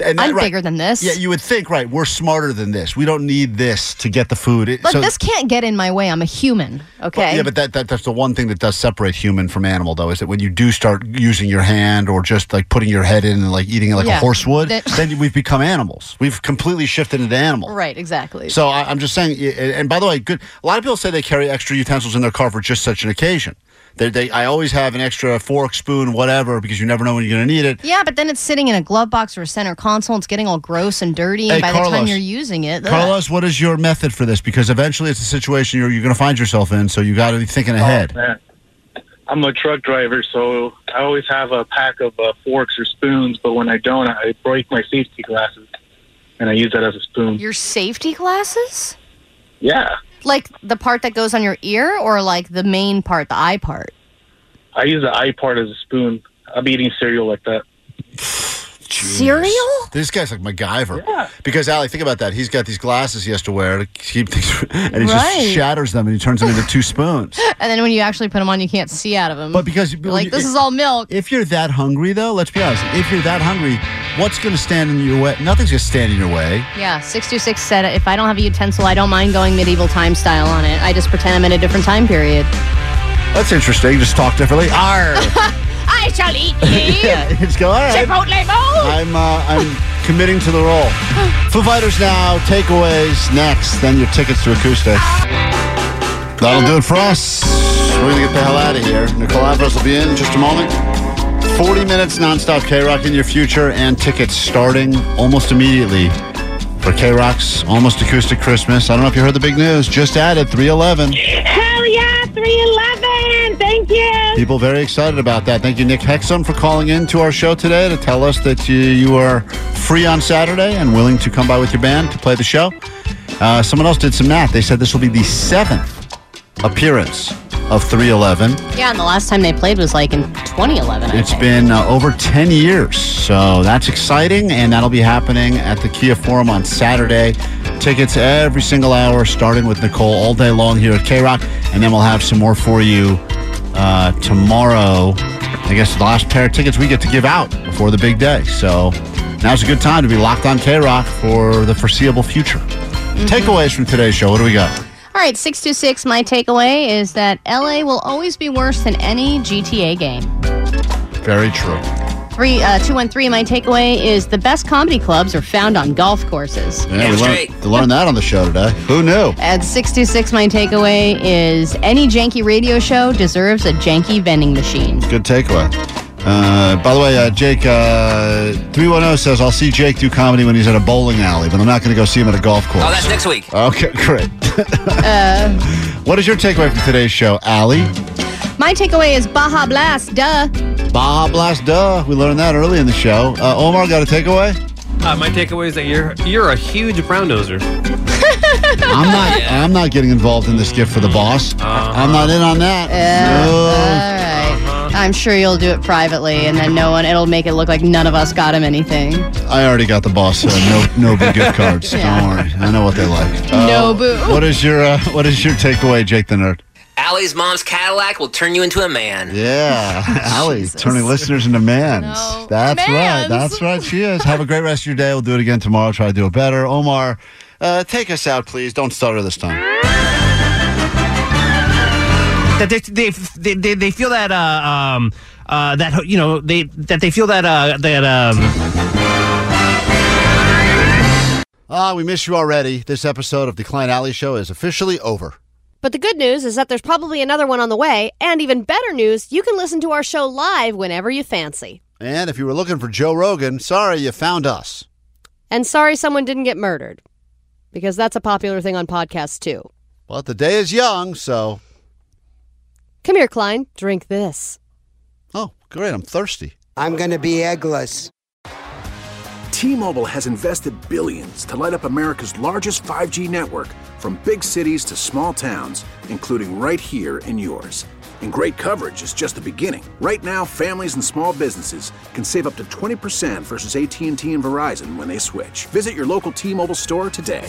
Speaker 2: And that-
Speaker 5: I'm
Speaker 2: right.
Speaker 5: bigger than this.
Speaker 2: Yeah, you would think, right? We're smarter than this. We don't need this to get the food. It-
Speaker 5: But
Speaker 2: so-
Speaker 5: this can't get in my way. I'm a human.
Speaker 2: Well,
Speaker 5: Okay.
Speaker 2: yeah, but that, that that's the one thing that does separate human from animal, though, is that when you do start using your hand or just like putting your head in and like eating it like
Speaker 5: Yeah.
Speaker 2: a horse would,
Speaker 5: That-
Speaker 2: then we've become animals. We've completely shifted into animals.
Speaker 5: right. Exactly.
Speaker 2: So I, I'm just saying. and- And by the way, good. A lot of people say they carry extra utensils in their car for just such an occasion. They, they, I always have an extra fork, spoon, whatever, because you never know when you're going to need it.
Speaker 5: yeah, but then it's sitting in a glove box or a center console. It's getting all gross and dirty.
Speaker 2: Hey,
Speaker 5: and by the time
Speaker 2: Carlos.
Speaker 5: you're using it, ugh.
Speaker 2: Carlos, what is your method for this? Because eventually it's a situation you're, you're going to find yourself in, so you got to be
Speaker 14: Oh,
Speaker 2: thinking ahead.
Speaker 13: Oh, Man, I'm a truck driver, so I always have a pack of uh, forks or spoons. But when I don't, I break my safety glasses, and I use that as a spoon.
Speaker 5: your safety glasses,
Speaker 13: yeah,
Speaker 5: like the part that goes on your ear, or like the main part, the eye part.
Speaker 13: I use the eye part as a spoon. I'm eating cereal like that.
Speaker 5: Cereal?
Speaker 2: This guy's like MacGyver. Because Ali, think about that. He's got these glasses he has to wear to keep things, and he
Speaker 5: Right.
Speaker 2: just shatters them and he turns them into two spoons.
Speaker 5: And then when you actually put them on, you can't see out of them.
Speaker 2: But because
Speaker 5: You're like this is all milk.
Speaker 2: If you're that hungry, though, let's be honest. If you're that hungry, what's going to stand in your way? Nothing's going to stand in your way.
Speaker 5: Yeah, 626 said if I don't have a utensil, I don't mind going medieval time style on it. I just pretend I'm in a different time period.
Speaker 2: That's interesting. Just talk differently. Arr.
Speaker 10: I shall eat
Speaker 2: yeah, just go. All right.
Speaker 10: Chipotle
Speaker 23: Oh!
Speaker 10: bowl.
Speaker 2: I'm uh, I'm committing to the role. Foo Fighters now. Takeaways next. Then your tickets to Acoustic. That'll do it for us. We're gonna get the hell out of here. Nicole Alvarez will be in, in just a moment. 40 minutes nonstop K Rock in your future and tickets starting almost immediately for K Rock's Almost Acoustic Christmas. I don't know if you heard the big news. Just added 311.
Speaker 10: Hell yeah, 311. Thank you.
Speaker 2: People very excited about that. Thank you, Nick Hexum, for calling in to our show today to tell us that you, you are free on Saturday and willing to come by with your band to play the show. Uh, someone else did some math. They said this will be the seventh appearance of 311.
Speaker 5: Yeah, and the last time they played was like in 2011. I
Speaker 2: It's
Speaker 5: think.
Speaker 2: been uh, over 10 years, so that's exciting, and that'll be happening at the Kia Forum on Saturday. Tickets every single hour, starting with Nicole all day long here at K Rock, and then we'll have some more for you uh, tomorrow. I guess the last pair of tickets we get to give out before the big day. So now's a good time to be locked on K Rock for the foreseeable future. Takeaways from today's show. What do we got?
Speaker 5: All right, 626, my takeaway is that LA will always be worse than any GTA game.
Speaker 2: Very true.
Speaker 5: Three, uh, 213, my takeaway is the best comedy clubs are found on golf courses.
Speaker 2: Yeah, we learned, we learned that on the show today. Who knew?
Speaker 5: At 626, my takeaway is any janky radio show deserves a janky vending machine.
Speaker 2: Good takeaway. Uh, by the way, uh, Jake uh, three one zero says I'll see Jake do comedy when he's at a bowling alley, but I'm not going to go see him at a golf course.
Speaker 9: Oh, that's next week.
Speaker 2: Okay, great.
Speaker 5: Uh,
Speaker 2: What is your takeaway from today's show, Allie?
Speaker 5: my takeaway is Baja Blast, duh.
Speaker 2: Bah blast duh. We learned that early in the show. Uh, Omar got a takeaway.
Speaker 8: Uh, my takeaway is that you're you're a huge brown noser.
Speaker 2: I'm not. I'm not getting involved in this gift for the boss.
Speaker 9: Uh-huh.
Speaker 2: I'm not in on that.
Speaker 5: Yeah,
Speaker 2: No.
Speaker 5: all right. I'm sure you'll do it privately, and then no one, it'll make it look like none of us got him anything.
Speaker 2: I already got the boss. Uh, no, no big gift cards. Don't worry. I know what they like.
Speaker 5: No boo.
Speaker 2: What is your uh, What is your takeaway, Jake the nerd?
Speaker 9: Allie's mom's Cadillac will turn you into a man.
Speaker 2: Yeah, Allie, turning listeners into mans. That's right. That's right. She is. Have a great rest of your day. We'll do it again tomorrow. Try to do it better. Omar, uh, take us out, please. Don't stutter this time.
Speaker 8: that they they they, they, they feel that uh, um uh that you know they that they feel that uh that um
Speaker 2: Ah, we miss you already. This episode of the Klein Alley Show is officially over.
Speaker 24: But the good news is that there's probably another one on the way, and even better news, you can listen to our show live whenever you fancy.
Speaker 2: And if you were looking for Joe Rogan, sorry you found us.
Speaker 24: And sorry someone didn't get murdered, because that's a popular thing on podcasts too.
Speaker 2: But the day is young, so
Speaker 24: Come here, Klein, drink this.
Speaker 2: Oh, great, I'm thirsty.
Speaker 26: I'm going to be eggless.
Speaker 17: T-Mobile has invested billions to light up America's largest 5G network from big cities to small towns, including right here in yours.
Speaker 14: And great coverage is just the beginning. Right now, families and small businesses can save up to 20% versus AT&T and Verizon when they switch. Visit your local T-Mobile store today.